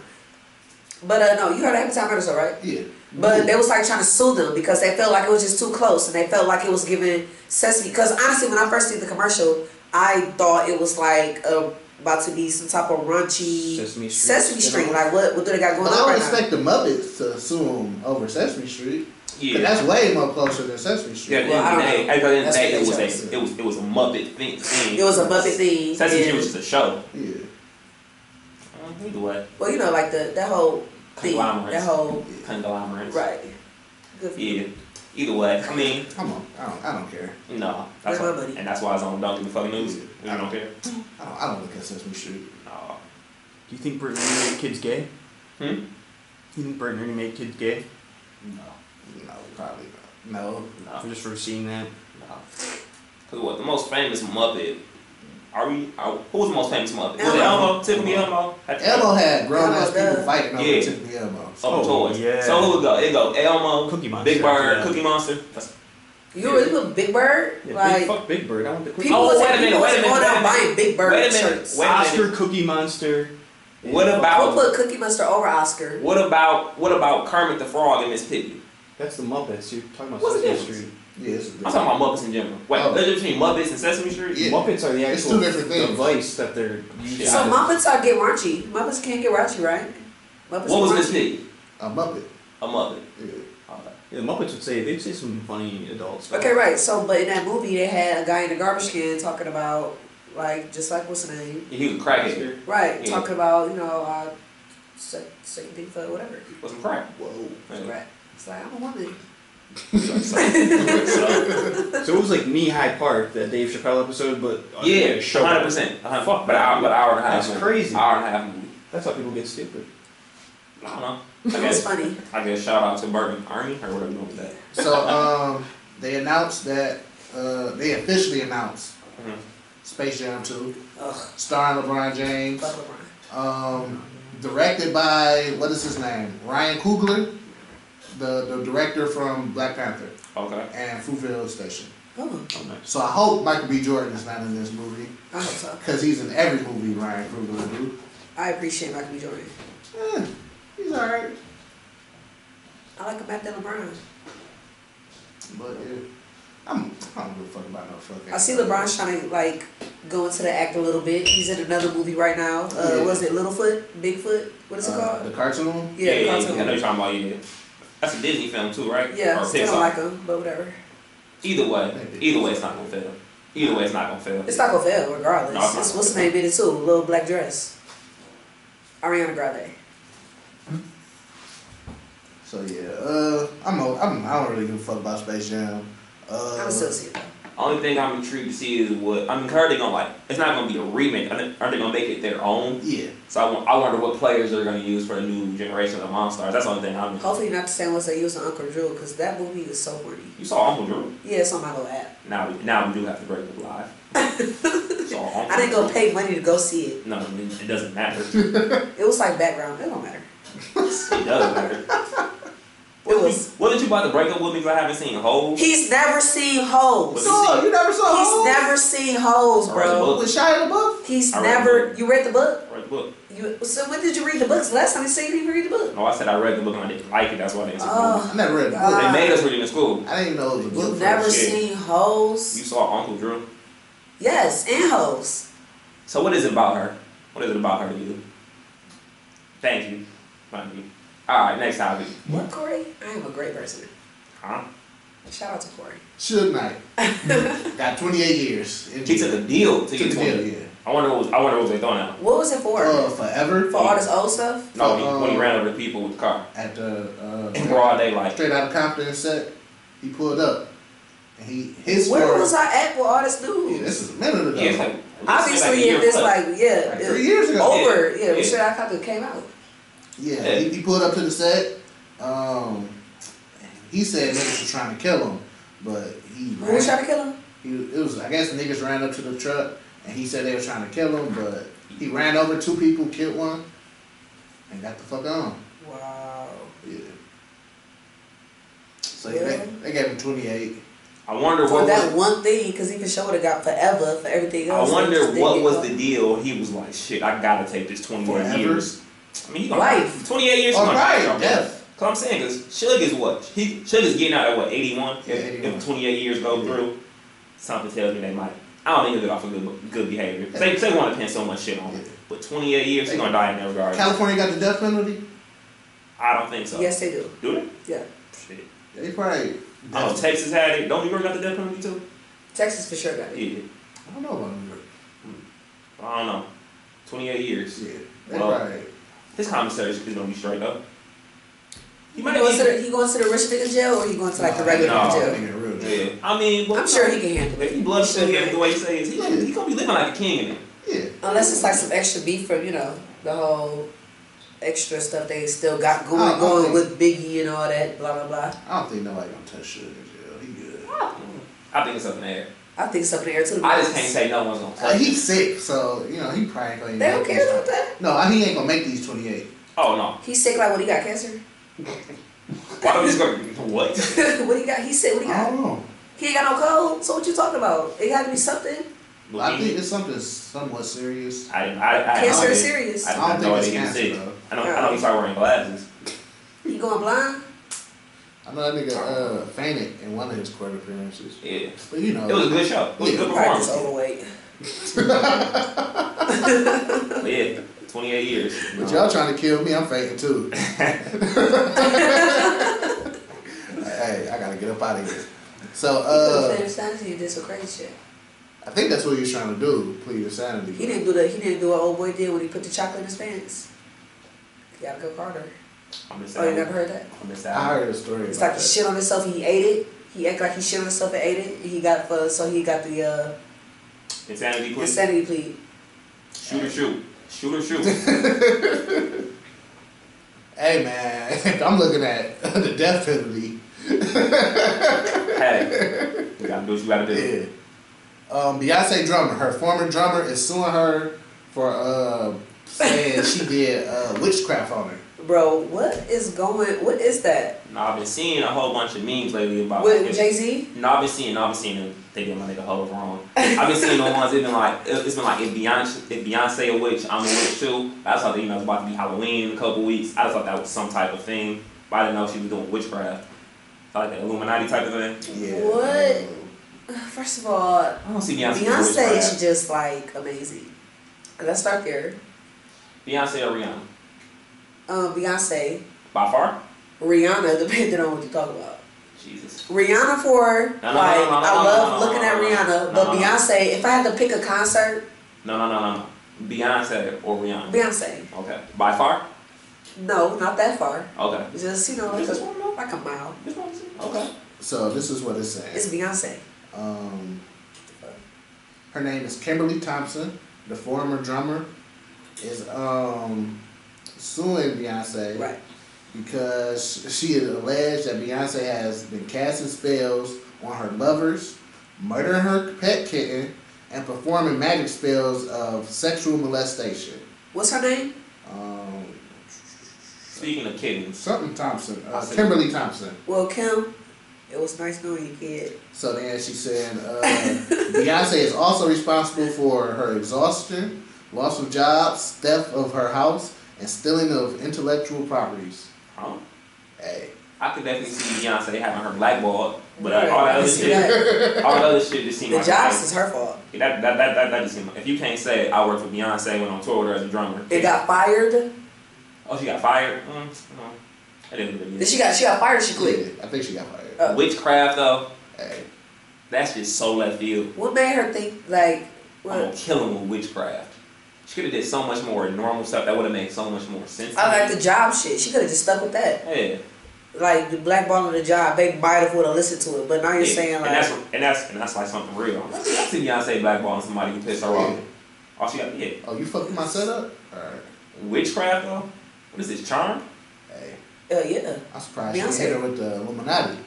Speaker 7: But uh, no, you heard Happy Time Murder, so right?
Speaker 4: yeah.
Speaker 7: But they was like trying to sue them because they felt like it was just too close, and they felt like it was giving Sesame. Because honestly, when I first seen the commercial, I thought it was like uh, about to be some type of raunchy
Speaker 6: Sesame Street.
Speaker 7: Sesame Street. Like what? What do they got going
Speaker 4: But
Speaker 7: on
Speaker 4: I
Speaker 7: right
Speaker 4: would expect the Muppets to assume over Sesame Street. 'cause
Speaker 5: yeah.
Speaker 4: That's way more closer than Sesame Street.
Speaker 5: Yeah, at the
Speaker 7: Well, I
Speaker 5: end of
Speaker 7: don't
Speaker 5: the day,
Speaker 7: know.
Speaker 5: at the end of the
Speaker 7: That's
Speaker 5: day,
Speaker 7: what
Speaker 5: it was
Speaker 7: they
Speaker 5: a,
Speaker 7: chose.
Speaker 5: it was, it was a Muppet thing. thing.
Speaker 7: now? It was a Muppet thing.
Speaker 5: Sesame Street
Speaker 7: and-
Speaker 5: was just a show.
Speaker 4: Yeah.
Speaker 5: Um, Either way,
Speaker 7: Well, you know, like the that whole thing, that
Speaker 5: Conglomerates.
Speaker 7: whole
Speaker 5: conglomerates.
Speaker 7: right. Good for you.
Speaker 5: Yeah. Either way, I mean,
Speaker 4: Come on. I don't, I don't care.
Speaker 5: no. That's
Speaker 7: Where's
Speaker 5: why-
Speaker 7: my money?
Speaker 5: and that's why it's on Don't Give a Fuck News.
Speaker 4: Yeah.
Speaker 5: I don't care.
Speaker 4: I don't, I don't look at Sesame Street.
Speaker 5: No.
Speaker 6: Do you think Bert and Ernie made kids gay?
Speaker 5: Hmm?
Speaker 6: You think Bert and Ernie made kids gay?
Speaker 4: No. No, probably not. No.
Speaker 5: No.
Speaker 6: I'm just for seeing that.
Speaker 5: No. Cause what the most famous Muppet? Are we? Are, who was the most famous Muppet? Was it
Speaker 7: Elmo.
Speaker 5: Elmo? Tiffany Elmo?
Speaker 4: Elmo had grown ass
Speaker 7: Elmo
Speaker 4: people
Speaker 7: does.
Speaker 4: fighting over
Speaker 5: Yeah.
Speaker 4: Tiffany Elmo.
Speaker 5: Oh,
Speaker 6: Oh,
Speaker 5: toys.
Speaker 6: yeah.
Speaker 5: So who would go? It go Elmo,
Speaker 6: Cookie Monster.
Speaker 5: Big Bird,
Speaker 6: Yeah.
Speaker 5: Cookie Monster. That's,
Speaker 7: You really put Big Bird
Speaker 6: Yeah, big,
Speaker 7: like
Speaker 6: fuck Big Bird. I want the cookie.
Speaker 7: people
Speaker 5: Oh,
Speaker 7: was
Speaker 5: wait a minute,
Speaker 7: people
Speaker 5: wait a
Speaker 7: was
Speaker 5: minute,
Speaker 7: going
Speaker 5: wait a
Speaker 7: out
Speaker 5: minute.
Speaker 7: buying Big Bird
Speaker 5: Wait a minute,
Speaker 7: shirts.
Speaker 5: wait a minute.
Speaker 6: Oscar Cookie Monster.
Speaker 5: What
Speaker 6: Yeah.
Speaker 5: about-
Speaker 7: We'll put Cookie Monster over Oscar.
Speaker 5: what about what about Kermit the Frog and Miss Piggy?
Speaker 6: That's the Muppets. You're talking about
Speaker 5: What's the
Speaker 6: Sesame
Speaker 5: difference?
Speaker 6: Street.
Speaker 4: Yeah, it's
Speaker 5: I'm talking about Muppets in general. Wait,
Speaker 4: Oh.
Speaker 5: there's a difference between Muppets and Sesame Street.
Speaker 4: Yeah.
Speaker 6: Muppets are the
Speaker 4: It's
Speaker 6: actual
Speaker 4: two different things.
Speaker 6: device that they're using.
Speaker 5: Yeah.
Speaker 7: So Muppets are get raunchy. Muppets can't get raunchy, right? Muppets
Speaker 5: What was
Speaker 7: are
Speaker 5: Miss
Speaker 7: raunchy.
Speaker 5: Piggy?
Speaker 4: a Muppet.
Speaker 5: A Muppet.
Speaker 4: Yeah.
Speaker 5: Okay.
Speaker 6: Yeah, the Muppets would say they'd say some funny adult stuff.
Speaker 7: Okay, right. So, but in that movie, they had a guy in a garbage can talking about, like, just like what's the name?
Speaker 5: He was a crackhead.
Speaker 7: Right,
Speaker 5: Yeah.
Speaker 7: talking about you know, uh, se- second thing for whatever.
Speaker 5: Was some crack.
Speaker 4: Whoa.
Speaker 5: Yeah.
Speaker 7: Right. It's like I'm a woman.
Speaker 5: So,
Speaker 6: So it was like Knee High Park, that Dave Chappelle episode, but on
Speaker 5: yeah,
Speaker 6: a show.
Speaker 5: hundred percent.
Speaker 6: Fuck
Speaker 5: But
Speaker 6: that.
Speaker 5: hour, but hour and a half.
Speaker 6: That's
Speaker 5: movie.
Speaker 6: crazy.
Speaker 5: Hour and a half movie.
Speaker 6: That's how people get stupid.
Speaker 5: I don't know. I
Speaker 7: It was
Speaker 5: guess
Speaker 7: funny.
Speaker 5: I guess shout out to Bourbon Army or whatever you doing with that.
Speaker 4: So um, they announced that uh, they officially announced
Speaker 5: Mhm.
Speaker 4: Space Jam 2,
Speaker 7: Ugh.
Speaker 4: starring LeBron James,
Speaker 7: Fuck LeBron.
Speaker 4: um, directed by what is his name? Ryan Coogler, the the director from Black Panther
Speaker 5: Okay.
Speaker 4: and Fruitvale Station.
Speaker 7: Oh,
Speaker 6: Oh, nice.
Speaker 4: So I hope Michael B. Jordan is not in this movie
Speaker 7: I hope so.
Speaker 4: because he's in every movie Ryan Coogler do.
Speaker 7: I appreciate Michael B. Jordan.
Speaker 4: Eh, he's alright,
Speaker 7: I like him better than LeBron.
Speaker 4: but yeah, I'm I don't give a fuck about no fucking.
Speaker 7: I see LeBron trying to like go into the act a little bit. He's in another movie right now. Uh,
Speaker 4: Yeah.
Speaker 7: Was it Littlefoot? Bigfoot? What is it
Speaker 4: Uh,
Speaker 7: called?
Speaker 4: the cartoon.
Speaker 7: yeah, the
Speaker 5: yeah,
Speaker 7: cartoon.
Speaker 5: I know you're talking about yeah. That's a Disney film too, right?
Speaker 7: Yeah,
Speaker 5: Or
Speaker 7: still
Speaker 5: Pixar.
Speaker 7: don't like him, but whatever.
Speaker 5: Either way, either way, it's not gonna fail. Either way, it's not gonna fail.
Speaker 7: It's not gonna fail regardless.
Speaker 5: No, it's not
Speaker 7: It's-
Speaker 5: gonna
Speaker 7: what's the
Speaker 5: fail.
Speaker 7: name in it too? Little black dress. Ariana Grande.
Speaker 4: So yeah, uh, I'm, a, I'm I don't really give a fuck about Space Jam. Uh,
Speaker 7: I'm associate though.
Speaker 5: Only thing I'm intrigued to see is what I'm sure they gonna like. It's not gonna be a remake. I think- Aren't they gonna make it their own?
Speaker 4: Yeah,
Speaker 5: So I, won- I wonder what players they're gonna use for the new generation of Monstars. That's the only thing I'm.
Speaker 7: Hopefully not the same ones they used on Uncle Drew, because that movie is so funny.
Speaker 5: You saw Uncle Drew.
Speaker 7: Yeah, it's on my little app.
Speaker 5: Now, we- now we do have to break it live. so Uncle
Speaker 7: I didn't go
Speaker 5: Drew.
Speaker 7: pay money to go see it.
Speaker 5: No, it it doesn't matter. It
Speaker 7: It was like background. It don't matter.
Speaker 5: doesn't matter.
Speaker 7: It was.
Speaker 5: Wasn't you about to break up with me because I haven't seen Holes?
Speaker 7: He's never seen hoes.
Speaker 5: What
Speaker 4: so you never saw
Speaker 7: He's
Speaker 4: Holes?
Speaker 7: never seen hoes,
Speaker 5: I read the
Speaker 7: bro.
Speaker 5: book.
Speaker 4: with Shia LaBeouf.
Speaker 7: He's
Speaker 5: I read the
Speaker 7: never.
Speaker 5: book.
Speaker 7: You read the book?
Speaker 5: Read the book.
Speaker 7: You, so when did you read the books? Last time you seen you read the book.
Speaker 5: No, I said I read the book and I didn't like it. That's why I didn't see the
Speaker 7: Oh,
Speaker 4: I never read the book.
Speaker 7: God.
Speaker 5: movie. They made us read it in school.
Speaker 4: I didn't even know it was a book.
Speaker 7: you
Speaker 4: first.
Speaker 7: never
Speaker 5: shit.
Speaker 7: seen hoes?
Speaker 5: You saw Uncle Drew.
Speaker 7: Yes, and hoes.
Speaker 5: So what is it about her? What is it about her to you? Thank you. Thank you. All right, next topic.
Speaker 7: What, Corey? I am a great person.
Speaker 5: Huh?
Speaker 7: Shout out to Corey.
Speaker 4: Suge Knight got 28 years. in
Speaker 5: He took a deal to
Speaker 4: Took
Speaker 5: get
Speaker 4: a
Speaker 5: twenty.
Speaker 4: deal, yeah.
Speaker 5: I wonder what was, I wonder what they throwing out.
Speaker 7: What was it for?
Speaker 4: Uh, forever
Speaker 7: for all this old stuff?
Speaker 5: No, when he, when he
Speaker 4: Uh,
Speaker 5: ran over the people with the car
Speaker 4: at the uh,
Speaker 5: in broad daylight.
Speaker 4: straight out of Compton set. He pulled up and he his
Speaker 7: Where
Speaker 4: story-
Speaker 7: was I at with all this
Speaker 4: Yeah,
Speaker 7: news?
Speaker 4: this is a minute ago.
Speaker 5: Yeah, it's like
Speaker 7: Obviously,
Speaker 5: it's like a
Speaker 7: if it's
Speaker 5: year
Speaker 7: like, yeah,
Speaker 4: Like
Speaker 7: it-
Speaker 4: three years ago.
Speaker 7: over, yeah,
Speaker 5: Yeah.
Speaker 7: we should have it came out.
Speaker 4: Yeah,
Speaker 5: Yeah.
Speaker 4: He, he pulled up to the set. Um, he said niggas was trying to kill him, but he
Speaker 7: Who was trying to kill him?
Speaker 4: He, it was, I guess, niggas ran up to the truck and he said they were trying to kill him, but he ran over two people, killed one, and got the fuck on.
Speaker 7: Wow.
Speaker 4: Yeah. So yeah, they, they gave him 28.
Speaker 5: I wonder
Speaker 7: For
Speaker 5: what
Speaker 7: that
Speaker 5: was,
Speaker 7: one thing, because even Shaw would have got forever for everything
Speaker 5: I
Speaker 7: else.
Speaker 5: wonder
Speaker 7: They
Speaker 5: what
Speaker 7: didn't
Speaker 5: was
Speaker 7: get
Speaker 5: the deal. He was like, shit, I gotta take this 28
Speaker 4: Forever?
Speaker 5: years. I mean, he gonna,
Speaker 7: Life.
Speaker 5: 28 years.
Speaker 4: All
Speaker 5: he gonna die,
Speaker 4: right,
Speaker 5: bro.
Speaker 4: death.
Speaker 5: Cause I'm saying, cause Suge is what he Suge is getting out at what 81.
Speaker 4: Yeah,
Speaker 5: if,
Speaker 4: 81.
Speaker 5: if 28 years go
Speaker 4: Yeah.
Speaker 5: through, something tells me they might. I don't think he'll get off of good, good behavior. 'Cause They, they want to pin so much shit on him.
Speaker 4: Yeah.
Speaker 5: But 28 years, he's gonna die in that regard.
Speaker 4: California got the death penalty.
Speaker 5: I don't think so.
Speaker 7: Yes, they do.
Speaker 5: Do they?
Speaker 7: Yeah.
Speaker 5: Shit.
Speaker 4: They probably.
Speaker 5: I know Texas had it. Don't New York got the death penalty too?
Speaker 7: Texas for sure got it.
Speaker 5: Yeah.
Speaker 4: I don't know about New York.
Speaker 5: I don't know. 28 years.
Speaker 4: Yeah, they
Speaker 5: Well,
Speaker 4: probably.
Speaker 5: His commissary is gonna be straight up. He
Speaker 7: He,
Speaker 5: might
Speaker 7: going to
Speaker 5: be.
Speaker 7: the, he going to the rich nigga jail or he going to like the regular
Speaker 5: no.
Speaker 7: jail?
Speaker 4: Nigga, real
Speaker 5: Yeah.
Speaker 4: jail.
Speaker 5: I mean, well,
Speaker 7: I'm sure he can handle
Speaker 5: If he
Speaker 7: it.
Speaker 5: blood shit him the way he says, he gonna,
Speaker 4: Yeah.
Speaker 5: he gonna be living like a king in it.
Speaker 4: Yeah.
Speaker 7: Unless it's like some extra beef from, you know, the whole extra stuff they still got going,
Speaker 4: Oh,
Speaker 7: going
Speaker 4: okay.
Speaker 7: with Biggie and all that, blah, blah, blah.
Speaker 4: I don't think nobody gonna touch Suge in jail. He good.
Speaker 5: I think it's up in the air.
Speaker 7: I think it's up in the air too.
Speaker 5: I just can't say no one's gonna
Speaker 4: Uh,
Speaker 5: play.
Speaker 4: he's sick, so you know he probably ain't gonna. even
Speaker 7: They don't
Speaker 4: make
Speaker 7: care
Speaker 4: these-
Speaker 7: about that.
Speaker 4: No, I- he ain't gonna make these twenty eight.
Speaker 5: Oh no!
Speaker 7: He's sick like what he got cancer?
Speaker 5: Why don't we just go? What?
Speaker 7: what he got? He sick, what he got?
Speaker 4: I don't know.
Speaker 7: He ain't got no cold, so what you talking about? It gotta be something.
Speaker 4: But I think it's something somewhat serious.
Speaker 5: I, I, I,
Speaker 7: Cancer
Speaker 5: I,
Speaker 7: is serious.
Speaker 5: I,
Speaker 4: I
Speaker 5: I
Speaker 4: don't
Speaker 5: know
Speaker 4: think
Speaker 5: what
Speaker 4: it's
Speaker 5: he can
Speaker 4: cancer
Speaker 5: see.
Speaker 4: though.
Speaker 5: I don't. I don't. He started wearing glasses.
Speaker 7: He going blind?
Speaker 4: I know that nigga uh, fainted in one of his court appearances.
Speaker 5: Yeah.
Speaker 4: But you know,
Speaker 5: It was a good show. It was a good
Speaker 4: Yeah.
Speaker 7: Practice
Speaker 5: performance.
Speaker 7: overweight.
Speaker 5: But yeah, 28 years.
Speaker 4: But y'all trying to kill me, I'm fainting too. hey, I gotta get up out of here. So
Speaker 7: Uh,
Speaker 4: uh,
Speaker 7: he did some crazy shit.
Speaker 4: I think that's what he was trying to do, plead insanity.
Speaker 7: He didn't do that. He didn't do what old boy did when he put the chocolate in his pants. You gotta go Carter.
Speaker 5: I'm just
Speaker 7: Oh, you
Speaker 5: saying.
Speaker 7: never heard that?
Speaker 5: I'm just
Speaker 4: I
Speaker 5: saying.
Speaker 4: heard a story about
Speaker 7: It's like he
Speaker 4: that.
Speaker 7: shit on himself. He ate it. He act like he shit on himself and ate it. And he got for so he got the uh,
Speaker 5: Insanity, please.
Speaker 7: insanity plea.
Speaker 5: Shoot or shoot. Shoot or shoot.
Speaker 4: Hey man, if I'm looking at the death penalty.
Speaker 5: Hey, you gotta do what you gotta do.
Speaker 4: Yeah. Um, Beyonce drummer, her former drummer, is suing her for uh, saying she did uh, witchcraft on her.
Speaker 7: Bro, what is going? What is that
Speaker 5: Now I've been seeing a whole bunch of memes lately about.
Speaker 7: with Jay Z?
Speaker 5: No, I've been seeing, I've been seeing them. They did my nigga hold wrong. I've been seeing the ones. It's been like, it- it's been like if Beyonce, if Beyonce a witch, I'm a witch too. I thought that you know it's about to be Halloween in a couple weeks. I just thought that was some type of thing, but I didn't know she was doing witchcraft. Like the Illuminati type of thing.
Speaker 7: What? First of all,
Speaker 5: I don't see Beyonce. doing
Speaker 7: Beyonce
Speaker 5: witchcraft.
Speaker 7: is just like amazing. Let's start there.
Speaker 5: Beyonce or Rihanna?
Speaker 7: Um, Beyonce,
Speaker 5: By far.
Speaker 7: Rihanna, depending on what you talk about.
Speaker 5: Jesus.
Speaker 7: Rihanna for
Speaker 5: No, no, no,
Speaker 7: like
Speaker 5: no, no,
Speaker 7: I
Speaker 5: no,
Speaker 7: love
Speaker 5: no, no,
Speaker 7: looking
Speaker 5: no,
Speaker 7: at
Speaker 5: no, no,
Speaker 7: Rihanna, but
Speaker 5: no.
Speaker 7: Beyonce. If I had to pick a concert,
Speaker 5: No, no, no, no, no. Beyonce or Rihanna.
Speaker 7: Beyonce.
Speaker 5: Okay. By far.
Speaker 7: No, not that far.
Speaker 5: Okay.
Speaker 7: Just you know, like a, like a mile.
Speaker 5: This one's- Okay.
Speaker 4: So this is what it
Speaker 7: It's
Speaker 4: says.
Speaker 7: Beyonce.
Speaker 4: Um, her name is Kimberly Thompson, the former drummer, is um, suing Beyonce
Speaker 7: Right.
Speaker 4: because she had alleged that Beyonce has been casting spells on her lovers, murdering her pet kitten, and performing magic spells of sexual molestation.
Speaker 7: What's her name?
Speaker 4: Um,
Speaker 5: Speaking of kittens,
Speaker 4: something Thompson, uh, Kimberly Thompson.
Speaker 7: Well, Kim. It was nice knowing you, kid.
Speaker 4: So then she said, uh, Beyonce is also responsible for her exhaustion, loss of jobs, theft of her house, and stealing of intellectual properties.
Speaker 5: um,
Speaker 4: Hey,
Speaker 5: I could definitely see Beyonce having her blackballed, but uh,
Speaker 7: Right,
Speaker 5: all that
Speaker 7: I
Speaker 5: other
Speaker 7: see
Speaker 5: shit.
Speaker 7: that.
Speaker 5: All the other shit just seemed
Speaker 7: The
Speaker 5: like
Speaker 7: jobs is her fault.
Speaker 5: That, that, that, that, that just seemed like, if you can't say I worked for Beyonce when on tour with her as a drummer.
Speaker 7: It got fired.
Speaker 5: oh, she got fired. Mm, no, I didn't really.
Speaker 7: Then she got she got fired. She quit.
Speaker 4: I think she got fired.
Speaker 7: Uh,
Speaker 5: Witchcraft though,
Speaker 4: Hey,
Speaker 5: that's just so left field.
Speaker 7: What made her think like?
Speaker 5: I'm gonna
Speaker 7: What?
Speaker 5: kill him with witchcraft. She could have did so much more normal stuff that would have made so much more sense. to
Speaker 7: I
Speaker 5: me.
Speaker 7: like the job shit. She could have just stuck with that.
Speaker 5: Yeah,
Speaker 7: Like the blackball of the job, they might have would have listened to it, but now you're
Speaker 5: yeah.
Speaker 7: saying like
Speaker 5: and that's and that's and that's like something real. I see Beyonce blackballing somebody who pissed her off.
Speaker 4: Yeah.
Speaker 5: Oh, she got yeah.
Speaker 4: oh, you fucked my setup? Alright.
Speaker 5: Witchcraft though, what is this charm?
Speaker 4: Hey,
Speaker 7: Uh, yeah,
Speaker 4: I'm surprised she
Speaker 7: Beyonce.
Speaker 4: hit her with the Illuminati.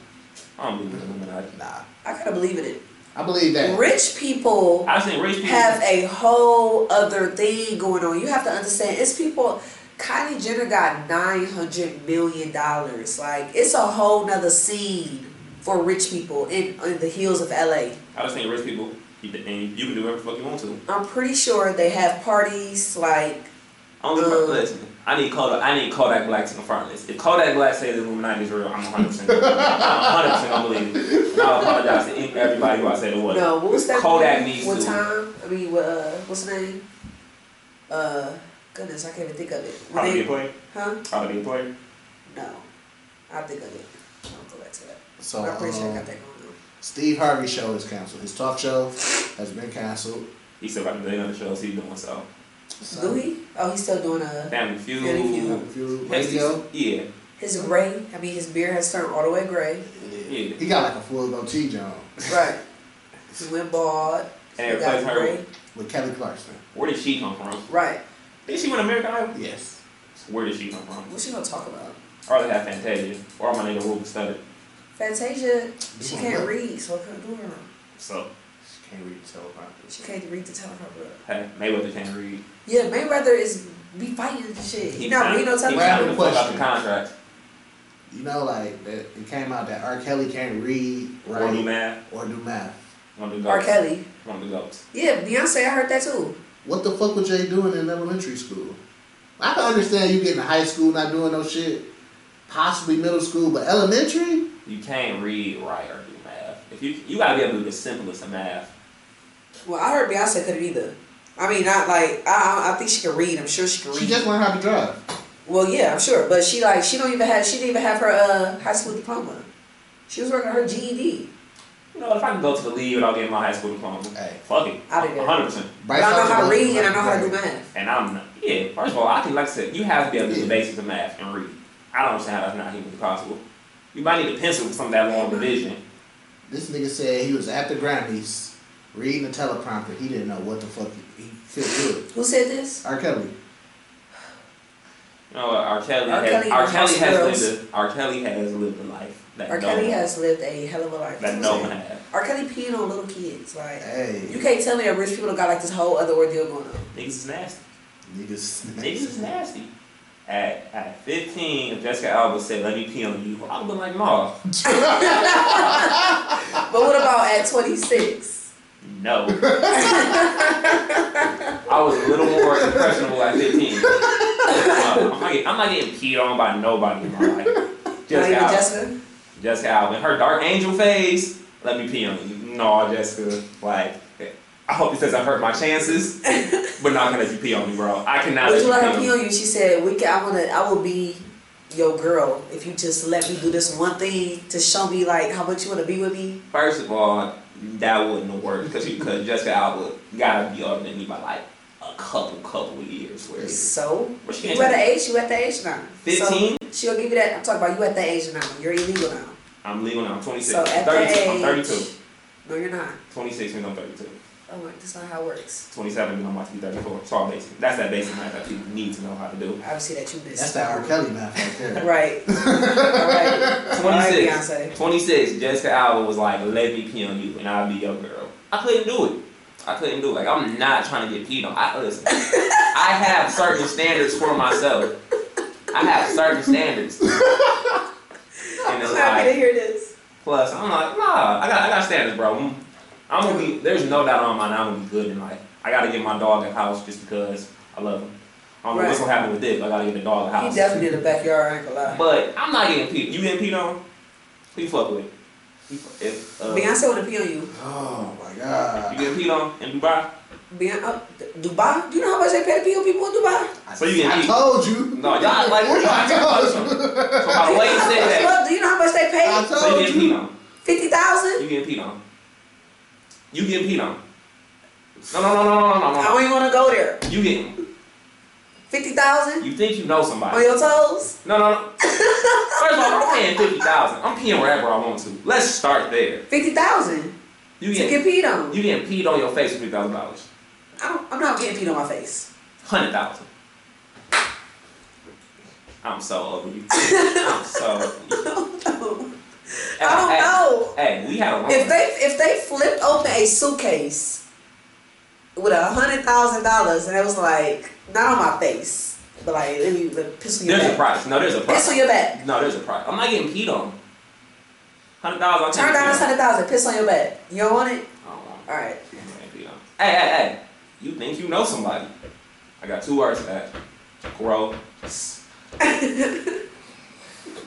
Speaker 5: I don't believe in Illuminati.
Speaker 4: Nah,
Speaker 7: I kind of believe in it.
Speaker 4: I I believe that.
Speaker 7: Rich people
Speaker 5: I think rich people.
Speaker 7: have a whole other thing going on. You have to understand, it's people. Kylie Jenner got nine hundred million dollars. Like it's a whole nother scene for rich people in, in the hills of LA.
Speaker 5: I just think rich people, you, and you can do whatever the fuck you want to.
Speaker 7: I'm pretty sure they have parties. Like
Speaker 5: Only
Speaker 7: Um,
Speaker 5: problem, listen, I need Kodak. I need Kodak Black to confirm this. If Kodak Black says the Illuminati is real, I'm 100. percent I'm 100 percent gonna believe it. And I apologize to any- everybody who I said it was.
Speaker 7: no, what was that?
Speaker 5: Kodak
Speaker 7: one?
Speaker 5: needs
Speaker 7: What
Speaker 5: to.
Speaker 7: time? I mean, what, uh, what's the name? Uh, goodness, I can't even think of it. When
Speaker 5: How to be
Speaker 7: they-
Speaker 5: a player?
Speaker 7: huh?
Speaker 5: How to be a player?
Speaker 7: No, I'll think of it. I'll go back to that.
Speaker 4: So
Speaker 7: I'm pretty sure I
Speaker 4: um,
Speaker 7: got that going on.
Speaker 4: Steve Harvey's show is canceled. His talk show has been canceled.
Speaker 5: He still got a million other shows he's doing. So
Speaker 7: Do he? Oh, he's still doing a.
Speaker 5: Family Feud.
Speaker 7: Family Feud.
Speaker 4: If you-
Speaker 5: Hexy-
Speaker 4: Radio.
Speaker 5: Yeah,
Speaker 7: His gray, I mean, his beard has turned all the way gray.
Speaker 5: Yeah.
Speaker 4: He got like a full goatee John
Speaker 7: Right. He went bald.
Speaker 5: And
Speaker 7: he
Speaker 5: it
Speaker 7: got
Speaker 5: replaced her
Speaker 7: gray.
Speaker 4: with Kelly Clarkson.
Speaker 5: where did she come from?
Speaker 7: Right.
Speaker 5: Did she win American Idol?
Speaker 4: Yes.
Speaker 5: Where did she come from?
Speaker 7: What you gonna talk about?
Speaker 5: Or they have Fantasia, or my nigga Ruben Studdard.
Speaker 7: Fantasia, she
Speaker 4: Yeah.
Speaker 7: can't read, so I couldn't do her.
Speaker 5: So
Speaker 4: She can't read teleprompters.
Speaker 7: She can't read the teleprompter.
Speaker 5: hey, Mayweather can't read.
Speaker 7: Yeah, Mayweather is be fighting and shit. He, not reading no
Speaker 5: he
Speaker 4: Well,
Speaker 5: signed
Speaker 4: I
Speaker 5: the
Speaker 7: teleprompter.
Speaker 4: have a
Speaker 5: fuck out
Speaker 4: question.
Speaker 5: the contract.
Speaker 4: You know, like that, it came out that R. Kelly can't read,
Speaker 5: Right. Wanna do
Speaker 4: write,
Speaker 5: math?
Speaker 4: or do math.
Speaker 5: Wanna do
Speaker 7: R.
Speaker 5: goats?
Speaker 7: Kelly.
Speaker 5: Wanna do goats?
Speaker 7: Yeah, Beyonce, I heard that too.
Speaker 4: What the fuck was Jay doing in elementary school? I can understand you getting to high school not doing no shit, possibly middle school, but elementary.
Speaker 5: You can't read, write, or do math. If you you gotta be able to do the simplest of math.
Speaker 7: Well, I heard Beyonce couldn't either. I mean, not like I. I- I think she can read. I'm sure she can read.
Speaker 4: She just learned how to drive.
Speaker 7: Well, yeah, I'm sure, but she like she don't even have she didn't even have her uh, high school diploma. She was working her E GED.
Speaker 5: You know, if I can go to the league without getting my high school diploma,
Speaker 4: Hey.
Speaker 5: fuck it,
Speaker 7: I did that.
Speaker 5: hundred percent.
Speaker 7: But I know how to read and I know how to do math.
Speaker 5: And I'm not, yeah. First of all, I think like I said, you have to be able to do the
Speaker 4: Yeah.
Speaker 5: basics of math and read. I don't understand how that's not humanly possible. You might need a pencil for some of that long division.
Speaker 4: This nigga said he was at the Grammys reading the teleprompter. He didn't know what the fuck he, he could do.
Speaker 7: Who said this?
Speaker 4: R. Kelly.
Speaker 5: You know, what, R. Kelly,
Speaker 7: R.
Speaker 5: has,
Speaker 7: Kelly
Speaker 5: R.
Speaker 7: has
Speaker 5: Kelly has
Speaker 7: girls.
Speaker 5: lived. A, R. Kelly has lived a life that
Speaker 7: R.
Speaker 5: no
Speaker 7: Kelly
Speaker 5: one,
Speaker 7: has lived a hell of a life.
Speaker 5: that no one had.
Speaker 7: R. Kelly peeing on little kids. Like you
Speaker 4: Hey,
Speaker 7: can't tell me that rich people don't got like this whole other ordeal going on.
Speaker 5: Niggas is nasty. Niggas is
Speaker 4: niggas.
Speaker 5: nasty. At, at 15, Jessica Alba said, "Let me pee on you." I would like, "No,
Speaker 7: But what about at 26?
Speaker 5: no." I was a little more impressionable at 15. Uh, I'm, not getting, I'm not getting peed on by nobody in my life.
Speaker 7: Not even
Speaker 5: Jessica Alba.
Speaker 7: Jessica.
Speaker 5: Jessica Alba in her dark angel phase. Let me pee on you. No, Jessica. Like, I hope this doesn't hurt my chances, but not gonna let you pee on me, bro. I cannot
Speaker 7: Would you let
Speaker 5: let
Speaker 7: her pee
Speaker 5: you
Speaker 7: on you? She said, "We can, I wanna. I will be your girl if you just let me do this one thing to show me like how much you wanna be with me."
Speaker 5: First of all, that wouldn't have worked because because Jessica Alba gotta be older than me by like a couple couple of years. Where
Speaker 7: So
Speaker 5: But she
Speaker 7: you
Speaker 5: ain't-
Speaker 7: at the age, you at the age now.
Speaker 5: 15?
Speaker 7: So she'll give you that. I'm talking about you at the age now. You're illegal now.
Speaker 5: I'm legal now. I'm 26.
Speaker 7: So
Speaker 5: 32.
Speaker 7: at the age,
Speaker 5: I'm 32.
Speaker 7: No, you're not.
Speaker 5: 26 means I'm 32.
Speaker 7: Oh, wait, that's not how it works.
Speaker 5: 27 means I'm about to be 34. It's all basic. That's that basic math that people need to know how to do.
Speaker 7: Obviously, that you
Speaker 4: That's
Speaker 7: missed.
Speaker 4: that R. Kelly math right there.
Speaker 7: Right. right. All right,
Speaker 5: 26.
Speaker 7: Beyonce.
Speaker 5: 26, Jessica Alba was like, let me pee on you and I'll be your girl. I couldn't do it. I couldn't do it. Like, I'm not trying to get peed on. I, listen, I have certain standards for myself. I have certain standards. And it's
Speaker 7: I'm happy to
Speaker 5: like,
Speaker 7: hear this.
Speaker 5: plus, I'm like, nah, I got, I got standards, bro. I'm, I'm gonna be, there's no doubt on mine, I'm gonna be good in life. I gotta get my dog a house just because I love him. I don't know what's
Speaker 7: Right.
Speaker 5: gonna happen with this, but I gotta get the dog a house.
Speaker 7: He definitely in the backyard. I ain't gonna lie.
Speaker 5: But I'm not getting peed. You getting peed on? Who you fuck with? You fu- If, uh,
Speaker 7: Beyonce wanna pee on you.
Speaker 4: Oh my
Speaker 5: You
Speaker 4: god.
Speaker 5: getting peed on in Dubai?
Speaker 7: Beyonce, uh, Dubai. Do you know how much they pay to pee on people in Dubai?
Speaker 5: So you getting
Speaker 4: I
Speaker 5: peed?
Speaker 4: told you.
Speaker 5: No, y'all like we're trying to touch them. So by the way you said that,
Speaker 7: Look, do you know how much they
Speaker 4: I told
Speaker 7: pay?
Speaker 5: so you getting peed on?
Speaker 7: Fifty thousand.
Speaker 5: You getting peed on? You getting peed on? No, no, no, no, no, no, no,
Speaker 7: I
Speaker 5: no.
Speaker 7: don't even wanna go there.
Speaker 5: You getting?
Speaker 7: Fifty thousand
Speaker 5: You think you know
Speaker 7: on
Speaker 5: somebody?
Speaker 7: your toes.
Speaker 5: No, no, no. First of all, I'm paying fifty thousand. I'm peeing wherever I want to. Let's start there.
Speaker 7: Fifty thousand
Speaker 5: You
Speaker 7: to get
Speaker 5: getting?
Speaker 7: peed on.
Speaker 5: You getting peed on your face for fifty thousand dollars?
Speaker 7: I don't, I'm not getting peed on my face.
Speaker 5: Hundred thousand. I'm so over you. I'm so.
Speaker 7: I don't
Speaker 5: Hey,
Speaker 7: know.
Speaker 5: Hey, we had a lot.
Speaker 7: If they if they flipped open a suitcase with a hundred thousand dollars and it was like not on my face, but like let me let- pistol your
Speaker 5: there's a
Speaker 7: back.
Speaker 5: price. No, there's a price.
Speaker 7: Piss on your back.
Speaker 5: No, there's a price. I'm not getting peed on. Hundred dollars.
Speaker 7: Turn down this hundred thousand. Piss on your back. You don't want it.
Speaker 5: I don't want it.
Speaker 7: All right.
Speaker 5: I ain't peed on. Hey, hey, hey! You think you know somebody? I got two words for that. Grow.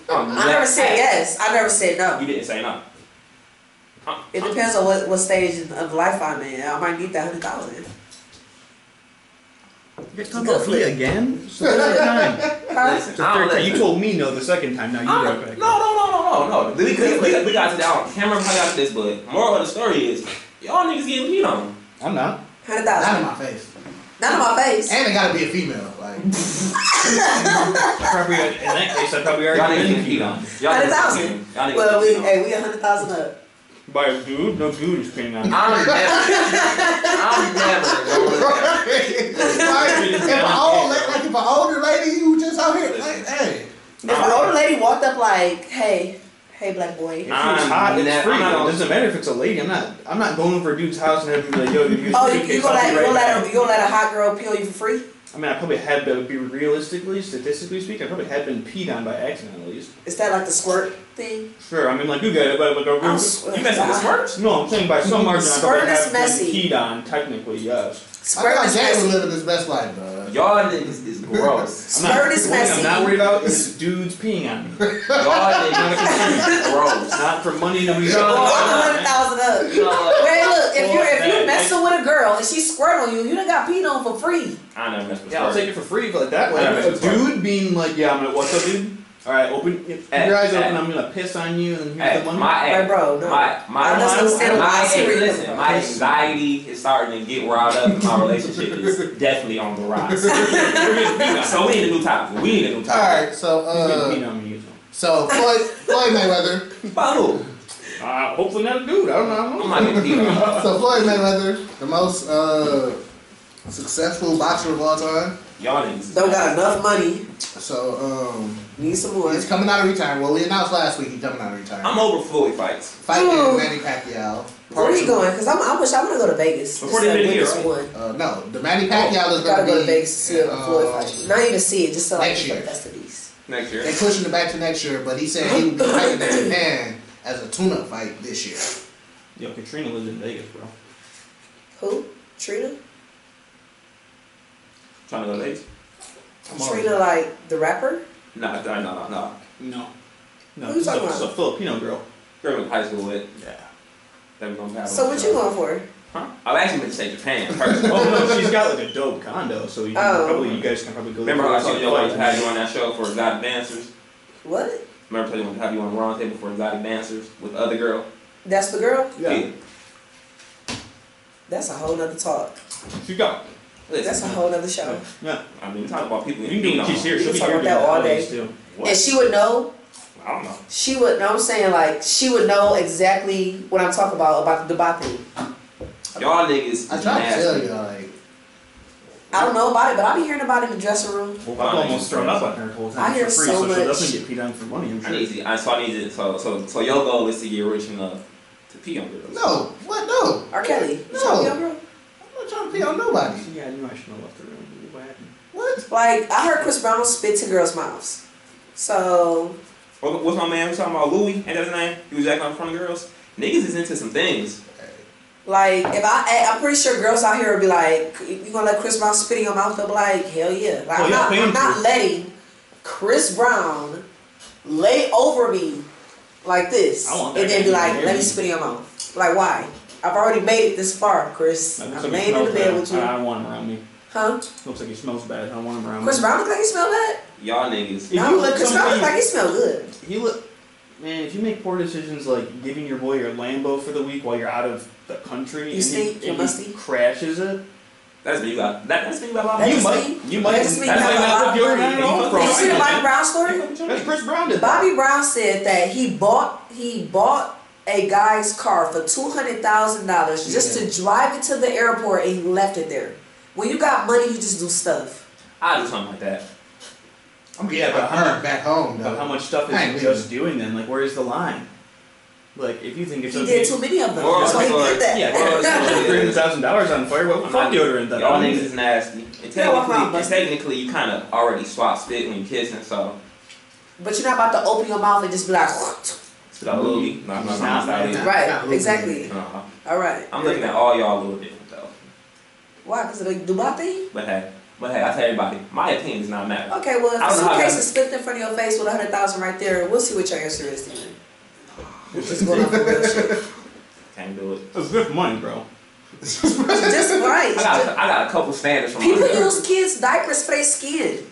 Speaker 7: I never said yes. I never said
Speaker 5: You
Speaker 7: no.
Speaker 5: didn't say no. Uh,
Speaker 7: It depends on what, what stage of life I'm in. I might need that hundred thousand.
Speaker 6: You're talking about me again? It's the third time.
Speaker 5: Listen,
Speaker 6: It's the
Speaker 5: I don't
Speaker 6: third time.
Speaker 5: let-
Speaker 6: You told me no the second time. Now
Speaker 5: I
Speaker 6: you
Speaker 5: don't-
Speaker 6: got back.
Speaker 5: No, no, no, no, no, no. We, we, we, we got to down camera. I got this, but moral of the story is y'all niggas getting peed on.
Speaker 6: I'm not.
Speaker 7: Hundred
Speaker 4: Not in
Speaker 7: thousand.
Speaker 4: my face.
Speaker 7: Not on my face.
Speaker 4: And it gotta be a female. Like,
Speaker 6: I probably in that case I probably
Speaker 5: Y'all niggas
Speaker 6: already
Speaker 5: getting
Speaker 6: been
Speaker 5: peed on. Y'all
Speaker 7: Hundred
Speaker 5: niggas
Speaker 7: thousand.
Speaker 5: getting peed on. Y'all niggas
Speaker 7: Well, we
Speaker 5: getting peed on.
Speaker 7: hey, we a hundred thousand up.
Speaker 6: by a dude. No dude is peeing on.
Speaker 5: I'm never. I'm
Speaker 4: Like, if
Speaker 5: never. going there.
Speaker 4: an old, la- like if an older lady, you just out here, like, hey,
Speaker 7: If an older lady walked up like, hey, hey, black boy.
Speaker 5: Nah.
Speaker 6: If it's hot,
Speaker 5: I'm
Speaker 6: it's
Speaker 5: not-
Speaker 6: free.
Speaker 5: I'm not
Speaker 6: though. It
Speaker 5: gonna-
Speaker 6: doesn't matter if it's a lady. I'm not. I'm not going over a dude's house and having to be like, yo, dude, use
Speaker 7: Oh,
Speaker 6: the
Speaker 7: you,
Speaker 6: suitcase,
Speaker 7: you gonna
Speaker 6: I'll be
Speaker 7: let you
Speaker 6: right
Speaker 7: gonna
Speaker 6: back.
Speaker 7: let a, you gonna let a hot girl peel you for free?
Speaker 6: I mean, I probably have been, be realistically, statistically speaking, I probably have been peed on by accident at least.
Speaker 7: Is that like the squirt thing?
Speaker 6: Sure, I mean, like, you got it, but, but, but
Speaker 7: I'm s-
Speaker 5: You messing with smirks?
Speaker 6: No, I'm saying by some margin, I
Speaker 7: Squirt
Speaker 6: probably
Speaker 7: is
Speaker 6: have
Speaker 7: messy.
Speaker 6: been peed on, technically, yes.
Speaker 4: I feel
Speaker 7: Squirt
Speaker 4: like
Speaker 7: is
Speaker 4: Jay was
Speaker 7: messy.
Speaker 4: living his best life, dog.
Speaker 5: Y'all niggas is gross.
Speaker 6: I'm not-
Speaker 7: Squirt is
Speaker 6: the only thing
Speaker 7: messy.
Speaker 6: I'm not worried about is dudes peeing on me.
Speaker 5: Y'all niggas is gross.
Speaker 6: Not for money, no reason.
Speaker 7: All the hundred thousand up.
Speaker 5: Y'all-
Speaker 7: Wait, look, if you're if
Speaker 6: Fuck
Speaker 7: you
Speaker 6: that,
Speaker 7: messing with a girl and she squirt on you, you done got peed on for free.
Speaker 5: I never mess with
Speaker 6: Yeah, I'll take
Speaker 5: smirks.
Speaker 6: it for free, but like that way,
Speaker 5: Yeah,
Speaker 6: a
Speaker 5: it's fine.
Speaker 6: dude being like, yeah, I'm gonna, what's up, dude? Alright, open, eh, your
Speaker 5: Hey,
Speaker 6: eyes open,
Speaker 5: hey.
Speaker 6: I'm gonna piss on you, and here's
Speaker 5: Hey,
Speaker 6: the money.
Speaker 5: my
Speaker 7: Like,
Speaker 5: ex,
Speaker 7: bro, no.
Speaker 5: my my
Speaker 7: I'm just gonna sit
Speaker 5: my,
Speaker 7: and watch
Speaker 5: my
Speaker 7: series.
Speaker 5: listen, my anxiety is starting to get riled up. and My relationship is definitely on the rise. so we need a new topic. We need a new
Speaker 4: All
Speaker 5: topic.
Speaker 4: right, so
Speaker 6: He's gonna
Speaker 4: uh,
Speaker 6: peed on me,
Speaker 4: so
Speaker 6: so.
Speaker 4: Floyd, Floyd Mayweather,
Speaker 5: Bro,
Speaker 6: Uh, hopefully not a dude, I don't know, I don't know.
Speaker 5: I'm not getting peed on.
Speaker 4: so Floyd Mayweather, the most uh successful boxer of all time.
Speaker 5: Y'all niggas.
Speaker 7: Don't got enough money.
Speaker 4: So um,
Speaker 7: Need some more.
Speaker 4: he's coming out of retirement. Well, we announced last week he's coming out of retirement.
Speaker 5: I'm over Floyd fights.
Speaker 4: Fighting
Speaker 7: Ooh.
Speaker 4: Manny Pacquiao.
Speaker 7: Where are you going? Cause I'm, I wish I wanna go to Vegas. to
Speaker 5: Before
Speaker 7: see
Speaker 5: the end of the
Speaker 7: Vegas
Speaker 5: year,
Speaker 7: one.
Speaker 4: Uh, no, the Manny Pacquiao is
Speaker 7: Oh, Gotta
Speaker 4: gonna
Speaker 7: go to
Speaker 4: be.
Speaker 7: Vegas to see it
Speaker 4: uh,
Speaker 7: before fight. Not even see it, just so I
Speaker 4: next
Speaker 7: can get
Speaker 4: year.
Speaker 7: the festivities.
Speaker 5: Next year.
Speaker 4: They're pushing it back to next year, but he said he would be fighting in Japan as a tune-up fight this year.
Speaker 6: Yo, Katrina lives in Vegas, bro.
Speaker 7: Who? Trina?
Speaker 5: Trying to go to Vegas?
Speaker 7: Trina like the rapper?
Speaker 5: Nah, nah, nah, nah, nah.
Speaker 6: No. No,
Speaker 7: Who you
Speaker 6: it's a,
Speaker 7: talking
Speaker 6: it's a
Speaker 7: about?
Speaker 6: Filipino girl.
Speaker 5: Girl went to high school with.
Speaker 6: Yeah.
Speaker 5: That we gonna have
Speaker 7: So what you going for?
Speaker 5: Huh? I've actually been to say Japan first.
Speaker 6: Oh no, she's got like a dope condo, so you can
Speaker 7: Oh.
Speaker 6: probably you guys can probably go.
Speaker 5: Remember I told you I wanted to have you
Speaker 6: like,
Speaker 5: on that show for exotic dancers?
Speaker 7: What?
Speaker 5: Remember I told you I wanted to have you on Ron Table for exotic dancers with the other girl?
Speaker 7: That's the girl?
Speaker 6: yeah,
Speaker 7: That's a whole nother talk.
Speaker 6: she got.
Speaker 5: Listen,
Speaker 7: That's a whole nother show.
Speaker 6: Yeah,
Speaker 5: I mean, talk about people in
Speaker 6: you can do
Speaker 5: Phenom.
Speaker 6: it. She's here.
Speaker 7: We
Speaker 6: She'll
Speaker 7: can
Speaker 6: be
Speaker 7: talk
Speaker 6: here
Speaker 7: about that
Speaker 6: during
Speaker 7: all
Speaker 6: the holidays,
Speaker 7: day.
Speaker 6: too.
Speaker 7: And she would know,
Speaker 5: I don't know.
Speaker 7: she would know, I'm saying like, she would know exactly what I'm talking about, about the Dubai thing.
Speaker 5: Y'all niggas is
Speaker 4: I tried to
Speaker 5: nasty.
Speaker 4: tell you, like,
Speaker 7: I don't know about it, but I be hearing about it in the dressing room.
Speaker 5: I've
Speaker 6: Well, I've
Speaker 5: almost
Speaker 6: almost thrown
Speaker 5: done
Speaker 6: up on her the whole time.
Speaker 7: I hear
Speaker 6: for free,
Speaker 7: so
Speaker 6: so she'll
Speaker 7: much.
Speaker 6: definitely get peed on for money. I'm
Speaker 5: I
Speaker 6: sure.
Speaker 5: need to, I, so I need to, so, so, so your goal is to get rich enough to pee on girls.
Speaker 4: no, what, no.
Speaker 7: R. Kelly. you
Speaker 4: No.
Speaker 7: trying to be a girl?
Speaker 4: I'm not trying to pee on nobody.
Speaker 6: Yeah, I knew I shouldn't have left the room. What happened?
Speaker 4: What?
Speaker 7: Like, I heard Chris Brown spit to girls' mouths. So,
Speaker 5: What, what's my man? We talking about Louis? Ain't that his name? He was acting in front of girls. Niggas is into some things.
Speaker 7: like, if I, I'm pretty sure girls out here would be like, you gonna let Chris Brown spit in your mouth? They'll be like, hell yeah. Like,
Speaker 6: Oh, y'all
Speaker 7: I'm, not,
Speaker 6: paying
Speaker 7: I'm not
Speaker 6: for it.
Speaker 7: letting Chris Brown lay over me like this.
Speaker 6: I want that
Speaker 7: And then
Speaker 6: guy
Speaker 7: be
Speaker 6: to
Speaker 7: like,
Speaker 6: marry
Speaker 7: let me
Speaker 6: me.
Speaker 7: spit in your mouth. Like, why? I've already made it this far, Chris.
Speaker 6: That
Speaker 7: I'm
Speaker 6: looks like he
Speaker 7: laying in the
Speaker 6: smells
Speaker 7: bed
Speaker 6: bad.
Speaker 7: with you.
Speaker 6: I don't want him around me.
Speaker 7: huh?
Speaker 6: Looks like he smells bad. I don't want him around
Speaker 7: Chris
Speaker 6: me.
Speaker 7: Brown look like he smell bad?
Speaker 5: Y'all niggas.
Speaker 6: If
Speaker 7: No,
Speaker 6: you let
Speaker 7: Chris Brown look
Speaker 6: somebody-
Speaker 7: like he smell good.
Speaker 6: He look, man. If you make poor decisions like giving your boy your Lambo for the week while you're out of the country,
Speaker 7: You
Speaker 6: and he-
Speaker 7: stink, you
Speaker 6: and he
Speaker 7: musty.
Speaker 6: crashes it.
Speaker 5: That's when you got, that, that's when you got a lot of
Speaker 7: That
Speaker 6: You
Speaker 7: just
Speaker 6: might-
Speaker 7: mean-
Speaker 6: you might-
Speaker 7: That just mean
Speaker 5: that's
Speaker 7: you
Speaker 5: like not
Speaker 7: have a
Speaker 5: the
Speaker 7: lot of
Speaker 5: pure
Speaker 7: money.
Speaker 5: man at all,
Speaker 7: Did you see the
Speaker 5: bro.
Speaker 7: Bobby Brown story?
Speaker 6: That's Chris Brown did that.
Speaker 7: Bobby Brown said that he bought he bought a guy's car for two hundred thousand dollars just to drive it to the airport and he left it there. When you got money, you just do stuff.
Speaker 5: I do something like that.
Speaker 4: I'm getting
Speaker 6: Yeah, but
Speaker 4: my
Speaker 6: how-
Speaker 4: earn back home, though.
Speaker 6: But how much stuff
Speaker 4: I ain't
Speaker 6: is just doing then? Like, where's the line? Like, if you think it's
Speaker 7: He
Speaker 6: okay.
Speaker 7: did too many of them.
Speaker 5: Well,
Speaker 7: That's why he
Speaker 5: but-
Speaker 7: did that.
Speaker 6: yeah,
Speaker 5: Well,
Speaker 6: well, three hundred thousand dollars on fire. Well,
Speaker 5: I'm
Speaker 6: fuck
Speaker 5: not-
Speaker 6: deodorant. Then.
Speaker 5: Y'all
Speaker 6: I don't
Speaker 5: niggas
Speaker 6: need
Speaker 5: is nasty. And
Speaker 7: Yeah, why
Speaker 5: technically,
Speaker 7: not?
Speaker 5: and technically you kind of already swap spit when you kissing, so
Speaker 7: But you're not about to open your mouth and just be like,
Speaker 5: it's like, ooh, nah, nah, nah,
Speaker 6: Nah,
Speaker 5: nah,
Speaker 6: nah,
Speaker 5: nah,
Speaker 7: right, exactly.
Speaker 5: nah.
Speaker 7: All right.
Speaker 5: Uh-huh. I'm looking at all y'all a little different though.
Speaker 7: Why? Because of the Dubai thing?
Speaker 5: But hey, but hey, I tell everybody, my opinion does not matter.
Speaker 7: Okay, well,
Speaker 5: I
Speaker 7: if
Speaker 5: don't know how
Speaker 7: the suitcase
Speaker 5: that-
Speaker 7: is slipped in front of your face with a hundred thousand right there, we'll see what your answer is then. We're Just going off the real shit.
Speaker 5: Can't do it.
Speaker 6: That's good money, bro.
Speaker 7: Just
Speaker 5: I got,
Speaker 7: right.
Speaker 5: a, I got a couple standards from
Speaker 7: People
Speaker 5: my girl.
Speaker 7: use kids' diapers for their skin.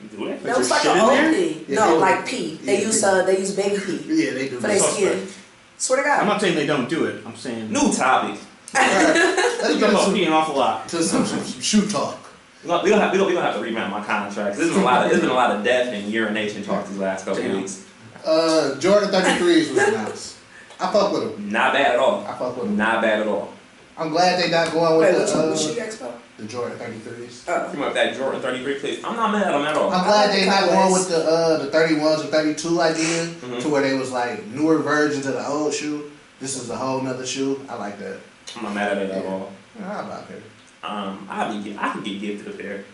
Speaker 5: You do that?
Speaker 6: Like
Speaker 7: That was
Speaker 6: just
Speaker 7: like
Speaker 6: shit
Speaker 7: an
Speaker 6: in there?
Speaker 7: old thing.
Speaker 4: Yeah,
Speaker 7: No,
Speaker 4: they-
Speaker 7: like pee. They
Speaker 4: yeah,
Speaker 7: use
Speaker 4: they-
Speaker 7: uh, they use baby pee
Speaker 4: Yeah, they do.
Speaker 7: for their
Speaker 4: Let's
Speaker 7: skin. Swear to
Speaker 6: I'm
Speaker 7: God.
Speaker 6: not saying they don't do it. I'm saying
Speaker 5: New topic.
Speaker 6: They
Speaker 4: get
Speaker 6: come up
Speaker 4: to-
Speaker 6: peeing awful lot.
Speaker 4: to some, some, some shoe talk.
Speaker 5: We don't, we don't have we don't, we don't have to revamp my contract. There's been a lot of there's been a lot of death and urination talk these last couple
Speaker 6: Damn.
Speaker 5: weeks.
Speaker 4: Uh, Jordan 33s was announced. I fuck with him.
Speaker 5: Not bad at all.
Speaker 4: I fuck with him.
Speaker 5: Not bad at all.
Speaker 4: I'm glad they not going
Speaker 7: Wait,
Speaker 4: with
Speaker 7: what
Speaker 4: the,
Speaker 7: you, what you
Speaker 4: uh,
Speaker 7: asked about?
Speaker 4: the Jordan 33s.
Speaker 7: Oh.
Speaker 5: Come up that Jordan 33 please. I'm not mad at him at all.
Speaker 4: I'm glad they not going with the uh, the 31s or 32 idea
Speaker 5: Mhm.
Speaker 4: to where they was like newer versions of the old shoe. This is a whole nother shoe. I like that.
Speaker 5: I'm not mad at it at all.
Speaker 4: Nah, I'm out here.
Speaker 5: Um, I can get I can get gifted a pair,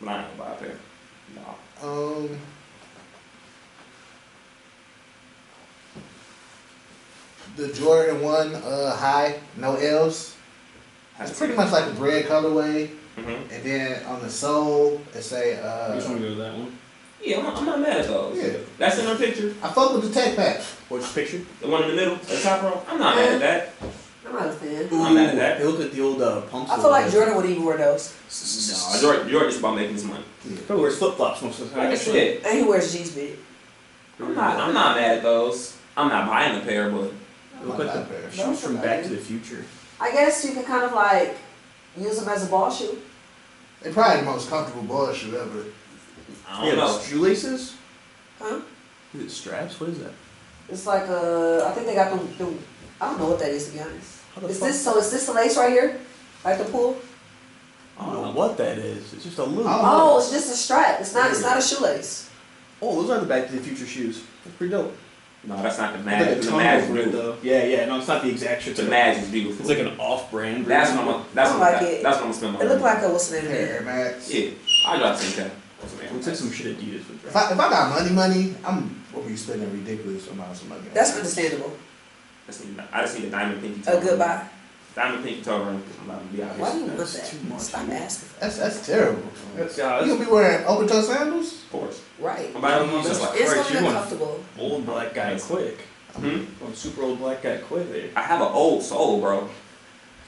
Speaker 5: but I ain't gonna buy a pair. No.
Speaker 4: Um, the Jordan 1 uh, high, no L's. It's pretty much like a bread colorway.
Speaker 5: hmm
Speaker 4: And then on the sole, it say,
Speaker 6: I just want
Speaker 4: uh,
Speaker 6: to go to that one.
Speaker 5: Yeah, I'm not, I'm not mad at those.
Speaker 4: Yeah.
Speaker 5: That's in her picture.
Speaker 4: I fuck with the tech pack.
Speaker 6: Which picture?
Speaker 5: The one in the middle, the top row. I'm not mad at that.
Speaker 7: I'm not a fan.
Speaker 5: I'm mad at that.
Speaker 6: They look at the old uh, pumps.
Speaker 7: I feel like Jordan would even wear those.
Speaker 5: No, Jordan, Jordan is about making his money.
Speaker 6: Probably wears flip flops most of the time.
Speaker 5: Like I said,
Speaker 7: And he wears G's big.
Speaker 5: I'm not I'm not mad at those. I'm not buying a pair, but
Speaker 6: They look like the shoes from Back to the Future.
Speaker 7: I guess you can kind of like use them as a ball shoe.
Speaker 4: They probably the most comfortable ball shoe ever.
Speaker 5: I
Speaker 6: Yeah,
Speaker 5: don't know.
Speaker 6: those shoelaces.
Speaker 7: Huh?
Speaker 6: Is it straps? What is that?
Speaker 7: It's like a, I think they got the, the I don't know what that is to be honest.
Speaker 6: How the
Speaker 7: Is
Speaker 6: fuck-
Speaker 7: this, so is this the lace right here? Like the pool?
Speaker 6: I don't know what that is. It's just a loop.
Speaker 4: Oh.
Speaker 7: Oh, it's just a strap. It's not, it's not a shoelace.
Speaker 6: Oh, those are the Back to the Future shoes. That's pretty dope.
Speaker 5: No, that's not the
Speaker 6: Look at
Speaker 5: magic.
Speaker 6: the
Speaker 5: The
Speaker 6: tongue
Speaker 5: magic,
Speaker 6: over it,
Speaker 5: beautiful.
Speaker 6: though. Yeah, yeah. No, it's not the exact shoe.
Speaker 5: The magic's beautiful.
Speaker 6: It's like an off-brand.
Speaker 5: That's what
Speaker 6: version.
Speaker 5: I'm. gonna- That's
Speaker 7: I
Speaker 5: what I'm.
Speaker 7: like it.
Speaker 5: That's what I'm gonna spend my.
Speaker 7: It looked
Speaker 5: money
Speaker 7: like a, what's the name of
Speaker 4: Air
Speaker 7: it?
Speaker 4: Max.
Speaker 5: Yeah, I got some cat.
Speaker 6: Looks like some shit Adidas would
Speaker 4: If
Speaker 6: wear.
Speaker 4: I, if I got money, money, I'm gonna be spending ridiculous amounts of money.
Speaker 7: That's understandable.
Speaker 5: Just need- I just need a diamond pinky toe.
Speaker 7: A goodbye.
Speaker 5: Diamond pinky toe ring. I'm about to be out
Speaker 7: Why do
Speaker 5: here.
Speaker 7: you want
Speaker 6: That's too
Speaker 7: that?
Speaker 6: much.
Speaker 7: Stop asking.
Speaker 4: that's that's terrible.
Speaker 6: That's-
Speaker 4: you
Speaker 6: yeah,
Speaker 4: gonna be wearing open toe sandals?
Speaker 5: Of course.
Speaker 7: Right.
Speaker 5: I'm about to lose
Speaker 6: That's
Speaker 5: this.
Speaker 6: like-
Speaker 7: It's
Speaker 6: Christ,
Speaker 7: something
Speaker 6: you want-
Speaker 7: uncomfortable.
Speaker 6: Old black guy quick.
Speaker 5: Hmm?
Speaker 6: Going super old black guy quick there.
Speaker 5: I have an old soul, bro.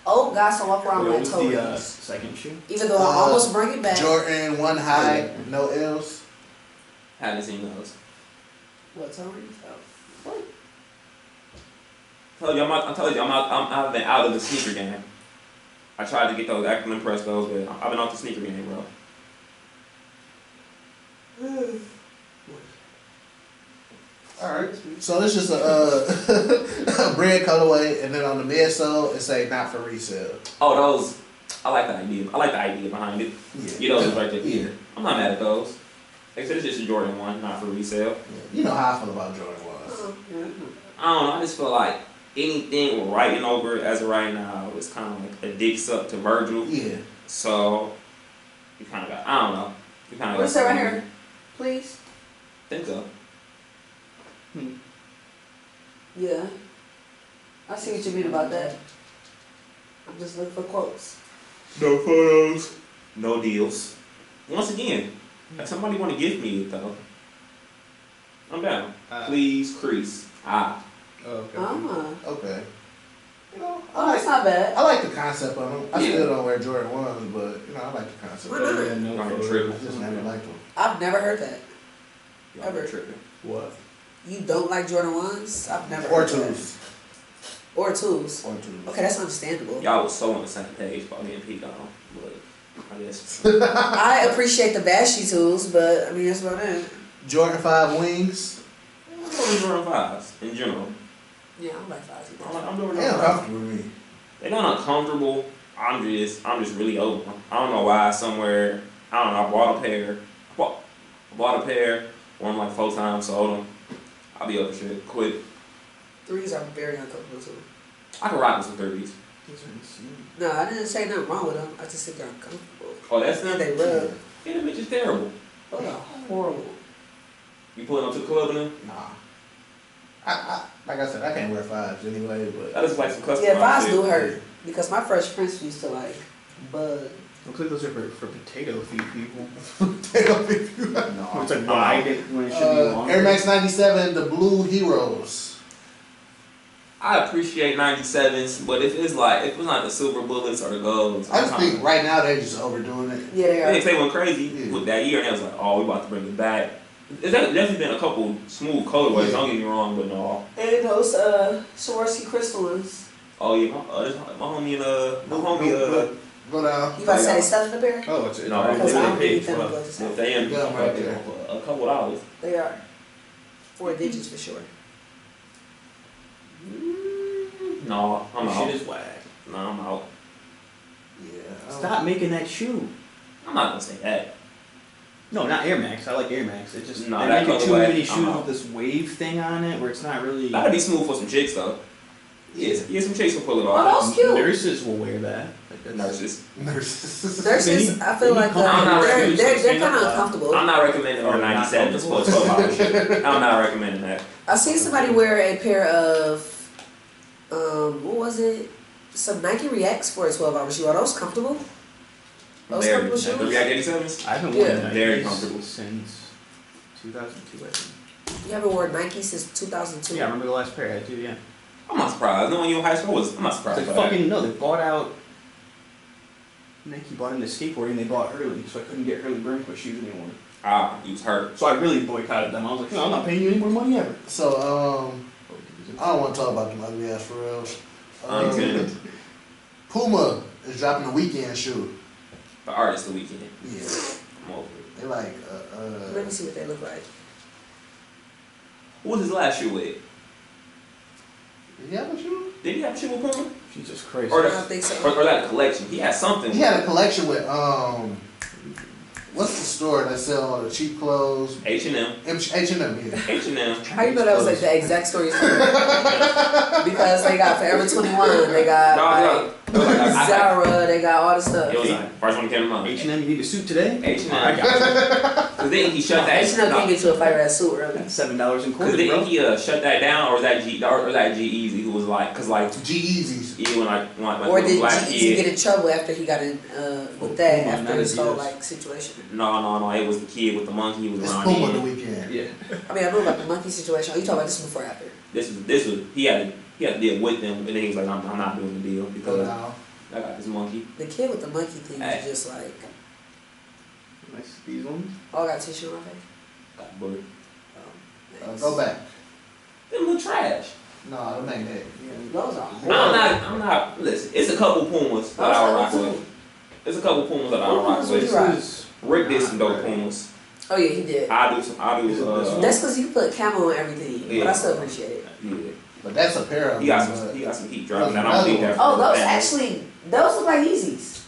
Speaker 7: Oh, God, so walk around
Speaker 6: What
Speaker 7: with
Speaker 6: was the uh,
Speaker 7: toes.
Speaker 6: second shoe?
Speaker 7: Even though I
Speaker 4: Uh,
Speaker 7: almost bring it back.
Speaker 4: Jordan one high, no L's.
Speaker 5: Haven't seen those.
Speaker 7: What, toe rings? Oh. What?
Speaker 5: I told you, I'm. Out, I told you, I'm. Out, I'm. I've been out of the sneaker game. I tried to get those Acton and Prestos, but I've been off the sneaker game, bro.
Speaker 4: All right. So it's just a, uh, a bread colorway, and then on the midsole it say not for resale.
Speaker 5: Oh, those. I like the idea. I like the idea behind it.
Speaker 4: Yeah.
Speaker 5: You know, it's right there.
Speaker 4: Yeah.
Speaker 5: I'm not mad at those. Except it's just a Jordan one, not for resale.
Speaker 4: You know how I feel about Jordan ones.
Speaker 7: Oh, yeah.
Speaker 5: I don't know. I just feel like anything we're writing over it as of right now is kind of like a dick suck to Virgil.
Speaker 4: Yeah.
Speaker 5: So you kind of got. I don't know. You kind of.
Speaker 7: What's that right here? Please?
Speaker 5: Think so.
Speaker 7: Yeah. I see what you mean about that. I'm just looking for quotes.
Speaker 5: No photos. No deals. Once again, if somebody want to give me it though, I'm down.
Speaker 6: Uh,
Speaker 5: Please crease. Ah,
Speaker 6: Oh, okay.
Speaker 7: Ah.
Speaker 4: Okay. You know, I
Speaker 7: Oh,
Speaker 4: like
Speaker 7: that's not bad.
Speaker 4: I like the concept of them. I
Speaker 5: Yeah.
Speaker 4: still don't wear Jordan ones, but you know I like the concept.
Speaker 7: Why not?
Speaker 6: Better than no
Speaker 5: Right,
Speaker 6: photo.
Speaker 5: true.
Speaker 4: I just never liked them.
Speaker 7: I've never heard that.
Speaker 5: y'all are
Speaker 7: Ever.
Speaker 5: tripping.
Speaker 6: What?
Speaker 7: You don't like Jordan 1s? I've never
Speaker 4: Or
Speaker 7: heard that.
Speaker 4: twos.
Speaker 7: Or twos.
Speaker 4: Or twos.
Speaker 7: Okay, that's understandable.
Speaker 5: Y'all was so on the same page about getting peed on, but I guess
Speaker 7: I appreciate the bashy tools, but I mean, that's about it.
Speaker 4: Jordan five wings.
Speaker 5: I'm doing Jordan fives in general.
Speaker 7: Yeah, I'm like five.
Speaker 5: I'm, I'm doing
Speaker 4: They
Speaker 5: Jordan
Speaker 4: don't
Speaker 5: fives.
Speaker 4: comfortable with me.
Speaker 5: They're not uncomfortable. I'm just, I'm just really over them. I don't know why. Somewhere, I don't know. I bought a pair. I bought, I bought a pair. Worn like four times. Sold them. I'll be over shit quick.
Speaker 7: Threes are very uncomfortable too.
Speaker 5: I can rock with some thirties.
Speaker 6: These are insane.
Speaker 7: No, I didn't say nothing wrong with them. I just said they're uncomfortable.
Speaker 5: Oh, that's
Speaker 7: Now
Speaker 5: not
Speaker 7: they rub.
Speaker 5: Yeah, that bitch is terrible.
Speaker 7: Those are horrible.
Speaker 5: You pulling up to the club and then?
Speaker 4: Nah. I, I, like I said, I can't wear fives anyway,
Speaker 5: I
Speaker 4: but
Speaker 5: just like some custom.
Speaker 7: Yeah, vibes do hurt because my first friends used to like bug.
Speaker 6: Looks like those are for, for potato feed people.
Speaker 4: take off if you
Speaker 6: No. It's like wide when it should be
Speaker 4: uh,
Speaker 6: long.
Speaker 4: Air Max 97, the Blue Heroes.
Speaker 5: I appreciate 97s, but if it's like if it's like the silver bullets or the golds,
Speaker 4: I just
Speaker 6: Uh-huh.
Speaker 4: think right now they're just overdoing it.
Speaker 7: Yeah, they are.
Speaker 5: they they went crazy
Speaker 4: Yeah.
Speaker 5: with that year, and they was like, oh, we about to bring it back. There's de- definitely been a couple smooth colorways. Don't get me wrong, but no.
Speaker 7: And those uh Swarovski crystallines.
Speaker 5: Oh yeah, my, uh, this, my homie and uh, my homie uh,
Speaker 4: Go down.
Speaker 7: You about to say they selling a pair?
Speaker 6: Oh, it's it's
Speaker 5: no,
Speaker 7: Because I
Speaker 5: they
Speaker 7: don't
Speaker 5: paid
Speaker 7: think
Speaker 5: for
Speaker 7: them go to
Speaker 5: if they ain't
Speaker 4: Yeah, I'm right there.
Speaker 5: for a couple dollars.
Speaker 7: They are. Four digits for sure.
Speaker 5: No, I'm
Speaker 6: Your
Speaker 5: out.
Speaker 6: shit is whack.
Speaker 5: No, I'm out.
Speaker 4: Yeah.
Speaker 6: Stop making that shoe.
Speaker 5: I'm not gonna say that.
Speaker 6: No, not Air Max. I like Air Max. It just
Speaker 5: No,
Speaker 6: they're
Speaker 5: that
Speaker 6: making
Speaker 5: goes
Speaker 6: too
Speaker 5: away.
Speaker 6: many
Speaker 5: I'm
Speaker 6: shoes
Speaker 5: out.
Speaker 6: with this wave thing on it where it's not really.
Speaker 5: That'd be smooth for some chicks though. Yeah, yeah, some chicks will pull it off.
Speaker 7: Oh, those cute.
Speaker 6: Nurses will wear that. Like that's-
Speaker 5: Nurses.
Speaker 4: Nurses.
Speaker 7: Nurses, I feel like
Speaker 5: I'm
Speaker 7: uh,
Speaker 5: not
Speaker 7: they're,
Speaker 5: ready.
Speaker 7: they're, they're kind of uncomfortable.
Speaker 5: I'm not recommending
Speaker 6: Oh,
Speaker 5: our
Speaker 6: you're not
Speaker 5: 97s for a
Speaker 6: comfortable?
Speaker 5: 12 hour shift. I'm not recommending that.
Speaker 7: I seen somebody wear a pair of, um, what was it? Some Nike Reacts for a 12 hour shoe. Are those comfortable? Those
Speaker 5: Very-
Speaker 7: comfortable shoes?
Speaker 5: The React 87s?
Speaker 6: I haven't
Speaker 7: Yeah.
Speaker 6: worn Nikes
Speaker 5: Very comfortable.
Speaker 6: since 2002. I think.
Speaker 7: You haven't worn Nike since 2002.
Speaker 6: Oh, Yeah, I remember the last pair I had too. Yeah.
Speaker 5: I'm not surprised. No one in your high school was. I'm not surprised.
Speaker 6: They
Speaker 5: By
Speaker 6: fucking no, they bought out. Nike bought into skateboarding. They bought Hurley, so I couldn't get Hurley Burnquist shoes anymore.
Speaker 5: that. Ah, he was hurt.
Speaker 6: So I really boycotted them. I was like, no, I'm not paying you any more money ever.
Speaker 4: So, um,
Speaker 6: Oh,
Speaker 4: I don't want to talk about them ugly ass for real.
Speaker 5: I'm
Speaker 4: Um,
Speaker 5: good.
Speaker 4: Puma is dropping a weekend shoe.
Speaker 5: The artist the weekend.
Speaker 4: Yeah.
Speaker 5: I'm over it.
Speaker 4: They like, uh, uh,
Speaker 7: Let me see what they look like.
Speaker 5: What was his last shoe with?
Speaker 4: did he have a shoe?
Speaker 5: Did he have a shoe with Puma?
Speaker 6: Jesus Christ.
Speaker 5: Or, the,
Speaker 7: I don't think so.
Speaker 5: or, or that collection. He had something.
Speaker 4: He had a collection with, um, what's the store that sell all the cheap clothes?
Speaker 5: H&M.
Speaker 4: M- H&M, yeah.
Speaker 5: H&M.
Speaker 7: How you know that was like the exact story? you told? because they got Forever 21, they got
Speaker 5: No,
Speaker 7: like,
Speaker 5: no. It was like, I- I-
Speaker 7: Zara, they got all the stuff.
Speaker 5: It was like, first one came to mind.
Speaker 6: H and M, you need a suit today.
Speaker 5: H&M.
Speaker 6: I got you.
Speaker 5: Cause then he shut that.
Speaker 7: H&M can't
Speaker 5: no.
Speaker 7: get you a fire ass suit really.
Speaker 6: That's seven dollars in
Speaker 5: Cause
Speaker 6: quarters,
Speaker 5: then
Speaker 6: bro.
Speaker 5: he uh, shut that down, or was that G, or, or that G Easy who was like, cause like,
Speaker 4: G-Eazy's.
Speaker 5: even when like, when, like,
Speaker 7: Or
Speaker 5: when
Speaker 7: did
Speaker 5: black
Speaker 7: G Easy
Speaker 5: kid-
Speaker 7: get in trouble after he got in uh, with
Speaker 6: Oh,
Speaker 7: that
Speaker 6: my,
Speaker 7: after
Speaker 6: not
Speaker 7: his whole
Speaker 6: Adidas.
Speaker 7: like situation?
Speaker 5: No, no, no. It was the kid with the monkey. He was
Speaker 4: It's
Speaker 5: around
Speaker 4: Puma the
Speaker 5: then.
Speaker 4: weekend.
Speaker 6: Yeah.
Speaker 7: I mean, I know about the monkey situation. Oh, you talking about this before or after?
Speaker 5: This was this was he had he had to deal with them, and then he was like, I'm, I'm not doing the deal
Speaker 4: Go
Speaker 5: because
Speaker 4: down.
Speaker 5: I got this monkey.
Speaker 7: The kid with the monkey thing
Speaker 5: Hey.
Speaker 7: is just like,
Speaker 6: Nice these ones.
Speaker 7: oh, I got tissue on my face.
Speaker 5: Got bullied.
Speaker 7: Oh,
Speaker 4: Uh,
Speaker 7: nice.
Speaker 4: go back.
Speaker 5: Them look trash.
Speaker 4: No, that ain't it.
Speaker 7: Yeah, those are
Speaker 5: I'm
Speaker 7: horrible.
Speaker 5: not. I'm not. Listen, it's a couple Pumas that I'll rock with. It's a couple Pumas that I'll rock
Speaker 7: Pumas was
Speaker 5: with.
Speaker 7: right.
Speaker 6: is
Speaker 5: Rick did some dope
Speaker 6: Right.
Speaker 5: Pumas.
Speaker 7: Oh yeah, he did.
Speaker 5: I do some. I do. Uh,
Speaker 7: That's because you put camo on everything, but I still appreciate it.
Speaker 5: yeah.
Speaker 4: But that's a pair of
Speaker 5: uh, He got some. He got some heat driving. and I don't
Speaker 4: Another
Speaker 5: think
Speaker 4: one.
Speaker 5: that.
Speaker 7: Oh, those actually, those look like Yeezys.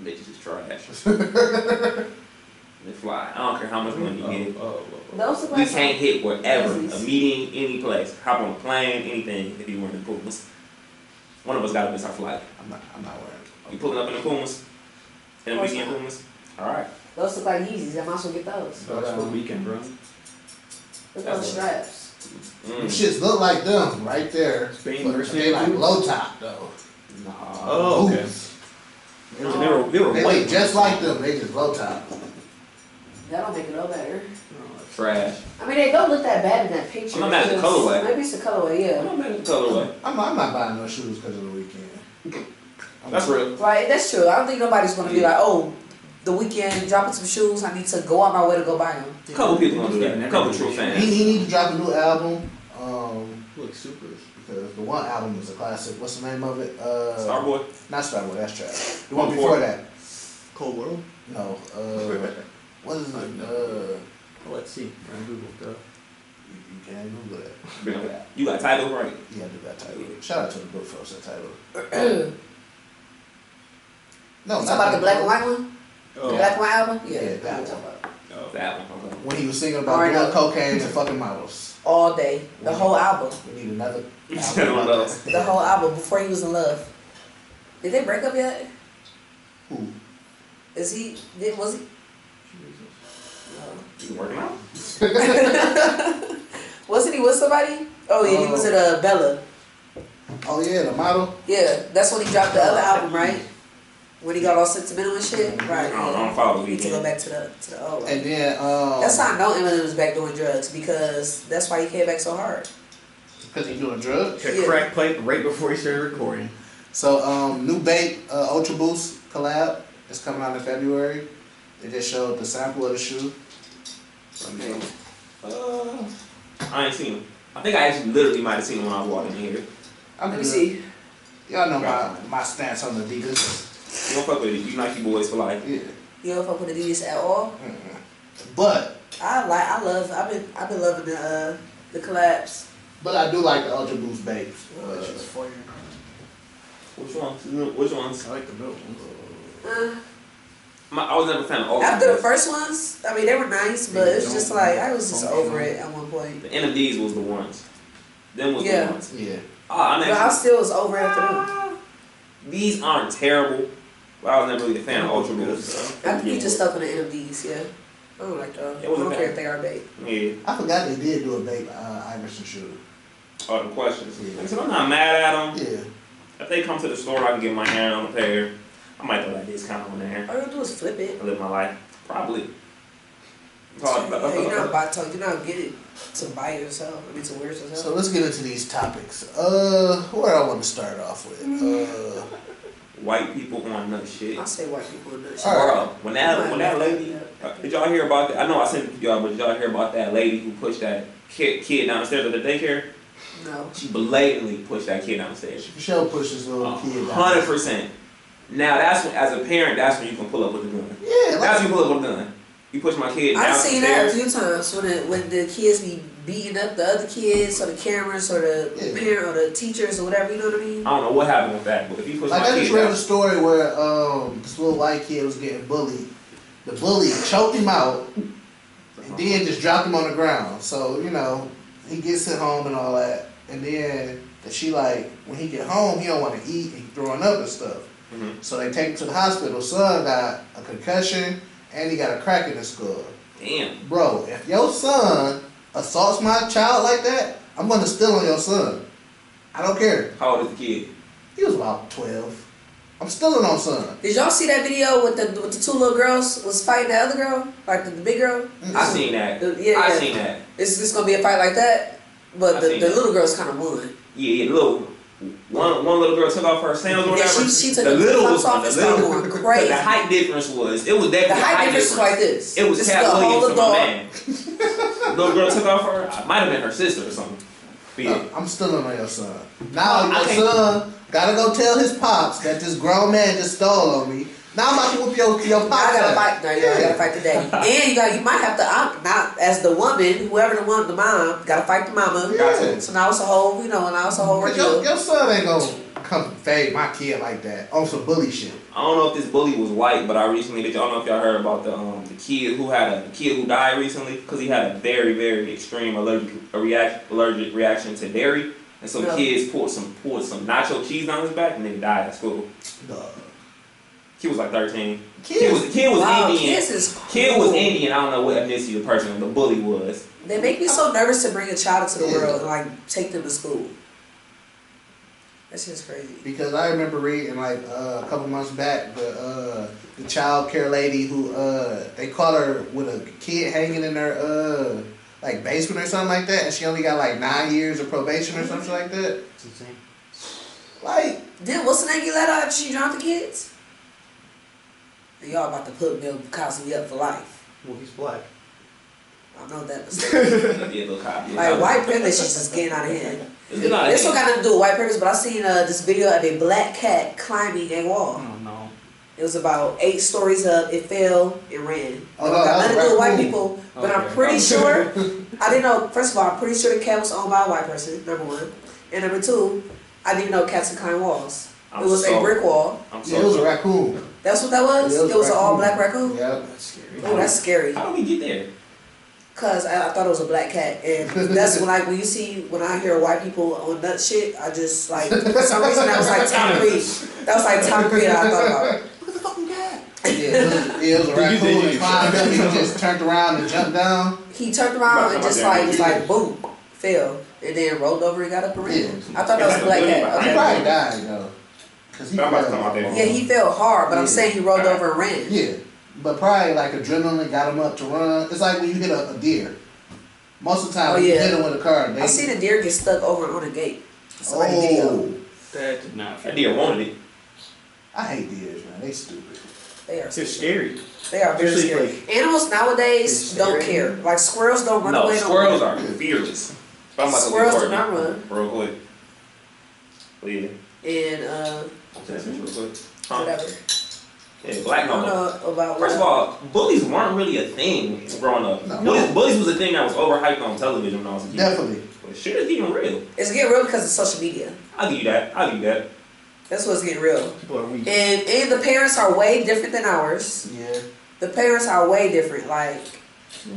Speaker 5: Bitches is trash. they fly. I don't care how much money you get.
Speaker 6: oh,
Speaker 7: Those look
Speaker 5: You
Speaker 7: like.
Speaker 5: can't hit wherever, a
Speaker 7: Business.
Speaker 5: meeting, any place, hop on a plane, anything if you were in the Pumas. One of us gotta miss our flight.
Speaker 4: I'm not, I'm not wearing
Speaker 5: You pulling up in the Pumas? In the
Speaker 7: Of course
Speaker 5: weekend
Speaker 7: not.
Speaker 5: Pumas? Alright.
Speaker 7: Those look like Yeezys. I might as well get those.
Speaker 6: That's for weekend, bro.
Speaker 7: Look at those straps.
Speaker 4: them.
Speaker 5: Mm.
Speaker 4: Shits look like them right there.
Speaker 6: Spain
Speaker 4: But
Speaker 6: versus
Speaker 4: they like
Speaker 6: England.
Speaker 4: low top though.
Speaker 5: Nah.
Speaker 6: Oh, okay.
Speaker 4: Boots.
Speaker 6: They were- they were they were
Speaker 4: They
Speaker 6: white
Speaker 4: look just like them. They just low top.
Speaker 7: That don't make it no better.
Speaker 5: Trash.
Speaker 7: I mean, they don't look that bad in that picture.
Speaker 5: I'm not mad at the
Speaker 7: It's just-
Speaker 5: colorway.
Speaker 7: Maybe it's the colorway,
Speaker 5: I'm
Speaker 7: yeah.
Speaker 5: not mad at the colorway.
Speaker 4: I'm, I'm not buying no shoes because of the weekend. I'm
Speaker 5: That's
Speaker 4: not-
Speaker 5: real.
Speaker 7: Right, that's true. I don't think nobody's gonna be
Speaker 5: Yeah.
Speaker 7: like, oh, the weekend dropping some shoes. I need to go out my way to go buy them.
Speaker 5: A couple people gonna do that. A couple true
Speaker 4: He,
Speaker 5: fans.
Speaker 4: he need to drop a new album. Um,
Speaker 6: Look super.
Speaker 4: because the one album is a classic. What's the name of it? Uh,
Speaker 5: Starboy.
Speaker 4: Not Starboy. That's trash. The one
Speaker 5: One
Speaker 4: before
Speaker 5: Four.
Speaker 4: that.
Speaker 6: Cold World.
Speaker 4: No. Uh, what is it? Uh,
Speaker 6: Well, let's see. We're on Google. Duh.
Speaker 4: you, you can't Google that.
Speaker 5: You got title right.
Speaker 4: Yeah, I do that title. Shout out to the book folks that title. No,
Speaker 7: You
Speaker 4: not
Speaker 7: talking about the
Speaker 4: Book
Speaker 7: black and
Speaker 4: Folks.
Speaker 7: white one? The
Speaker 6: Oh.
Speaker 7: black and uh, white all day, the whole album,
Speaker 4: We need another.
Speaker 5: Instead of love.
Speaker 7: the whole album. Before he was in love. Did they break up yet?
Speaker 4: Who?
Speaker 7: Is he? Did was he?
Speaker 5: You can work him out.
Speaker 7: Wasn't he with somebody? Oh yeah, he was at uh, Bella.
Speaker 4: Oh yeah, the model.
Speaker 7: Yeah, that's when he dropped the other album, right? When he got all sentimental and shit,
Speaker 4: Mm-hmm.
Speaker 5: I
Speaker 7: right?
Speaker 5: don't, I don't follow
Speaker 7: We need to
Speaker 5: Weeknd.
Speaker 7: go back to the to the old. one.
Speaker 4: And then um,
Speaker 7: That's how I know Eminem was back doing drugs because that's why he came back so hard.
Speaker 4: because he doing drugs.
Speaker 6: Took a crack pipe right before he started recording.
Speaker 4: So um, new bait uh, Ultra Boost collab is coming out in February. They just showed the sample of the shoe.
Speaker 5: Uh, I ain't seen him. I think I actually literally might have seen him when I was walking in here. You
Speaker 4: I'm
Speaker 7: Let me
Speaker 4: good.
Speaker 7: see.
Speaker 4: Y'all know my, my stance on Adidas.
Speaker 5: don't fuck with it. You Nike boys for life.
Speaker 4: Yeah.
Speaker 7: You don't fuck with Adidas at all.
Speaker 4: But
Speaker 7: I like, I love, I've been, I've been loving the uh, the collabs.
Speaker 4: but I do like the Ultra Boost babes.
Speaker 6: Oh,
Speaker 7: Uh,
Speaker 4: Uh,
Speaker 5: Which ones? Which ones?
Speaker 6: I like the middle ones.
Speaker 5: Uh-huh.
Speaker 7: uh,
Speaker 5: My, I was never a fan of all.
Speaker 7: after the
Speaker 5: of them.
Speaker 7: first ones, I mean they were nice, but it's just like I was just over it at one point.
Speaker 5: the end of these was the ones. Them was
Speaker 7: Yeah.
Speaker 5: the ones.
Speaker 4: yeah.
Speaker 5: Ah, I'm
Speaker 7: But I
Speaker 5: actually,
Speaker 7: still was over it after them.
Speaker 5: these aren't terrible, but I was never really a fan of Ultra Boost. So.
Speaker 7: I think you just stuck on the end of these, yeah. I don't like them. I
Speaker 5: It wasn't
Speaker 7: don't care
Speaker 5: bad.
Speaker 7: if they are bait.
Speaker 5: Yeah.
Speaker 4: I forgot they did do a babe uh, Iverson shoe.
Speaker 5: All the questions.
Speaker 4: Yeah.
Speaker 5: Like I said, I'm not mad at them.
Speaker 4: Yeah.
Speaker 5: If they come to the store, I can get my hand on a pair. I might throw that discount on there.
Speaker 7: All you do is flip it.
Speaker 5: I live my life. Probably. That's all I- that's all
Speaker 7: Yeah,
Speaker 5: I-
Speaker 7: you're not buy to, you're not getting to buy yourself. I mean to wear yourself.
Speaker 4: So let's get into these topics. Uh, where I want to start off with. Uh,
Speaker 5: white people on nut shit.
Speaker 7: I say white people are nuts.
Speaker 4: All right.
Speaker 5: Bro, when that when that lady, uh, did y'all hear about that? I know I sent it to y'all, but did y'all hear about that lady who pushed that kid, kid downstairs at the daycare?
Speaker 7: No.
Speaker 5: She blatantly pushed that kid downstairs.
Speaker 4: Michelle pushes
Speaker 5: A
Speaker 4: little Oh, kid. out.
Speaker 5: Hundred percent. Now that's when, as a parent, that's when you can pull up with a gun.
Speaker 4: Yeah.
Speaker 5: That's
Speaker 4: Like,
Speaker 5: when you pull up with a gun. You push my kid
Speaker 7: I've
Speaker 5: downstairs.
Speaker 7: seen that a few times when the, when the kids be beating up the other kids or the cameras or the
Speaker 4: Yeah.
Speaker 7: parent or the teachers or whatever. You know what I mean?
Speaker 5: I don't know what happened with that, but if you push
Speaker 4: like
Speaker 5: my
Speaker 4: I
Speaker 5: kid,
Speaker 4: just read a
Speaker 5: down,
Speaker 4: story where um this little white kid was getting bullied. The bully choked him out and then just dropped him on the ground. So you know he gets it home and all that. And then that she like when he get home he don't want to eat and throwing up and stuff.
Speaker 5: Mhm.
Speaker 4: So they take him to the hospital. Son got a concussion and he got a crack in his skull.
Speaker 5: damn,
Speaker 4: Bro, if your son assaults my child like that, I'm gonna steal on your son. I don't care.
Speaker 5: how old is the kid?
Speaker 4: He was about twelve. I'm stealing on son.
Speaker 7: Did y'all see that video with the with the two little girls was fighting the other girl, like the, the big girl?
Speaker 5: I seen that.
Speaker 7: Yeah, yeah.
Speaker 5: I seen that.
Speaker 7: It's just gonna be a fight like that,
Speaker 5: I
Speaker 7: but the,
Speaker 5: seen
Speaker 7: the
Speaker 5: that.
Speaker 7: little girl's kind of won.
Speaker 5: Yeah, yeah, little one one little girl took off her sandals or
Speaker 7: Yeah,
Speaker 5: whatever.
Speaker 7: she- she took
Speaker 5: the
Speaker 7: her
Speaker 5: little
Speaker 7: flip-flops
Speaker 5: was
Speaker 7: off and started going crazy.
Speaker 5: The height difference was it was definitely
Speaker 7: The height difference was like this.
Speaker 5: It was
Speaker 7: this
Speaker 5: Cat
Speaker 7: is the
Speaker 5: Williams
Speaker 7: whole
Speaker 5: and my
Speaker 7: adult.
Speaker 5: man. little girl took off her. I might have been her sister or something. But yeah.
Speaker 4: I'm stealing on your son. Now
Speaker 5: I
Speaker 4: your
Speaker 5: can't-
Speaker 4: son gotta go tell his pops that this grown man just stole on me. Now I'm about to whoop your your pops.
Speaker 7: Now I gotta
Speaker 4: ass.
Speaker 7: fight. Now you gotta fight the daddy, and you got you might have to opt not as the woman, whoever the one, the mom, gotta fight the mama.
Speaker 4: Yeah.
Speaker 7: So now it's a whole, you know, now it's a whole
Speaker 4: But Your,
Speaker 7: ordeal.
Speaker 4: your son ain't gonna come fade my kid like that on some bully shit.
Speaker 5: I don't know if this bully was white, but I recently did. Y'all know if y'all heard about the um the kid who had a the kid who died recently because he had a very very extreme allergic a react, allergic reaction to dairy, and so
Speaker 7: Yeah.
Speaker 5: the kids poured some poured some nacho cheese down his back and then he died at school.
Speaker 4: Duh.
Speaker 5: He was like thirteen. Kid
Speaker 4: Kids,
Speaker 5: was kid was
Speaker 7: wow,
Speaker 5: Indian.
Speaker 7: kids is
Speaker 5: Kid was
Speaker 7: cruel.
Speaker 5: Indian. I don't know what ethnicity the person, the bully was.
Speaker 7: They make me so nervous to bring a child into the
Speaker 4: Yeah.
Speaker 7: world and like take them to school. That's just crazy.
Speaker 4: Because I remember reading like uh, a couple months back the uh, the child care lady who uh, they caught her with a kid hanging in her uh, like basement or something like that, and she only got like nine years of probation or something like that. Like
Speaker 7: Then what's the name you let out after she drowned the kids? And y'all about to put Bill Cosby up for life.
Speaker 6: Well, he's black.
Speaker 7: I know that. was-
Speaker 5: yeah, little cop. yeah.
Speaker 7: Like white privilege is just getting out of hand.
Speaker 5: It's not-
Speaker 7: This one got nothing to do with white privilege, but I seen uh, this video of a black cat climbing a
Speaker 5: Hmm.
Speaker 7: wall.
Speaker 6: Oh no.
Speaker 7: It was about eight stories up. It fell. It ran.
Speaker 4: Oh, no,
Speaker 7: got
Speaker 4: that was
Speaker 7: nothing to do with white
Speaker 4: raccoon.
Speaker 7: people, but I'm
Speaker 6: Okay.
Speaker 7: pretty sure. I didn't know. First of all, I'm pretty sure the cat was owned by a white person. Number one, and number two, I didn't know cats could climb walls.
Speaker 5: I'm
Speaker 7: it was
Speaker 5: sorry.
Speaker 7: a brick wall.
Speaker 5: I'm
Speaker 4: yeah, it was a
Speaker 5: sorry.
Speaker 4: raccoon.
Speaker 7: That's what that was.
Speaker 4: Yeah,
Speaker 7: it was an all black
Speaker 4: Yeah,
Speaker 7: raccoon.
Speaker 4: Yep.
Speaker 7: Oh, that's scary.
Speaker 5: How do we get there?
Speaker 7: Cause I, I thought it was a black cat, and that's when like when you see when I hear white people on nut shit, I just like for some reason that was like top three. That was like top three that I thought about. What the fucking cat?
Speaker 4: Yeah, it was a raccoon that climbed up. He just turned around and jumped down.
Speaker 7: He turned around and
Speaker 5: Not
Speaker 7: just
Speaker 5: my
Speaker 7: like
Speaker 5: dad.
Speaker 7: was like boom, fell, and then rolled over and got up and ran.
Speaker 4: Yeah.
Speaker 7: I thought that was a black cat.
Speaker 4: He
Speaker 7: Okay.
Speaker 4: probably died though, cause he
Speaker 5: I'm about to
Speaker 4: fell.
Speaker 5: talk about that.
Speaker 7: Yeah, he fell hard, but
Speaker 4: Yeah.
Speaker 7: I'm saying he rolled over and ran.
Speaker 4: Yeah, but probably like adrenaline got him up to run. It's like when you hit a, a deer. Most of the time,
Speaker 7: Oh,
Speaker 4: when you
Speaker 7: yeah.
Speaker 4: hit him with a car, they
Speaker 7: I see the deer get stuck over on a gate. Somebody video.
Speaker 4: oh,
Speaker 6: That did not.
Speaker 5: That deer wanted it.
Speaker 4: I hate deers, man. They stupid.
Speaker 7: They are
Speaker 6: It's scary.
Speaker 7: they are very
Speaker 6: Especially,
Speaker 7: scary. Animals nowadays
Speaker 6: It's
Speaker 7: don't
Speaker 6: scary.
Speaker 7: care. Like squirrels don't run
Speaker 5: No,
Speaker 7: away.
Speaker 5: squirrels
Speaker 7: no
Speaker 5: are fearless. I'm about to leave
Speaker 7: Squirrels do
Speaker 5: Courtney
Speaker 7: not run.
Speaker 5: Real quick. Yeah.
Speaker 7: And uh,
Speaker 5: That's real quick. Huh?
Speaker 7: whatever.
Speaker 5: Yeah,
Speaker 7: I
Speaker 5: black
Speaker 7: don't
Speaker 5: on.
Speaker 7: know about
Speaker 5: First of all, bullies weren't really a thing growing up.
Speaker 4: No.
Speaker 5: Bullies, bullies was a thing that was overhyped on television when I was a kid.
Speaker 4: Definitely.
Speaker 5: But shit is getting real.
Speaker 7: it's getting real because of social media.
Speaker 5: I'll give you that. I'll give you that.
Speaker 7: That's what's getting real.
Speaker 6: People are weak.
Speaker 7: And and the parents are way different than ours.
Speaker 4: Yeah.
Speaker 7: The parents are way different. Like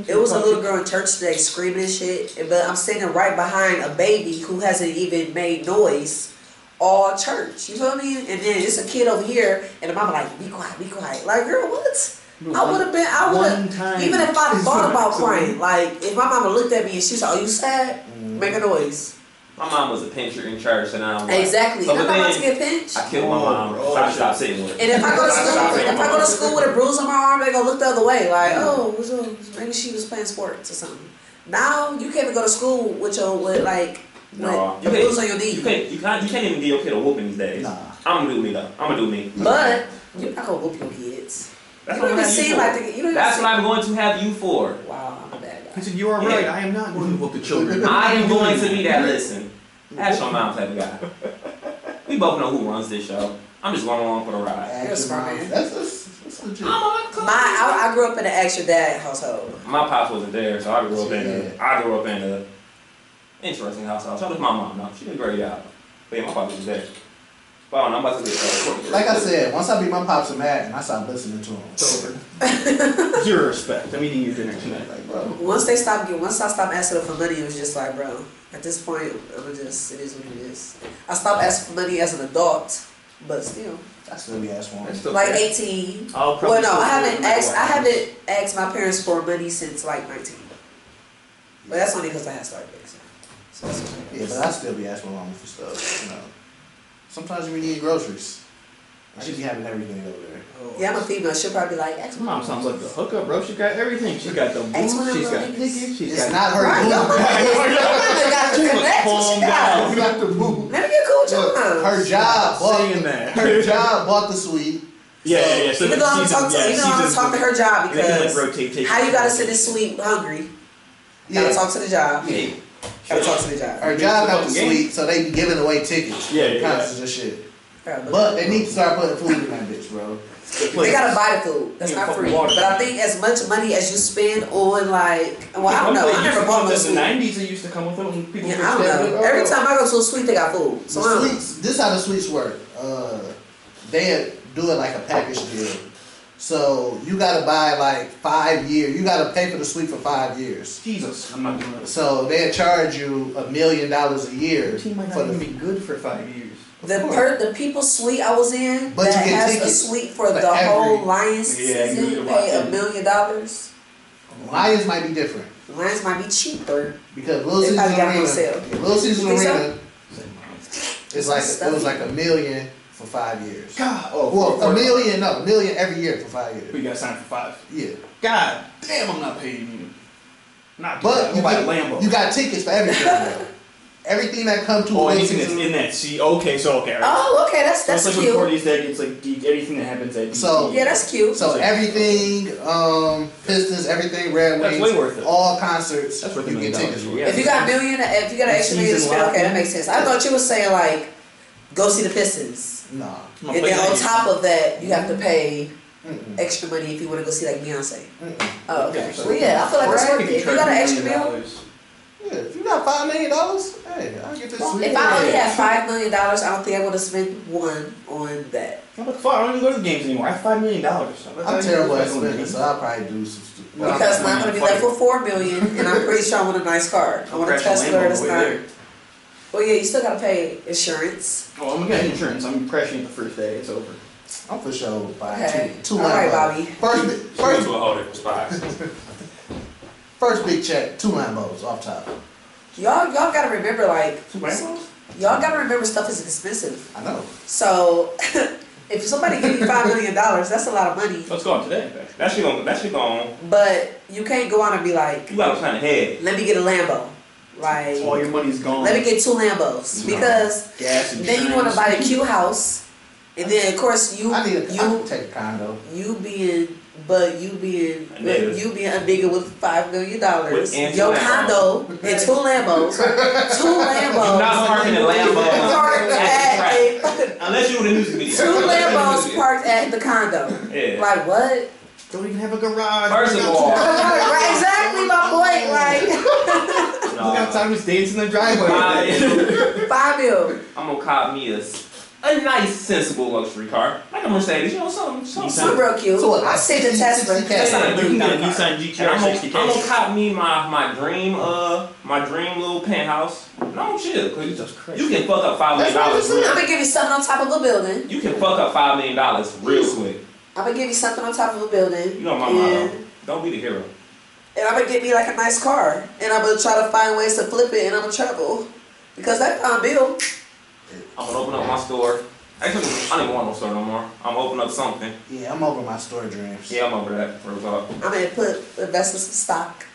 Speaker 7: it was a little girl in church today screaming and shit, and- but I'm standing right behind a baby who hasn't even made noise all church. You feel me? And then it's a kid over here, and the mama like, be quiet, be quiet. Like girl, what? I would have been. I would
Speaker 6: One
Speaker 7: have.
Speaker 6: time.
Speaker 7: Even if I thought about crying, like if my mama looked at me and she was like, "Are you sad?" Make
Speaker 5: Mm.
Speaker 7: a noise.
Speaker 5: My mom was a pincher in church, and I was like,
Speaker 7: Exactly.
Speaker 5: So,
Speaker 7: and
Speaker 5: but
Speaker 7: I'm not about to
Speaker 5: then
Speaker 7: get pinched.
Speaker 5: I killed my
Speaker 6: Oh,
Speaker 5: mom.
Speaker 6: bro.
Speaker 5: so I stopped sitting with her.
Speaker 7: And if I go to school,
Speaker 5: Sorry,
Speaker 7: if I go to school with a bruise on my arm, they gonna look the other way, like, oh, what's up? Maybe she was playing sports or something. Now you can't even go to school with your with like with
Speaker 5: No,
Speaker 7: a
Speaker 5: you can't-
Speaker 7: bruise on your knee.
Speaker 5: You can't, you can't, you can't even give your kid a whooping these days.
Speaker 4: Nah.
Speaker 5: I'm gonna do me though. I'm gonna do me.
Speaker 7: But you're not gonna whoop your kids.
Speaker 5: That's
Speaker 7: you
Speaker 5: what I'm
Speaker 7: don't
Speaker 5: gonna
Speaker 7: even
Speaker 5: have you
Speaker 7: seem
Speaker 5: for.
Speaker 7: like the, you don't
Speaker 5: That's what I'm
Speaker 7: even
Speaker 5: going to have you for.
Speaker 7: seem, Wow, I'm a bad
Speaker 6: He
Speaker 7: guy.
Speaker 6: said, "You are right.
Speaker 5: Yeah.
Speaker 6: I am not going to whoop the children.
Speaker 5: I am going to be that. Listen, that's your mom type of guy. We both know who runs this show. I'm just going along for the ride.
Speaker 4: Action
Speaker 7: That's fine.
Speaker 4: moms. That's, that's, that's legit.
Speaker 7: My I, I grew up in an extra dad household.
Speaker 5: My pops wasn't there, so I grew up in a,
Speaker 4: Yeah.
Speaker 5: I grew up in a interesting household. So did my mom. No, she did a great job. But yeah, my pops was there. But I don't know, I'm about to get
Speaker 4: Like I said, once I beat my pops and mad, and I stopped listening to him.
Speaker 6: It's over. Zero respect. I'm eating your dinner tonight.
Speaker 4: Like, bro,
Speaker 7: Once they stopped getting, once I stopped asking them for money, it was just like, bro, at this point, I'm just it is what it is. I stopped asking for money as an adult, but still.
Speaker 4: I still be ass one.
Speaker 7: like 18.
Speaker 6: I'll probably
Speaker 7: Well, no,
Speaker 6: still do
Speaker 7: I
Speaker 6: it
Speaker 7: haven't
Speaker 6: no matter
Speaker 7: asked.
Speaker 6: what
Speaker 7: I
Speaker 6: happens.
Speaker 7: haven't asked my parents for money since like 19. But that's only because I had started. So. So that's okay.
Speaker 4: Yeah, but I still be asking my mom for stuff. You know, sometimes we need groceries. And She be having everything over there.
Speaker 6: Oh.
Speaker 7: Yeah, I'm a female. She'll probably be like, ask
Speaker 6: Mom sounds like the hookup, bro. She got everything. She got the boots.
Speaker 7: Ex-wife
Speaker 6: She's got
Speaker 7: niggas.
Speaker 6: tickets. She's
Speaker 4: It's
Speaker 6: got
Speaker 4: not her.
Speaker 7: Right, y'all
Speaker 4: boo.
Speaker 7: mother got the connect.
Speaker 6: Calm
Speaker 7: What she got?
Speaker 6: down.
Speaker 4: It's not the boo.
Speaker 7: Let me get cool
Speaker 4: Look,
Speaker 7: John.
Speaker 4: her job bought
Speaker 6: Oh, saying
Speaker 4: the,
Speaker 6: that.
Speaker 4: her job bought the suite.
Speaker 6: Yeah, yeah, yeah. So
Speaker 7: Even though I'm
Speaker 6: season-
Speaker 7: talking
Speaker 6: yeah,
Speaker 7: to, even though I'm
Speaker 6: season-
Speaker 7: talking to her job
Speaker 6: they can, like,
Speaker 7: because
Speaker 6: rotate, take-
Speaker 7: how you gotta sit in sleep hungry? Gotta
Speaker 4: Yeah.
Speaker 7: talk to the job.
Speaker 4: Yeah.
Speaker 7: Gotta talk to the job.
Speaker 4: Her job got the
Speaker 6: Fucking game.
Speaker 4: suite, so they be giving away tickets.
Speaker 6: Yeah, yeah,
Speaker 4: Concerts and shit.
Speaker 7: All right,
Speaker 4: But they need to start putting food in that bitch, bro.
Speaker 7: They gotta buy the food. That's
Speaker 6: Yeah,
Speaker 7: not
Speaker 6: fucking
Speaker 7: free.
Speaker 6: water.
Speaker 7: But I think as much money as you spend on like, well, I don't know. I never bought no
Speaker 6: this. In the
Speaker 7: food.
Speaker 6: nineties, it used to come with them. when People "Oh,
Speaker 7: Yeah,
Speaker 6: first
Speaker 7: I don't know.
Speaker 6: started.
Speaker 7: Every time I go to a suite, they got food. So I
Speaker 4: The
Speaker 7: don't-
Speaker 4: sweets. This how the sweets work. Uh, they do it like a package deal. So you gotta buy like five year. You gotta pay for the suite for five years.
Speaker 6: Jesus, I'm not doing this.
Speaker 4: So they charge you a million dollars a year
Speaker 6: Your team might
Speaker 4: for
Speaker 6: not even be
Speaker 4: the.
Speaker 6: good for five years.
Speaker 7: the per, the people suite I was in
Speaker 4: But
Speaker 7: that
Speaker 4: you get
Speaker 7: has a
Speaker 4: tickets
Speaker 7: suite for
Speaker 4: for
Speaker 7: the
Speaker 4: every-
Speaker 7: whole Lions
Speaker 6: Yeah, you
Speaker 7: season
Speaker 6: can watch
Speaker 7: pay a
Speaker 6: it.
Speaker 7: million dollars.
Speaker 4: Lions might be different
Speaker 7: Lions might be cheaper.
Speaker 4: because Little
Speaker 7: They
Speaker 4: Caesars
Speaker 7: probably got it on
Speaker 4: Arena.
Speaker 7: sale.
Speaker 4: Little Caesars
Speaker 7: Think so?
Speaker 4: Arena is like it was
Speaker 7: Stuff.
Speaker 4: like a million for five years.
Speaker 6: God, oh,
Speaker 4: Well,
Speaker 6: for-
Speaker 4: a million, no, a million every year for five
Speaker 6: We
Speaker 4: years.
Speaker 6: got signed for five.
Speaker 4: Yeah,
Speaker 6: God damn, I'm not paying you. Not
Speaker 4: but
Speaker 6: you
Speaker 4: you
Speaker 6: buy
Speaker 4: got,
Speaker 6: a Lambo.
Speaker 4: you got tickets for everything. though. everything that comes to
Speaker 6: oh,
Speaker 4: Little
Speaker 6: anything
Speaker 4: Caesars
Speaker 6: that's in that. See, okay, so okay. all right.
Speaker 7: Oh, okay, that's that's
Speaker 6: so it's like when
Speaker 7: cute.
Speaker 6: Courtney's dead, it's like D- anything that happens at. DT.
Speaker 4: So-
Speaker 7: Yeah, that's cute.
Speaker 4: So everything, um, Pistons, everything, Red
Speaker 6: That's
Speaker 4: Wings,
Speaker 6: way worth it.
Speaker 4: all concerts,
Speaker 6: That's worth a
Speaker 4: you
Speaker 6: million
Speaker 4: get tickets
Speaker 6: dollars,
Speaker 4: for.
Speaker 6: yeah.
Speaker 7: if you got a million, if you got an extra million to
Speaker 6: Season
Speaker 7: spend,
Speaker 6: lock-in.
Speaker 7: okay, that makes sense. I thought you were saying like, go see the Pistons,
Speaker 4: Nah,
Speaker 6: I'm gonna
Speaker 7: and
Speaker 6: play
Speaker 7: then
Speaker 6: that
Speaker 7: on
Speaker 6: game.
Speaker 7: top of that, you have to pay
Speaker 4: Mm-mm.
Speaker 7: extra money if you want to go see like Beyonce.
Speaker 4: Mm-mm.
Speaker 7: Oh, okay. Well, yeah, I feel like
Speaker 6: Or
Speaker 7: that's
Speaker 6: I
Speaker 7: worth
Speaker 6: could
Speaker 7: it.
Speaker 6: be
Speaker 7: If you got an
Speaker 6: charged
Speaker 7: extra
Speaker 6: million
Speaker 7: million.
Speaker 6: dollars.
Speaker 4: yeah. If you got five million dollars, hey, I'll get this.
Speaker 7: Well,
Speaker 4: sweet.
Speaker 7: If I only
Speaker 6: Yeah.
Speaker 7: had five million dollars, I don't think I would have spent one on that.
Speaker 6: I'm like, fuck, I don't even go to the games anymore. I have five million dollars.
Speaker 4: I'm terrible at spending, so I'll probably do some stupid. but I'm
Speaker 7: Because I'm gonna be left
Speaker 4: funny.
Speaker 7: with four million, and I'm pretty sure I want a nice car. I want a Tesla that's not. Well, yeah, you still gotta pay insurance.
Speaker 6: Oh, I'm gonna get insurance. I'm crashing the first day. It's over.
Speaker 4: I'm for sure buying
Speaker 7: Okay.
Speaker 4: two, two
Speaker 7: All right,
Speaker 4: Lambos.
Speaker 7: Bobby.
Speaker 4: First, bi-
Speaker 5: Straight
Speaker 4: first,
Speaker 5: to a whole different spot.
Speaker 4: first big check, two Lambos off top.
Speaker 7: Y'all, y'all gotta remember, like,
Speaker 5: Two Lambos?
Speaker 7: y'all gotta remember stuff is expensive.
Speaker 4: I know.
Speaker 7: So, if somebody give you five million dollars, that's a lot of money.
Speaker 6: Let's go on today.
Speaker 5: That shit gonna, that shit gonna,
Speaker 7: But you can't go out and be like,
Speaker 5: you gotta plan ahead.
Speaker 7: let me get a Lambo. Like,
Speaker 6: All your money's gone.
Speaker 7: let me get two Lambos because
Speaker 6: gas and
Speaker 7: then you want to buy a cute house, and then of course you
Speaker 4: I need a, I
Speaker 7: you
Speaker 4: can take a condo.
Speaker 7: you being but you being
Speaker 5: A nigga.
Speaker 7: you being a nigga with five million
Speaker 5: With
Speaker 7: dollars,
Speaker 5: and
Speaker 7: your
Speaker 5: two
Speaker 7: condo and two Lambos, two
Speaker 4: Oh,
Speaker 5: You're not
Speaker 7: Lambos
Speaker 5: parking a Lambo
Speaker 7: parked
Speaker 5: That's
Speaker 7: at a fucking-
Speaker 5: unless you in the music video. Unless
Speaker 7: two
Speaker 5: you
Speaker 7: Lambos
Speaker 5: in the music
Speaker 7: parked at the condo.
Speaker 5: video. Yeah.
Speaker 7: Like what?
Speaker 6: Don't even have a garage.
Speaker 5: First
Speaker 6: We
Speaker 5: of
Speaker 6: got
Speaker 5: all-
Speaker 6: two-
Speaker 7: Right, exactly my point. Like
Speaker 5: Nah.
Speaker 6: Look how time just dancing in the driveway.
Speaker 5: I-
Speaker 7: five mil.
Speaker 5: I'm gonna cop me a, s- a nice, sensible luxury car. Like a Mercedes, you know, something, something.
Speaker 6: Nissan.
Speaker 5: something.
Speaker 7: Super cute.
Speaker 4: So what,
Speaker 7: I see the
Speaker 4: 60,
Speaker 7: Tesla.
Speaker 4: 60, That's
Speaker 5: not a
Speaker 6: you can get a
Speaker 5: car.
Speaker 6: Nissan
Speaker 5: And
Speaker 6: GTR
Speaker 5: I'm gonna,
Speaker 6: 60
Speaker 5: I'm gonna cop me my, my dream uh my dream little penthouse. And I'm gonna chill. Cause you,
Speaker 6: Oh, Jesus Christ.
Speaker 5: you can fuck up five million
Speaker 4: That's
Speaker 5: dollars.
Speaker 4: what I just
Speaker 5: Real,
Speaker 7: I'm gonna give you something on top of a building.
Speaker 5: you can fuck up five million dollars real quick.
Speaker 7: I'm gonna give you something on top of a building.
Speaker 5: You know my
Speaker 7: and,
Speaker 5: motto. Don't be the hero.
Speaker 7: and I'm gonna get me like a nice car, and I'm gonna try to find ways to flip it, and I'm gonna travel because that pound bill.
Speaker 5: I'm gonna open up my store. Actually, I don't even want no store no more. I'm gonna open up something.
Speaker 4: Yeah, I'm over my store dreams.
Speaker 5: Yeah, I'm over that for a while.
Speaker 7: I'm gonna put invest in some stock.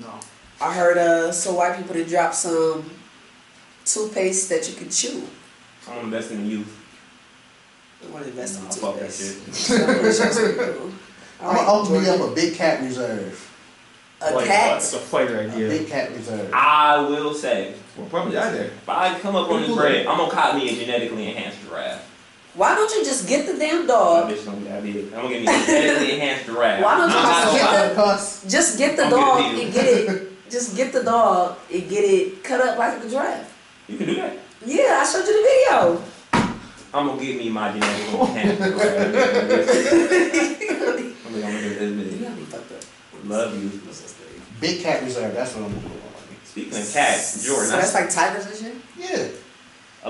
Speaker 6: No.
Speaker 7: I heard uh some white people to drop some toothpaste that you can chew.
Speaker 5: I'm gonna invest in youth.
Speaker 7: I want to invest in
Speaker 5: Nah, fuck that
Speaker 7: toothpaste.
Speaker 5: shit.
Speaker 7: So I'm gonna show some people. All
Speaker 4: I'm gonna open me
Speaker 7: Jordan.
Speaker 4: up a big cat reserve.
Speaker 7: a
Speaker 6: Like,
Speaker 7: cat.
Speaker 6: It's a fire
Speaker 4: A
Speaker 6: idea.
Speaker 4: big cat reserve.
Speaker 5: I will say,
Speaker 6: We'll probably die there.
Speaker 5: if I come up on this
Speaker 6: People-
Speaker 5: bread, I'm gonna cop me a genetically enhanced giraffe.
Speaker 7: Why don't you just get the damn
Speaker 5: That
Speaker 7: dog?
Speaker 5: bitch gonna be that big. I'm gonna get me a genetically enhanced giraffe.
Speaker 7: Why don't you
Speaker 5: I'm not
Speaker 7: just
Speaker 5: gonna
Speaker 7: get
Speaker 5: lie.
Speaker 7: the-
Speaker 4: Cuss.
Speaker 7: Just get the
Speaker 5: I'm
Speaker 7: dog
Speaker 5: getting you.
Speaker 7: and get it. Just get the dog and get it cut up like a giraffe.
Speaker 5: You can do that.
Speaker 7: Yeah, I showed you the video.
Speaker 5: I'm gonna give me my genetic enhancement. right? I'm gonna give this bitch. Love you.
Speaker 4: Big cat reserve. That's what I'm gonna do.
Speaker 5: Speaking of cats, Jordan,
Speaker 7: So that's like tigers and shit.
Speaker 4: Yeah.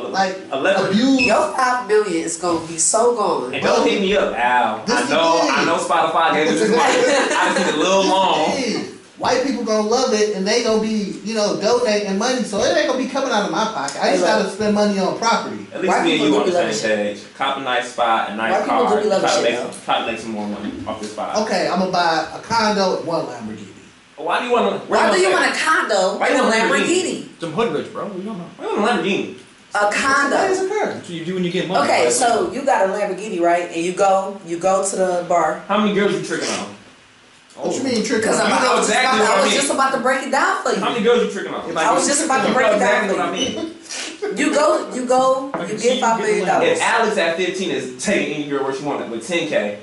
Speaker 4: Like
Speaker 5: like eleven.
Speaker 4: abuse.
Speaker 7: Your five million is gonna be so gone.
Speaker 5: And don't hit me up, Al.
Speaker 4: This
Speaker 5: I know,
Speaker 4: is
Speaker 5: I
Speaker 4: it.
Speaker 5: know Spotify gave us this money. I just need a little long.
Speaker 4: Hey, White people gonna love it and they gonna be, you know, donating money, so it ain't gonna be coming out of my pocket. I just
Speaker 7: Hey, look.
Speaker 4: gotta spend money on property.
Speaker 5: At
Speaker 7: White
Speaker 5: least me and
Speaker 7: people
Speaker 5: you
Speaker 7: do
Speaker 5: on the
Speaker 7: be loving
Speaker 5: same page. Cop a nice spot, a nice
Speaker 7: White people do
Speaker 5: car.
Speaker 7: be
Speaker 5: Try
Speaker 7: loving
Speaker 5: to
Speaker 7: shit,
Speaker 5: make
Speaker 7: though.
Speaker 5: some, try to make some more money off this spot.
Speaker 4: Okay, I'm gonna buy a condo and one Lamborghini.
Speaker 5: Why do you want to?
Speaker 7: Why do you want a condo
Speaker 5: Why
Speaker 7: and
Speaker 5: you
Speaker 7: a
Speaker 5: want a
Speaker 7: Lamborghini?
Speaker 6: Some hood rich, bro. We don't know.
Speaker 5: Why you want a Lamborghini?
Speaker 7: A
Speaker 4: That is
Speaker 7: condo.
Speaker 4: a curve.
Speaker 6: That's what you do when you get money.
Speaker 7: Okay,
Speaker 6: Like,
Speaker 7: so you got a Lamborghini, right? And you go, you go to the bar.
Speaker 5: How many girls you tricking on?
Speaker 4: What you mean tricking?
Speaker 7: Because I'm
Speaker 5: You
Speaker 7: I
Speaker 5: know
Speaker 7: was, just
Speaker 5: exactly what
Speaker 7: about, I
Speaker 5: I
Speaker 7: was
Speaker 5: mean.
Speaker 7: just about to break it down for
Speaker 5: How
Speaker 7: you.
Speaker 5: many girls you tricking on?
Speaker 7: I was just about to
Speaker 5: You
Speaker 7: break
Speaker 5: know
Speaker 7: it down
Speaker 5: exactly
Speaker 7: for
Speaker 5: what I
Speaker 7: you.
Speaker 5: mean.
Speaker 7: You go, you go, you
Speaker 6: see,
Speaker 7: get
Speaker 6: you
Speaker 7: five
Speaker 6: get
Speaker 7: million
Speaker 6: a Lambo.
Speaker 7: dollars.
Speaker 5: If Alex at 15 is taking any girl where she wanted with 10K,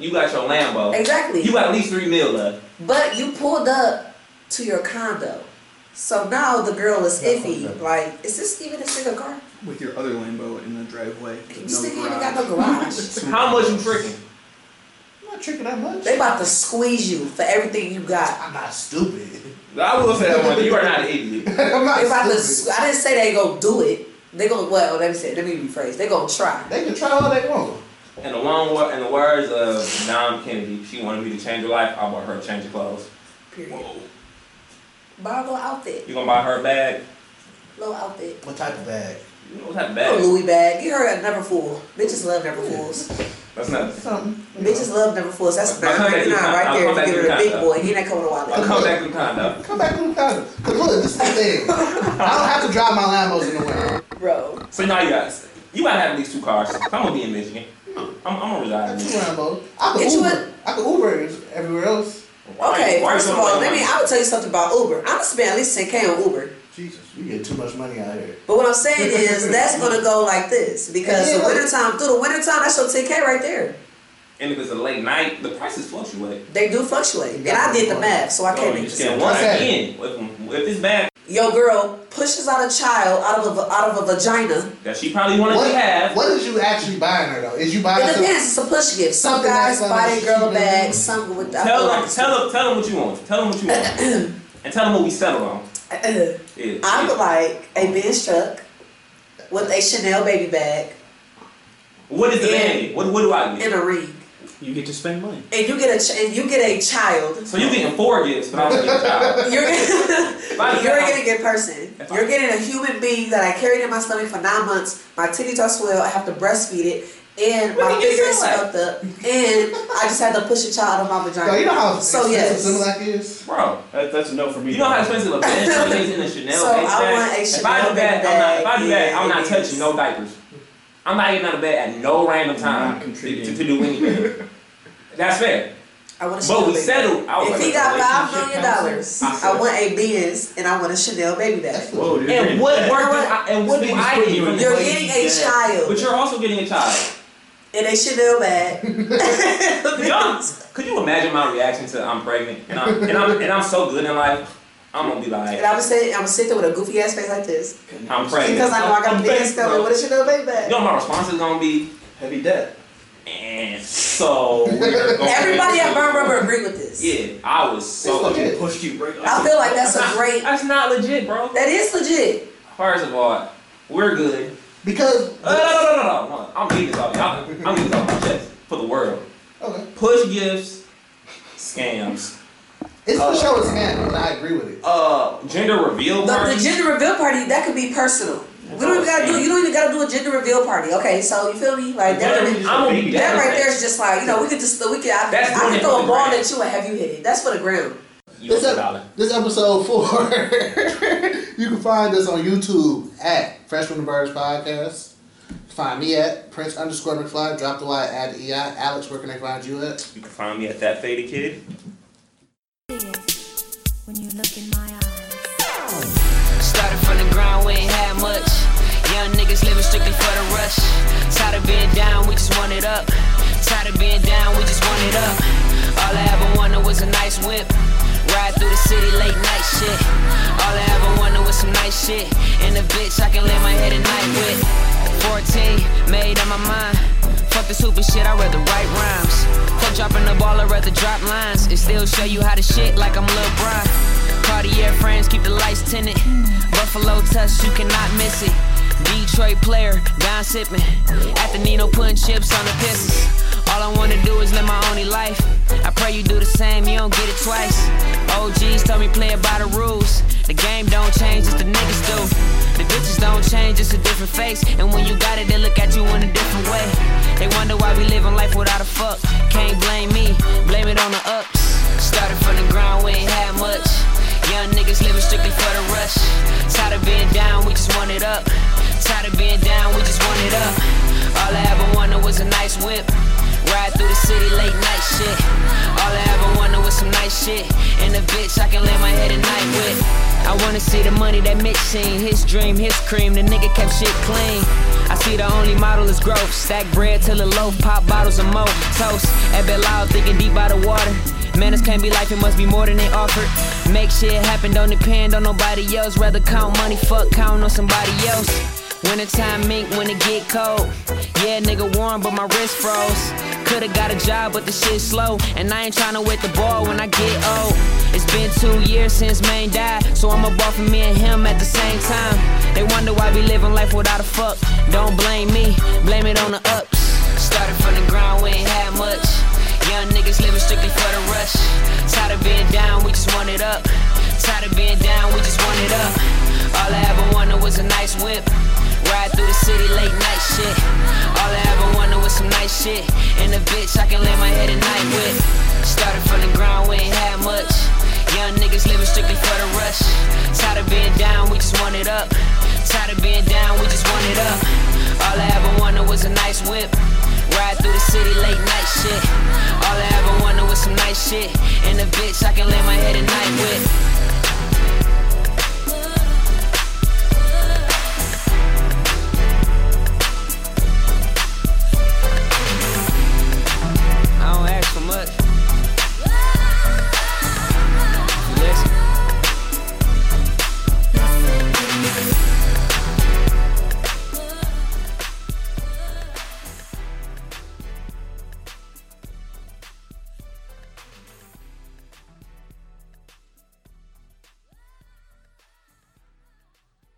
Speaker 5: you got your Lambo. You
Speaker 7: Exactly.
Speaker 5: got at least three mil left.
Speaker 7: But you pulled up to your condo. So now the girl is iffy. Like, is this even a single car?
Speaker 6: With your other Lambo in the driveway.
Speaker 7: You
Speaker 6: with no
Speaker 7: still ain't even
Speaker 6: garage.
Speaker 7: got no garage.
Speaker 5: How much you tricking?
Speaker 4: I'm not tricking that much.
Speaker 7: they about to squeeze you for everything you got.
Speaker 4: I'm not stupid.
Speaker 5: I will say that one. You are not an idiot.
Speaker 4: I'm not
Speaker 7: They about to.
Speaker 4: stupid.
Speaker 7: s- I didn't say they gonna do it. They gonna well. Let me say. Let me rephrase. They gonna try.
Speaker 4: They can try all they want.
Speaker 5: In the long word, in the words of Dom Kennedy, she wanted me to change her life. I bought her a change of clothes.
Speaker 7: Period. Buy a little outfit.
Speaker 5: You gonna buy her a bag?
Speaker 7: Little outfit.
Speaker 4: What type of bag?
Speaker 5: You know what type of
Speaker 7: Little
Speaker 5: bag?
Speaker 7: Louis bag. You heard of Never Fool. Bitches love Never Fools.
Speaker 5: That's not.
Speaker 4: Something. you
Speaker 7: Bitches
Speaker 4: know.
Speaker 7: love Never Fools. That's
Speaker 5: I'll
Speaker 7: nine
Speaker 5: come back
Speaker 7: ninety
Speaker 5: to
Speaker 7: nine
Speaker 5: the-
Speaker 7: right
Speaker 5: I'll
Speaker 7: there.
Speaker 5: come
Speaker 7: If
Speaker 5: back
Speaker 7: you
Speaker 5: to
Speaker 7: get her a
Speaker 5: the
Speaker 7: big
Speaker 5: condo.
Speaker 7: boy, he ain't coming a while.
Speaker 5: I'll come back to the condo.
Speaker 4: Come back on the condo. Cause look, this is the thing. I don't have to drive my Lambos in the winter.
Speaker 7: Bro.
Speaker 5: So now you got you gotta have at least two cars. I'm gonna be in Michigan. I'm, I'm gonna
Speaker 4: I
Speaker 5: reside
Speaker 4: got
Speaker 5: in
Speaker 4: two
Speaker 5: Michigan.
Speaker 4: Lambos. I could
Speaker 7: Get you
Speaker 4: Uber. I could Uber everywhere else.
Speaker 5: Why-
Speaker 7: Okay,
Speaker 5: why you
Speaker 7: first of
Speaker 5: gonna
Speaker 7: all,
Speaker 5: play
Speaker 7: let me.
Speaker 5: mine?
Speaker 7: I will tell you something about Uber. I'm gonna spend at least ten k on Uber.
Speaker 4: Jesus, you get too much money out here.
Speaker 7: But what I'm saying is that's gonna go like this because the wintertime through the wintertime that's your 10k right there.
Speaker 5: And if it's a late night, the prices fluctuate.
Speaker 7: They do fluctuate, and I did the math, so I
Speaker 5: Oh,
Speaker 7: can't
Speaker 5: you
Speaker 7: make
Speaker 5: just
Speaker 7: this.
Speaker 5: get
Speaker 7: up.
Speaker 5: one
Speaker 4: Okay.
Speaker 5: again. If, if it's bad,
Speaker 7: Your girl pushes out a child out of a, out of a vagina.
Speaker 5: That she probably wanted
Speaker 4: What,
Speaker 5: to have.
Speaker 4: what is you actually buying her though? Is you buying
Speaker 7: It
Speaker 4: some-
Speaker 7: depends. It's a push gift. Some
Speaker 4: Something
Speaker 7: guys
Speaker 4: that's
Speaker 7: buy
Speaker 4: on
Speaker 7: their
Speaker 4: the
Speaker 7: girl
Speaker 4: cheap
Speaker 7: bag.
Speaker 4: end.
Speaker 7: Some with
Speaker 5: Tell
Speaker 7: I feel
Speaker 5: them,
Speaker 7: like
Speaker 5: tell them, tell them what you want. Tell them what you want, and tell them what we settled on.
Speaker 7: it's-
Speaker 5: Yeah,
Speaker 7: I
Speaker 5: yeah.
Speaker 7: would like a men's truck with a Chanel baby bag
Speaker 5: What is the
Speaker 7: Yeah.
Speaker 5: mandate? What what do I
Speaker 7: and
Speaker 5: get?
Speaker 7: a ring,
Speaker 6: You get to spend money.
Speaker 7: and you get a ch- and you get a child.
Speaker 5: So you're getting four gifts, but I'm getting a child.
Speaker 7: You're
Speaker 5: If I
Speaker 7: you're
Speaker 5: get-
Speaker 7: getting a person.
Speaker 5: If I-
Speaker 7: You're getting a human being that I carried in my stomach for nine months. My titties are swelled. I have to breastfeed it. And
Speaker 5: What
Speaker 7: my
Speaker 5: did you
Speaker 7: finger is
Speaker 5: sound like?
Speaker 7: fucked up, and I just had to push a child out of my vagina.
Speaker 4: Yo, you know how
Speaker 7: So,
Speaker 4: expensive
Speaker 7: yes.
Speaker 4: Similac is?
Speaker 5: bro.
Speaker 6: That, Uh, that's a no for me.
Speaker 5: You know how expensive a bed is in a Chanel
Speaker 7: So
Speaker 5: baby
Speaker 7: I
Speaker 5: bag?
Speaker 7: want a
Speaker 5: if I
Speaker 7: Chanel
Speaker 5: do that,
Speaker 7: baby
Speaker 5: I'm not, if I do
Speaker 7: bag,
Speaker 5: that, I'm
Speaker 7: yeah,
Speaker 5: not
Speaker 7: it
Speaker 5: touching
Speaker 7: is.
Speaker 5: no diapers. I'm not getting out of bed at no random time
Speaker 6: Not
Speaker 5: to,
Speaker 6: contributing.
Speaker 5: to do anything. That's fair.
Speaker 7: I want a Chanel
Speaker 5: But we
Speaker 7: baby.
Speaker 5: settled. I was
Speaker 7: If
Speaker 5: like,
Speaker 7: he got five million dollars,
Speaker 5: counselor? I said-
Speaker 7: I want a Benz and I want a Chanel baby bag.
Speaker 6: Whoa, dude.
Speaker 5: And what work do I, and what
Speaker 6: This
Speaker 5: do
Speaker 6: nigga's
Speaker 5: I
Speaker 6: putting
Speaker 5: get
Speaker 6: you
Speaker 5: from
Speaker 6: in
Speaker 5: this?
Speaker 7: You're
Speaker 6: Well,
Speaker 7: getting a
Speaker 6: he's dead.
Speaker 5: But
Speaker 7: child
Speaker 5: you're also getting a child.
Speaker 7: in a Chanel bag.
Speaker 5: Y'all, could you imagine my reaction to I'm pregnant and I'm and I'm, and I'm so good in life? I'm gonna be like,
Speaker 7: And I'm sitting, I'm sitting there with a goofy ass face like this
Speaker 5: I'm pregnant.
Speaker 7: because I know I got a Benz coming with a Chanel baby
Speaker 5: You
Speaker 7: bag.
Speaker 5: know what my response is gonna be,
Speaker 6: Heavy debt.
Speaker 5: and so we're going
Speaker 7: Everybody at Burn Rubber agree with this.
Speaker 5: Yeah, I was
Speaker 4: It's
Speaker 5: so.
Speaker 4: fucking
Speaker 5: Legit.
Speaker 6: Pushed you right
Speaker 7: I feel like that's a great.
Speaker 5: That's not legit, bro.
Speaker 7: That is legit.
Speaker 5: First of all, we're good.
Speaker 4: Because
Speaker 5: Uh, no, no, no, no, no. I'm getting this off. Y'all, I'm getting this off my chest for the world.
Speaker 4: okay,
Speaker 5: Push gifts, scams,
Speaker 4: it's for sure it's man, and I agree with it.
Speaker 5: uh, gender reveal
Speaker 7: The, the
Speaker 5: parties.
Speaker 7: gender reveal party that could be personal. We don't even gotta do. You don't even gotta do a gender reveal party. Okay, so you feel me? Like that.
Speaker 5: Whatever,
Speaker 7: Would
Speaker 5: I'm
Speaker 7: be,
Speaker 5: gonna be
Speaker 7: that
Speaker 5: down
Speaker 7: right
Speaker 5: with
Speaker 7: there is just like you know we could just we could I,
Speaker 5: That's
Speaker 7: I
Speaker 5: doing
Speaker 7: could
Speaker 5: it
Speaker 7: throw
Speaker 5: for
Speaker 7: a
Speaker 5: the
Speaker 7: ball
Speaker 5: grand.
Speaker 7: at you and have you hit it. That's for the ground.
Speaker 5: You
Speaker 4: This,
Speaker 5: want a
Speaker 4: ep-
Speaker 5: dollar.
Speaker 4: this episode four. you can find us on YouTube at Fresh from the Birds Podcast. Find me at Prince underscore McFly. Drop the Y at EI. Alex, where can they find you at?
Speaker 5: You can find me at that faded kid.
Speaker 8: When you look in my eyes.
Speaker 9: Started from the ground, we ain't had much. Young niggas living strictly for the rush. Tired of being down, we just want it up. Tired of being down, we just want it up. All I ever wanted was a nice whip. Ride through the city late night shit. All I ever wanted was some nice shit. And a bitch I can lay my head at night with. 14, made up my mind. Fuck the stupid shit, I'd rather write rhymes. Fuck dropping the ball, I'd rather drop lines. And still show you how to shit like I'm Lil Brian. Cartier friends keep the lights tinted. Buffalo touch, you cannot miss it. Detroit player, Don Sipman. At the Nino putting chips on the Pistons. All I wanna do is live my only life. I pray you do the same, you don't get it twice. OGs told me play it by the rules. The game don't change, it's the niggas do. The bitches don't change, it's a different face. And when you got it, they look at you in a different way. They wonder why we living life without a fuck. Can't blame me, blame it on the ups. Started from the ground, we ain't had much. Young niggas living strictly for the rush. Tired of being down, we just want it up. Tired of being down, we just want it up. All I ever wanted was a nice whip. Ride through the city late night shit. All I ever wanted was some nice shit. And a bitch I can lay my head at night with. I wanna see the money that Mitch seen. His dream, his cream, the nigga kept shit clean. I see the only model is growth. Stack bread till the loaf, pop bottles and mo. Toast at Belial, thinking deep by the water. Man, this can't be life, it must be more than they offered. Make shit happen, don't depend on nobody else. Rather count money, fuck count on somebody else. Wintertime mink when it get cold. Yeah, nigga warm, but my wrist froze. Could've got a job, but the shit's slow. And I ain't tryna wait the ball when I get old. It's been two years since Maine died, so I'm a ball for me and him at the same time. They wonder why we living life without a fuck. Don't blame me, blame it on the ups. Started from the ground, we ain't had much. Young niggas living strictly for the rush. Tired of being down, we just want it up. Tired of being down, we just want it up. All I ever wanted was a nice whip. Ride through the city late night shit. All I ever wanted was some nice shit. And a bitch I can lay my head at night with. Started from the ground, we ain't had much. Young niggas living strictly for the rush. Tired of being down, we just want it up. Tired of being down, we just want it up. All I ever wanted was a nice whip. Ride through the city late night shit. All I ever wanted was some nice shit. And a bitch I can lay my head at night with.